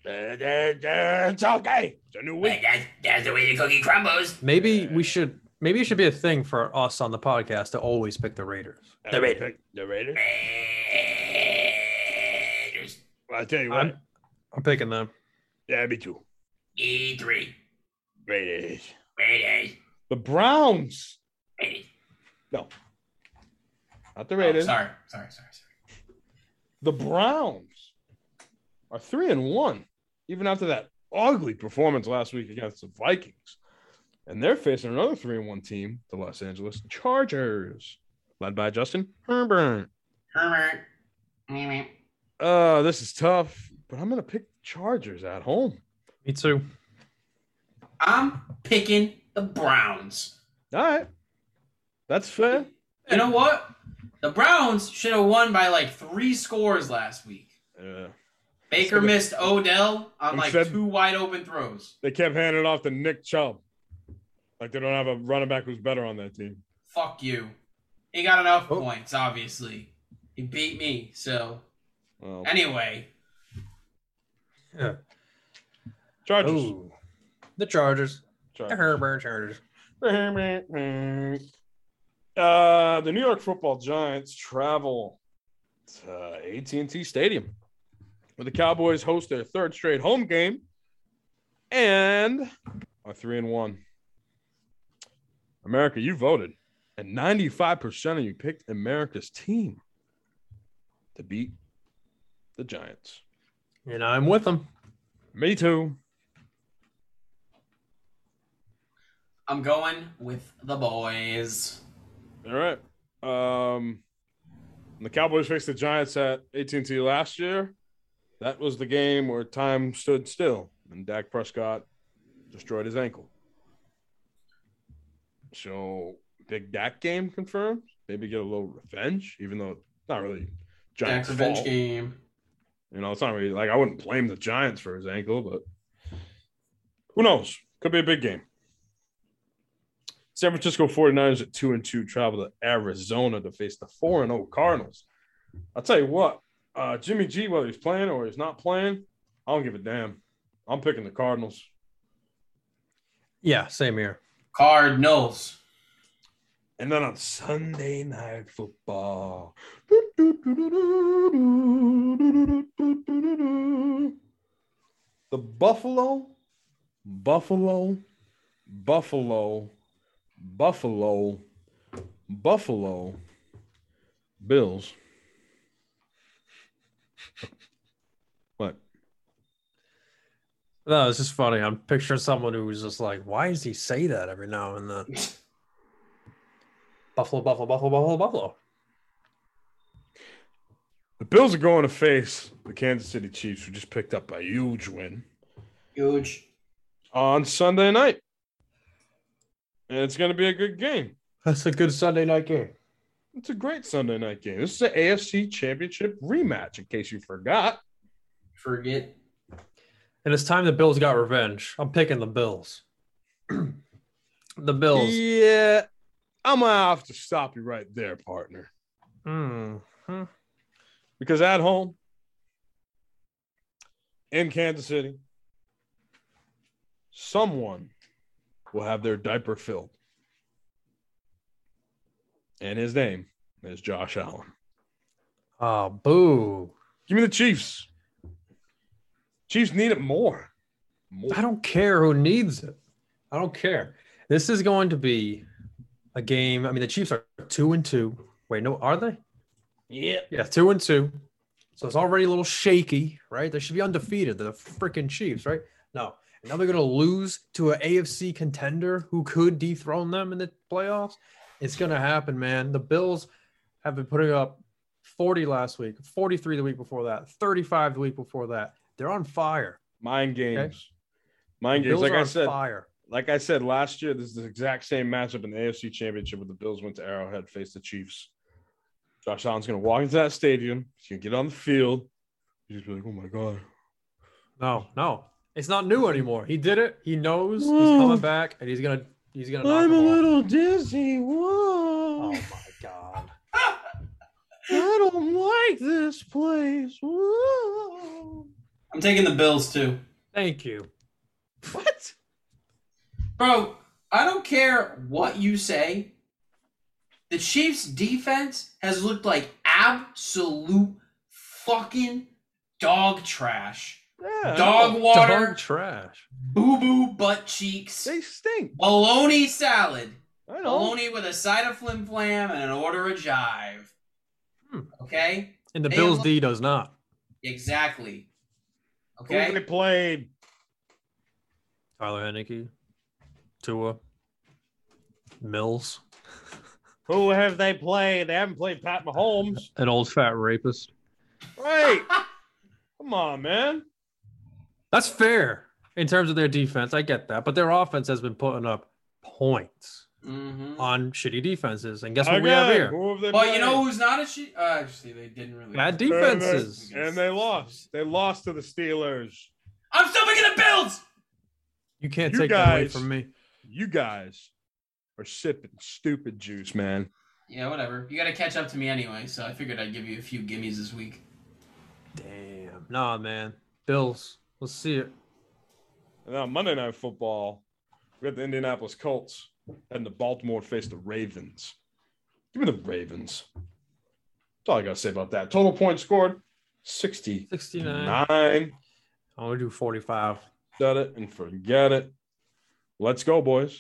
Speaker 2: It's okay. It's a new week.
Speaker 1: that's, that's the way the cookie crumbles.
Speaker 3: maybe we should. Maybe it should be a thing for us on the podcast to always pick the Raiders.
Speaker 2: The Raiders. The Raiders. Well, I'll tell you what.
Speaker 3: I'm, I'm picking them.
Speaker 2: yeah, me too.
Speaker 1: E3.
Speaker 2: Raiders. The Browns. No. Not the
Speaker 1: Oh,
Speaker 2: Raiders.
Speaker 1: sorry, sorry, sorry, sorry.
Speaker 2: the Browns are three and one, even after that ugly performance last week against the Vikings. And they're facing another three and one team, the Los Angeles Chargers, led by Justin Herbert.
Speaker 1: Herbert. Herbert.
Speaker 2: Uh, this is tough, but I'm gonna pick the Chargers at home.
Speaker 3: Me too.
Speaker 1: I'm picking the Browns.
Speaker 2: All right. That's fair.
Speaker 1: You know
Speaker 2: Uh,
Speaker 1: what? The Browns should have won by like three scores last week.
Speaker 2: Yeah.
Speaker 1: Baker missed Odell on like
Speaker 2: Except-
Speaker 1: two wide open throws.
Speaker 2: They kept handing it off to Nick Chubb. Like they don't have a running back who's better on that team.
Speaker 1: Fuck you. He got enough
Speaker 3: Oh.
Speaker 1: points, obviously. He beat me. So
Speaker 2: Well,
Speaker 1: anyway,
Speaker 3: Yeah.
Speaker 2: Chargers.
Speaker 3: Ooh. The Chargers. The
Speaker 2: Chargers.
Speaker 3: Herbert Chargers.
Speaker 2: Uh, the New York Football Giants travel to AT&T Stadium, where the Cowboys host their third straight home game, and are three and one. America, you voted, and ninety-five percent of you picked America's team to beat the Giants.
Speaker 3: And I'm with them.
Speaker 2: Me too.
Speaker 1: I'm going with the boys.
Speaker 2: All right. Um, the Cowboys faced the Giants at AT&T last year. That was the game where time stood still and Dak Prescott destroyed his ankle. So big Dak game confirmed. Maybe get a little revenge, even though it's not really
Speaker 1: Jack's
Speaker 2: Giants'
Speaker 1: revenge
Speaker 2: fault.
Speaker 1: game.
Speaker 2: You know, it's not really like I wouldn't blame the Giants for his ankle, but who knows? Could be a big game. San Francisco 49ers at 2 and 2 travel to Arizona to face the 4 and 0 Cardinals. I'll tell you what, uh, Jimmy G, whether he's playing or he's not playing, I don't give a damn. I'm picking the Cardinals.
Speaker 3: Yeah, same here.
Speaker 1: Cardinals.
Speaker 2: And then on Sunday night football. The Buffalo, Buffalo, Buffalo, Buffalo, Buffalo Bills. What?
Speaker 3: No, it's just funny. I'm picturing someone who was just like, why does he say that every now and then? Buffalo, Buffalo, Buffalo, Buffalo, Buffalo.
Speaker 2: The Bills are going to face the Kansas City Chiefs, who just picked up a huge win.
Speaker 1: Huge.
Speaker 2: on Sunday night. And it's going to be a good game.
Speaker 3: That's a good Sunday night game.
Speaker 2: It's a great Sunday night game. This is the AFC Championship rematch, in case you forgot.
Speaker 1: Forget.
Speaker 3: And it's time the Bills got revenge. I'm picking the Bills. the Bills.
Speaker 2: Yeah. I'm going to have to stop you right there, partner.
Speaker 3: Mm.
Speaker 2: Because at home, in Kansas City, someone will have their diaper filled. And his name is Josh Allen.
Speaker 3: Oh, boo.
Speaker 2: Give me the Chiefs. Chiefs need it more. More.
Speaker 3: I don't care who needs it. I don't care. This is going to be a game. I mean, the Chiefs are two and two. Wait, no, are they?
Speaker 2: Yeah.
Speaker 3: Yeah, two and two. So it's already a little shaky, right? They should be undefeated. They're the freaking Chiefs, right? No. Now they're going to lose to an AFC contender who could dethrone them in the playoffs. It's going to happen, man. The Bills have been putting up 40 last week, 43 the week before that, 35 the week before that. They're on fire.
Speaker 2: Mind games.
Speaker 3: Okay.
Speaker 2: Mind
Speaker 3: The
Speaker 2: games.
Speaker 3: Bills
Speaker 2: Like
Speaker 3: are
Speaker 2: I
Speaker 3: on
Speaker 2: said,
Speaker 3: fire.
Speaker 2: like I said last year, this is the exact same matchup in the AFC Championship where the Bills went to Arrowhead, faced the Chiefs. Josh Allen's going to walk into that stadium. He's going to get on the field. He's gonna be like, oh my God.
Speaker 3: No, no, it's not new anymore. He did it. He knows he's
Speaker 2: Whoa.
Speaker 3: coming back, and he's gonna he's gonna. Knock
Speaker 2: Oh. I'm a
Speaker 3: them off.
Speaker 2: little dizzy. Whoa.
Speaker 3: Oh my god!
Speaker 2: I don't like this place. Whoa.
Speaker 1: I'm taking the Bills too.
Speaker 3: Thank you.
Speaker 2: What?
Speaker 1: Bro, I don't care what you say. The Chiefs' defense has looked like absolute fucking dog trash.
Speaker 2: Yeah, I know.
Speaker 1: Dog water,
Speaker 3: Dog trash.
Speaker 1: boo boo butt cheeks,
Speaker 2: They stink.
Speaker 1: bologna salad,
Speaker 2: I know.
Speaker 1: bologna with a side of flim flam and an order of jive.
Speaker 3: Hmm.
Speaker 1: Okay?
Speaker 3: And the
Speaker 1: They
Speaker 3: Bills
Speaker 1: look-
Speaker 3: D does not.
Speaker 1: Exactly.
Speaker 2: Who they
Speaker 1: Okay?
Speaker 2: played?
Speaker 3: Tyler Henneke, Tua, Mills,
Speaker 2: Who have they played? They haven't played Pat Mahomes.
Speaker 3: an old fat rapist.
Speaker 2: Right. Come on, man.
Speaker 3: That's fair in terms of their defense. I get that, but their offense has been putting up points.
Speaker 2: Oh,
Speaker 1: Mm-hmm.
Speaker 3: on shitty defenses. And guess what
Speaker 2: Again,
Speaker 3: we have here?
Speaker 2: who have they
Speaker 1: Well, you
Speaker 2: played?
Speaker 1: know who's not a she? Uh, actually, they didn't really.
Speaker 3: Bad
Speaker 2: And they-
Speaker 3: defenses.
Speaker 2: And they lost. They lost to the Steelers.
Speaker 1: I'm still making the builds.
Speaker 3: You can't
Speaker 2: You
Speaker 3: take that away
Speaker 2: guys-
Speaker 3: from me.
Speaker 2: You guys are sipping stupid juice, man.
Speaker 1: Yeah, whatever. You got to catch up to me anyway, so I figured I'd give you a few gimmies this week.
Speaker 3: Damn. Nah, man. Bills. Let's see it.
Speaker 2: And on Monday Night Football, we got the Indianapolis Colts and the Baltimore to face the Ravens. Give me the Ravens. That's all I got to say about that. Total points scored 69.
Speaker 3: 69. I want to do 45.
Speaker 2: Set it and forget it. Let's go, boys.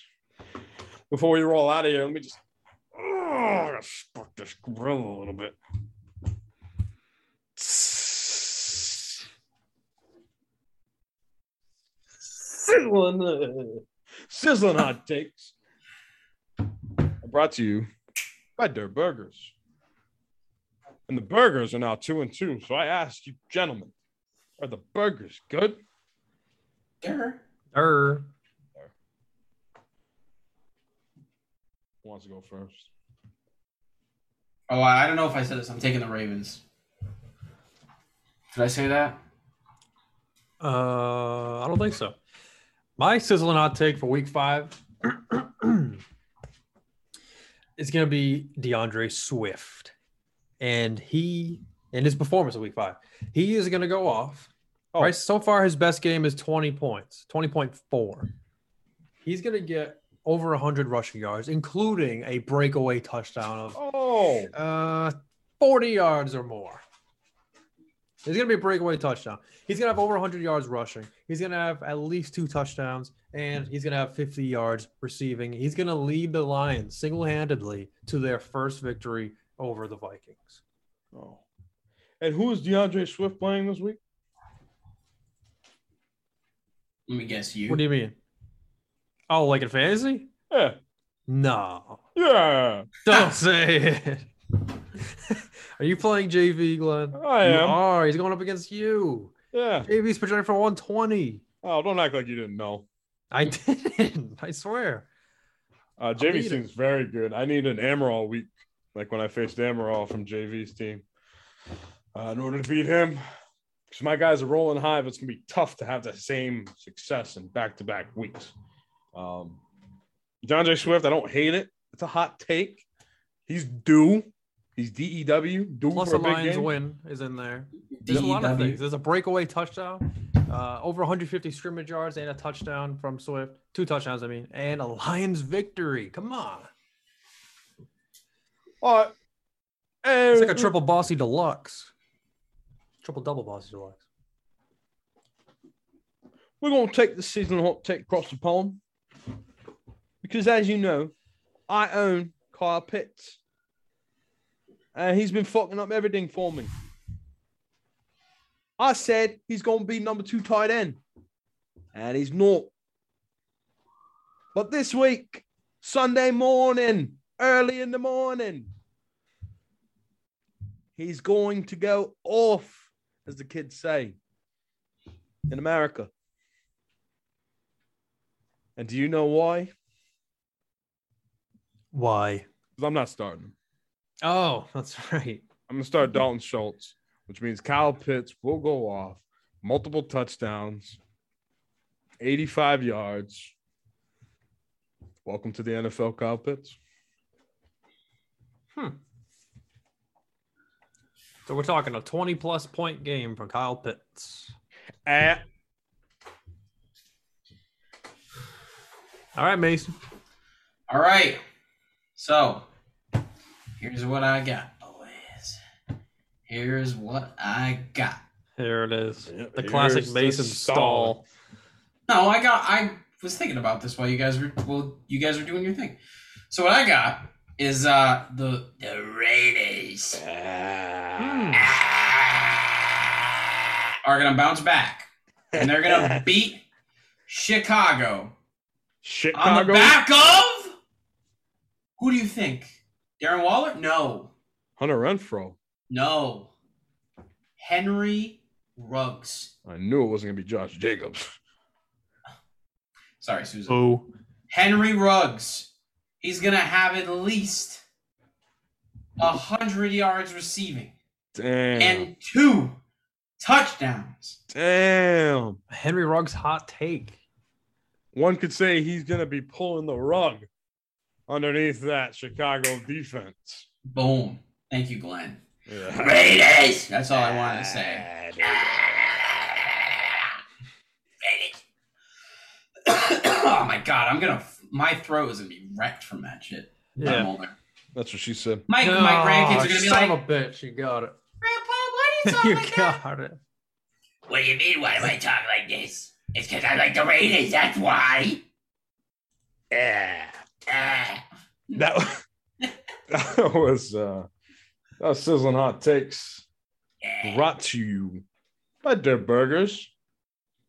Speaker 2: Before we roll out of here, let me just oh, I gotta spark this grill a little bit. Sizzling, uh, sizzling hot takes. Brought to you by Dirt Burgers. And the burgers are now two and two. So I ask you, gentlemen, are the burgers good?
Speaker 1: There.
Speaker 3: Er.
Speaker 2: Who wants to go first?
Speaker 1: Oh, I I don't know if I said this. I'm taking the Ravens. Did I say that?
Speaker 3: Uh, I don't think so. My sizzling hot take for week five is going to be DeAndre Swift. And he, in his performance of week five, he is going to go off.
Speaker 2: Oh.
Speaker 3: Right. So far, his best game is 20 points, 20.4. He's going to get over 100 rushing yards, including a breakaway touchdown of
Speaker 2: Oh,
Speaker 3: uh, 40 yards or more. He's going to be a breakaway touchdown. He's going to have over 100 yards rushing. He's going to have at least two touchdowns, and he's going to have 50 yards receiving. He's going to lead the Lions single handedly to their first victory over the Vikings.
Speaker 2: oh. And who is DeAndre Swift playing this week?
Speaker 1: Let me guess. You.
Speaker 3: What do you mean? Oh, like in fantasy?
Speaker 2: Yeah,
Speaker 3: No.
Speaker 2: yeah,
Speaker 3: Don't say it. Are you playing JV, Glenn?
Speaker 2: I
Speaker 3: You
Speaker 2: am.
Speaker 3: are. He's going up against you.
Speaker 2: yeah.
Speaker 3: JV's projected for 120.
Speaker 2: Oh, don't act like you didn't know.
Speaker 3: I didn't. I swear.
Speaker 2: Uh, JV
Speaker 3: need it.
Speaker 2: seems very good. I need an Amaral week, like when I faced Amaral from JV's team, uh, in order to beat him. Because my guys are rolling high, but it's gonna be tough to have the same success in back-to-back weeks. Um, John J. Swift, I don't hate it. It's a hot take. He's due. He's DEW. Due
Speaker 3: Plus
Speaker 2: for
Speaker 3: a
Speaker 2: a big
Speaker 3: Lions
Speaker 2: game.
Speaker 3: win is in there.
Speaker 1: D E
Speaker 3: There's a lot of
Speaker 1: W.
Speaker 3: things. There's a breakaway touchdown, uh, over 150 scrimmage yards, and a touchdown from Swift. Two touchdowns, I mean, and a Lions victory. Come on,
Speaker 2: But
Speaker 3: it's like a triple bossy deluxe, triple double bossy deluxe.
Speaker 2: we're going to take the seasonal hot take across the pond because, as you know, I own Kyle Pitts. And he's been fucking up everything for me. I said he's going to be number two tight end, and he's not. But this week, Sunday morning, early in the morning, he's going to go off, as the kids say in America. And do you know why?
Speaker 3: Why?
Speaker 2: Because I'm not starting him.
Speaker 3: Oh, that's right.
Speaker 2: I'm going to start Dalton Schultz, which means Kyle Pitts will go off multiple touchdowns, 85 yards. Welcome to the NFL, Kyle Pitts.
Speaker 3: So we're talking a 20 plus point game from Kyle Pitts.
Speaker 2: At
Speaker 3: All right, Mason.
Speaker 1: All right. So here's what I got, boys. Here's what I got.
Speaker 3: Here it is.
Speaker 2: Yep,
Speaker 3: The classic
Speaker 2: here's the
Speaker 3: Mason
Speaker 2: stall.
Speaker 3: stall.
Speaker 1: No, I got. I was thinking about this while you guys were well, you guys were doing your thing. So what I got is uh the the Raiders
Speaker 2: Ah.
Speaker 3: Hmm.
Speaker 1: are gonna bounce back and they're gonna beat Chicago on the
Speaker 2: Chicago,
Speaker 1: back of who do you think? Darren Waller? No,
Speaker 2: Hunter Renfro.
Speaker 1: no, Henry Ruggs.
Speaker 2: I knew it wasn't going to be Josh Jacobs.
Speaker 1: Sorry, Susan.
Speaker 3: Oh,
Speaker 1: Henry Ruggs He's gonna have at least hundred yards receiving
Speaker 2: Damn.
Speaker 1: and two touchdowns.
Speaker 2: Damn.
Speaker 3: Henry Ruggs hot take.
Speaker 2: One could say he's going to be pulling the rug underneath that Chicago defense.
Speaker 1: Boom. Thank you, Glenn.
Speaker 2: Yeah.
Speaker 1: Raiders. That's all I wanted to say.
Speaker 2: Ah,
Speaker 1: Raiders. oh my god, I'm gonna. My throat is gonna be wrecked from that shit. I'm
Speaker 3: Yeah.
Speaker 1: older.
Speaker 2: That's what she said.
Speaker 1: My, my grandkids are
Speaker 3: Oh,
Speaker 1: gonna be like,
Speaker 3: son of a bitch. You got it.
Speaker 1: Grandpa, why do you talk
Speaker 3: you
Speaker 1: like that?
Speaker 3: got it.
Speaker 1: What do you mean? Why do I talk like this? It's because I like the Raiders. That's why.
Speaker 2: Yeah.
Speaker 1: Ah.
Speaker 2: That, wa- that was uh that was sizzling hot takes
Speaker 1: Ah.
Speaker 2: brought to you by Dirt Burgers.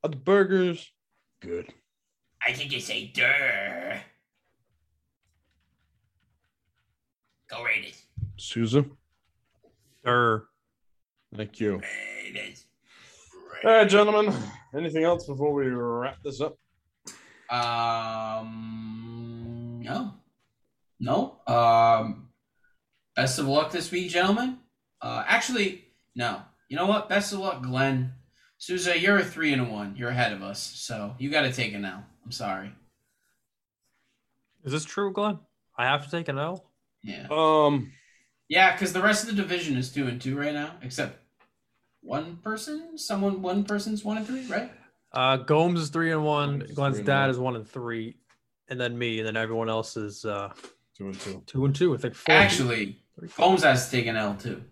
Speaker 2: Are the burgers good?
Speaker 1: I think you say "der." Go Raiders.
Speaker 2: Susan,
Speaker 3: Durr.
Speaker 2: thank you.
Speaker 1: Raiders.
Speaker 2: All right, gentlemen. Anything else before we wrap this up?
Speaker 1: Um, no, no. Um, best of luck this week, gentlemen. Uh, actually, no. You know what? Best of luck, Glenn. Souza, you're a three and a one. You're ahead of us, so you got to take it now. I'm sorry.
Speaker 3: Is this true, Glenn? I have to take an L?
Speaker 1: Yeah,
Speaker 2: Um,
Speaker 1: yeah. Because the rest of the division is two and two right now, except one person. Someone, one person's one and three, right?
Speaker 3: Uh, Gomes is three and one.
Speaker 2: Gomes is
Speaker 3: Glenn's
Speaker 2: three and
Speaker 3: dad
Speaker 2: one.
Speaker 3: is one and three, and then me, and then everyone else is uh,
Speaker 2: two and two.
Speaker 3: two and two. I think four.
Speaker 1: Actually, Holmes has to take an L too.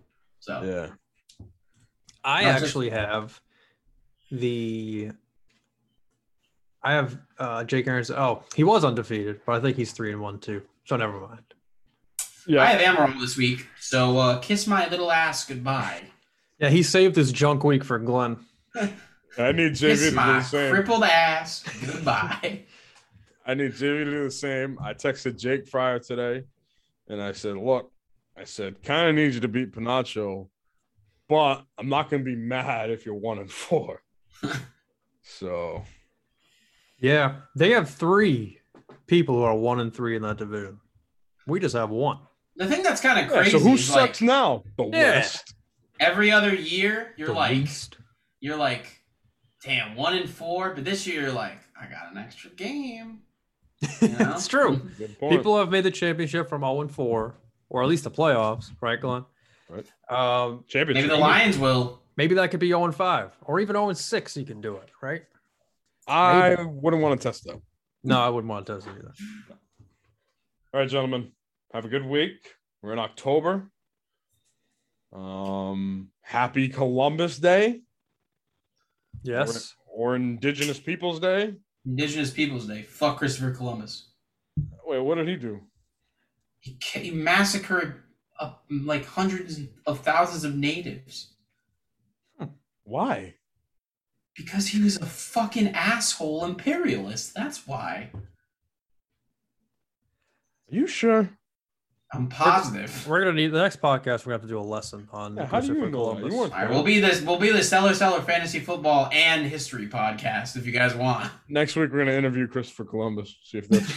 Speaker 1: So
Speaker 2: Yeah.
Speaker 3: I
Speaker 1: Not just-
Speaker 3: actually have the. I have uh, Jake Aaron's. Oh, he was undefeated, but I think he's three and one too. So never mind.
Speaker 2: Yeah.
Speaker 1: I have Amaral this week, so uh, kiss my little ass goodbye.
Speaker 3: Yeah, he saved his junk week for Glenn.
Speaker 2: I need JV to
Speaker 1: Kiss
Speaker 2: do
Speaker 1: my
Speaker 2: the same.
Speaker 1: crippled ass goodbye.
Speaker 2: I need JV to do the same. I texted Jake Fryer today and I said, Look, I said, kind of need you to beat Panacho, but I'm not going to be mad if you're one and four. so,
Speaker 3: Yeah, they have three people who are one and three in that division. We just have one.
Speaker 1: the thing that's kind of
Speaker 2: yeah,
Speaker 1: crazy
Speaker 2: so who
Speaker 1: is
Speaker 2: sucks
Speaker 1: like
Speaker 2: now? The
Speaker 3: Yeah.
Speaker 2: West.
Speaker 1: every other year you're
Speaker 3: The
Speaker 1: like
Speaker 3: least.
Speaker 1: you're like, damn, one in four, but this year you're like, I got an extra game. You know?
Speaker 3: it's true.
Speaker 2: Good point.
Speaker 3: People have made the championship from 0 and 4, or at least the playoffs, right, Glenn?
Speaker 2: Right.
Speaker 3: Um,
Speaker 2: Championship.
Speaker 1: Maybe the Lions will.
Speaker 3: maybe that could be 0 and 5, or even 0 and 6. You can do it, right?
Speaker 2: I wouldn't want to test though.
Speaker 3: No, I wouldn't want to test it either.
Speaker 2: All right, gentlemen. Have a good week. We're in October. Um, happy Columbus Day
Speaker 3: Yes.
Speaker 2: or Indigenous Peoples Day.
Speaker 1: Indigenous Peoples Day. Fuck Christopher Columbus.
Speaker 2: Wait, what did he do?
Speaker 1: He, ca- he massacred uh, like hundreds of thousands of natives.
Speaker 2: Why?
Speaker 1: Because he was a fucking asshole imperialist. That's why.
Speaker 2: Are you sure?
Speaker 1: I'm positive.
Speaker 3: We're gonna need the next podcast. We're gonna have to do a lesson on
Speaker 2: Yeah, how do you
Speaker 3: Christopher
Speaker 2: know that?
Speaker 3: Columbus.
Speaker 2: You weren't-
Speaker 1: All right, we'll be this. We'll be the seller seller fantasy football and history podcast if you guys want.
Speaker 2: Next week we're gonna interview Christopher Columbus. See if that's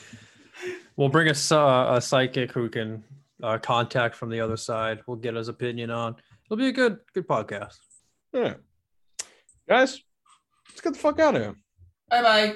Speaker 2: true.
Speaker 3: we'll bring us uh, a psychic who can uh, contact from the other side. We'll get his opinion on. It'll be a good good podcast.
Speaker 2: yeah. Guys, let's get the fuck out of here.
Speaker 1: bye bye.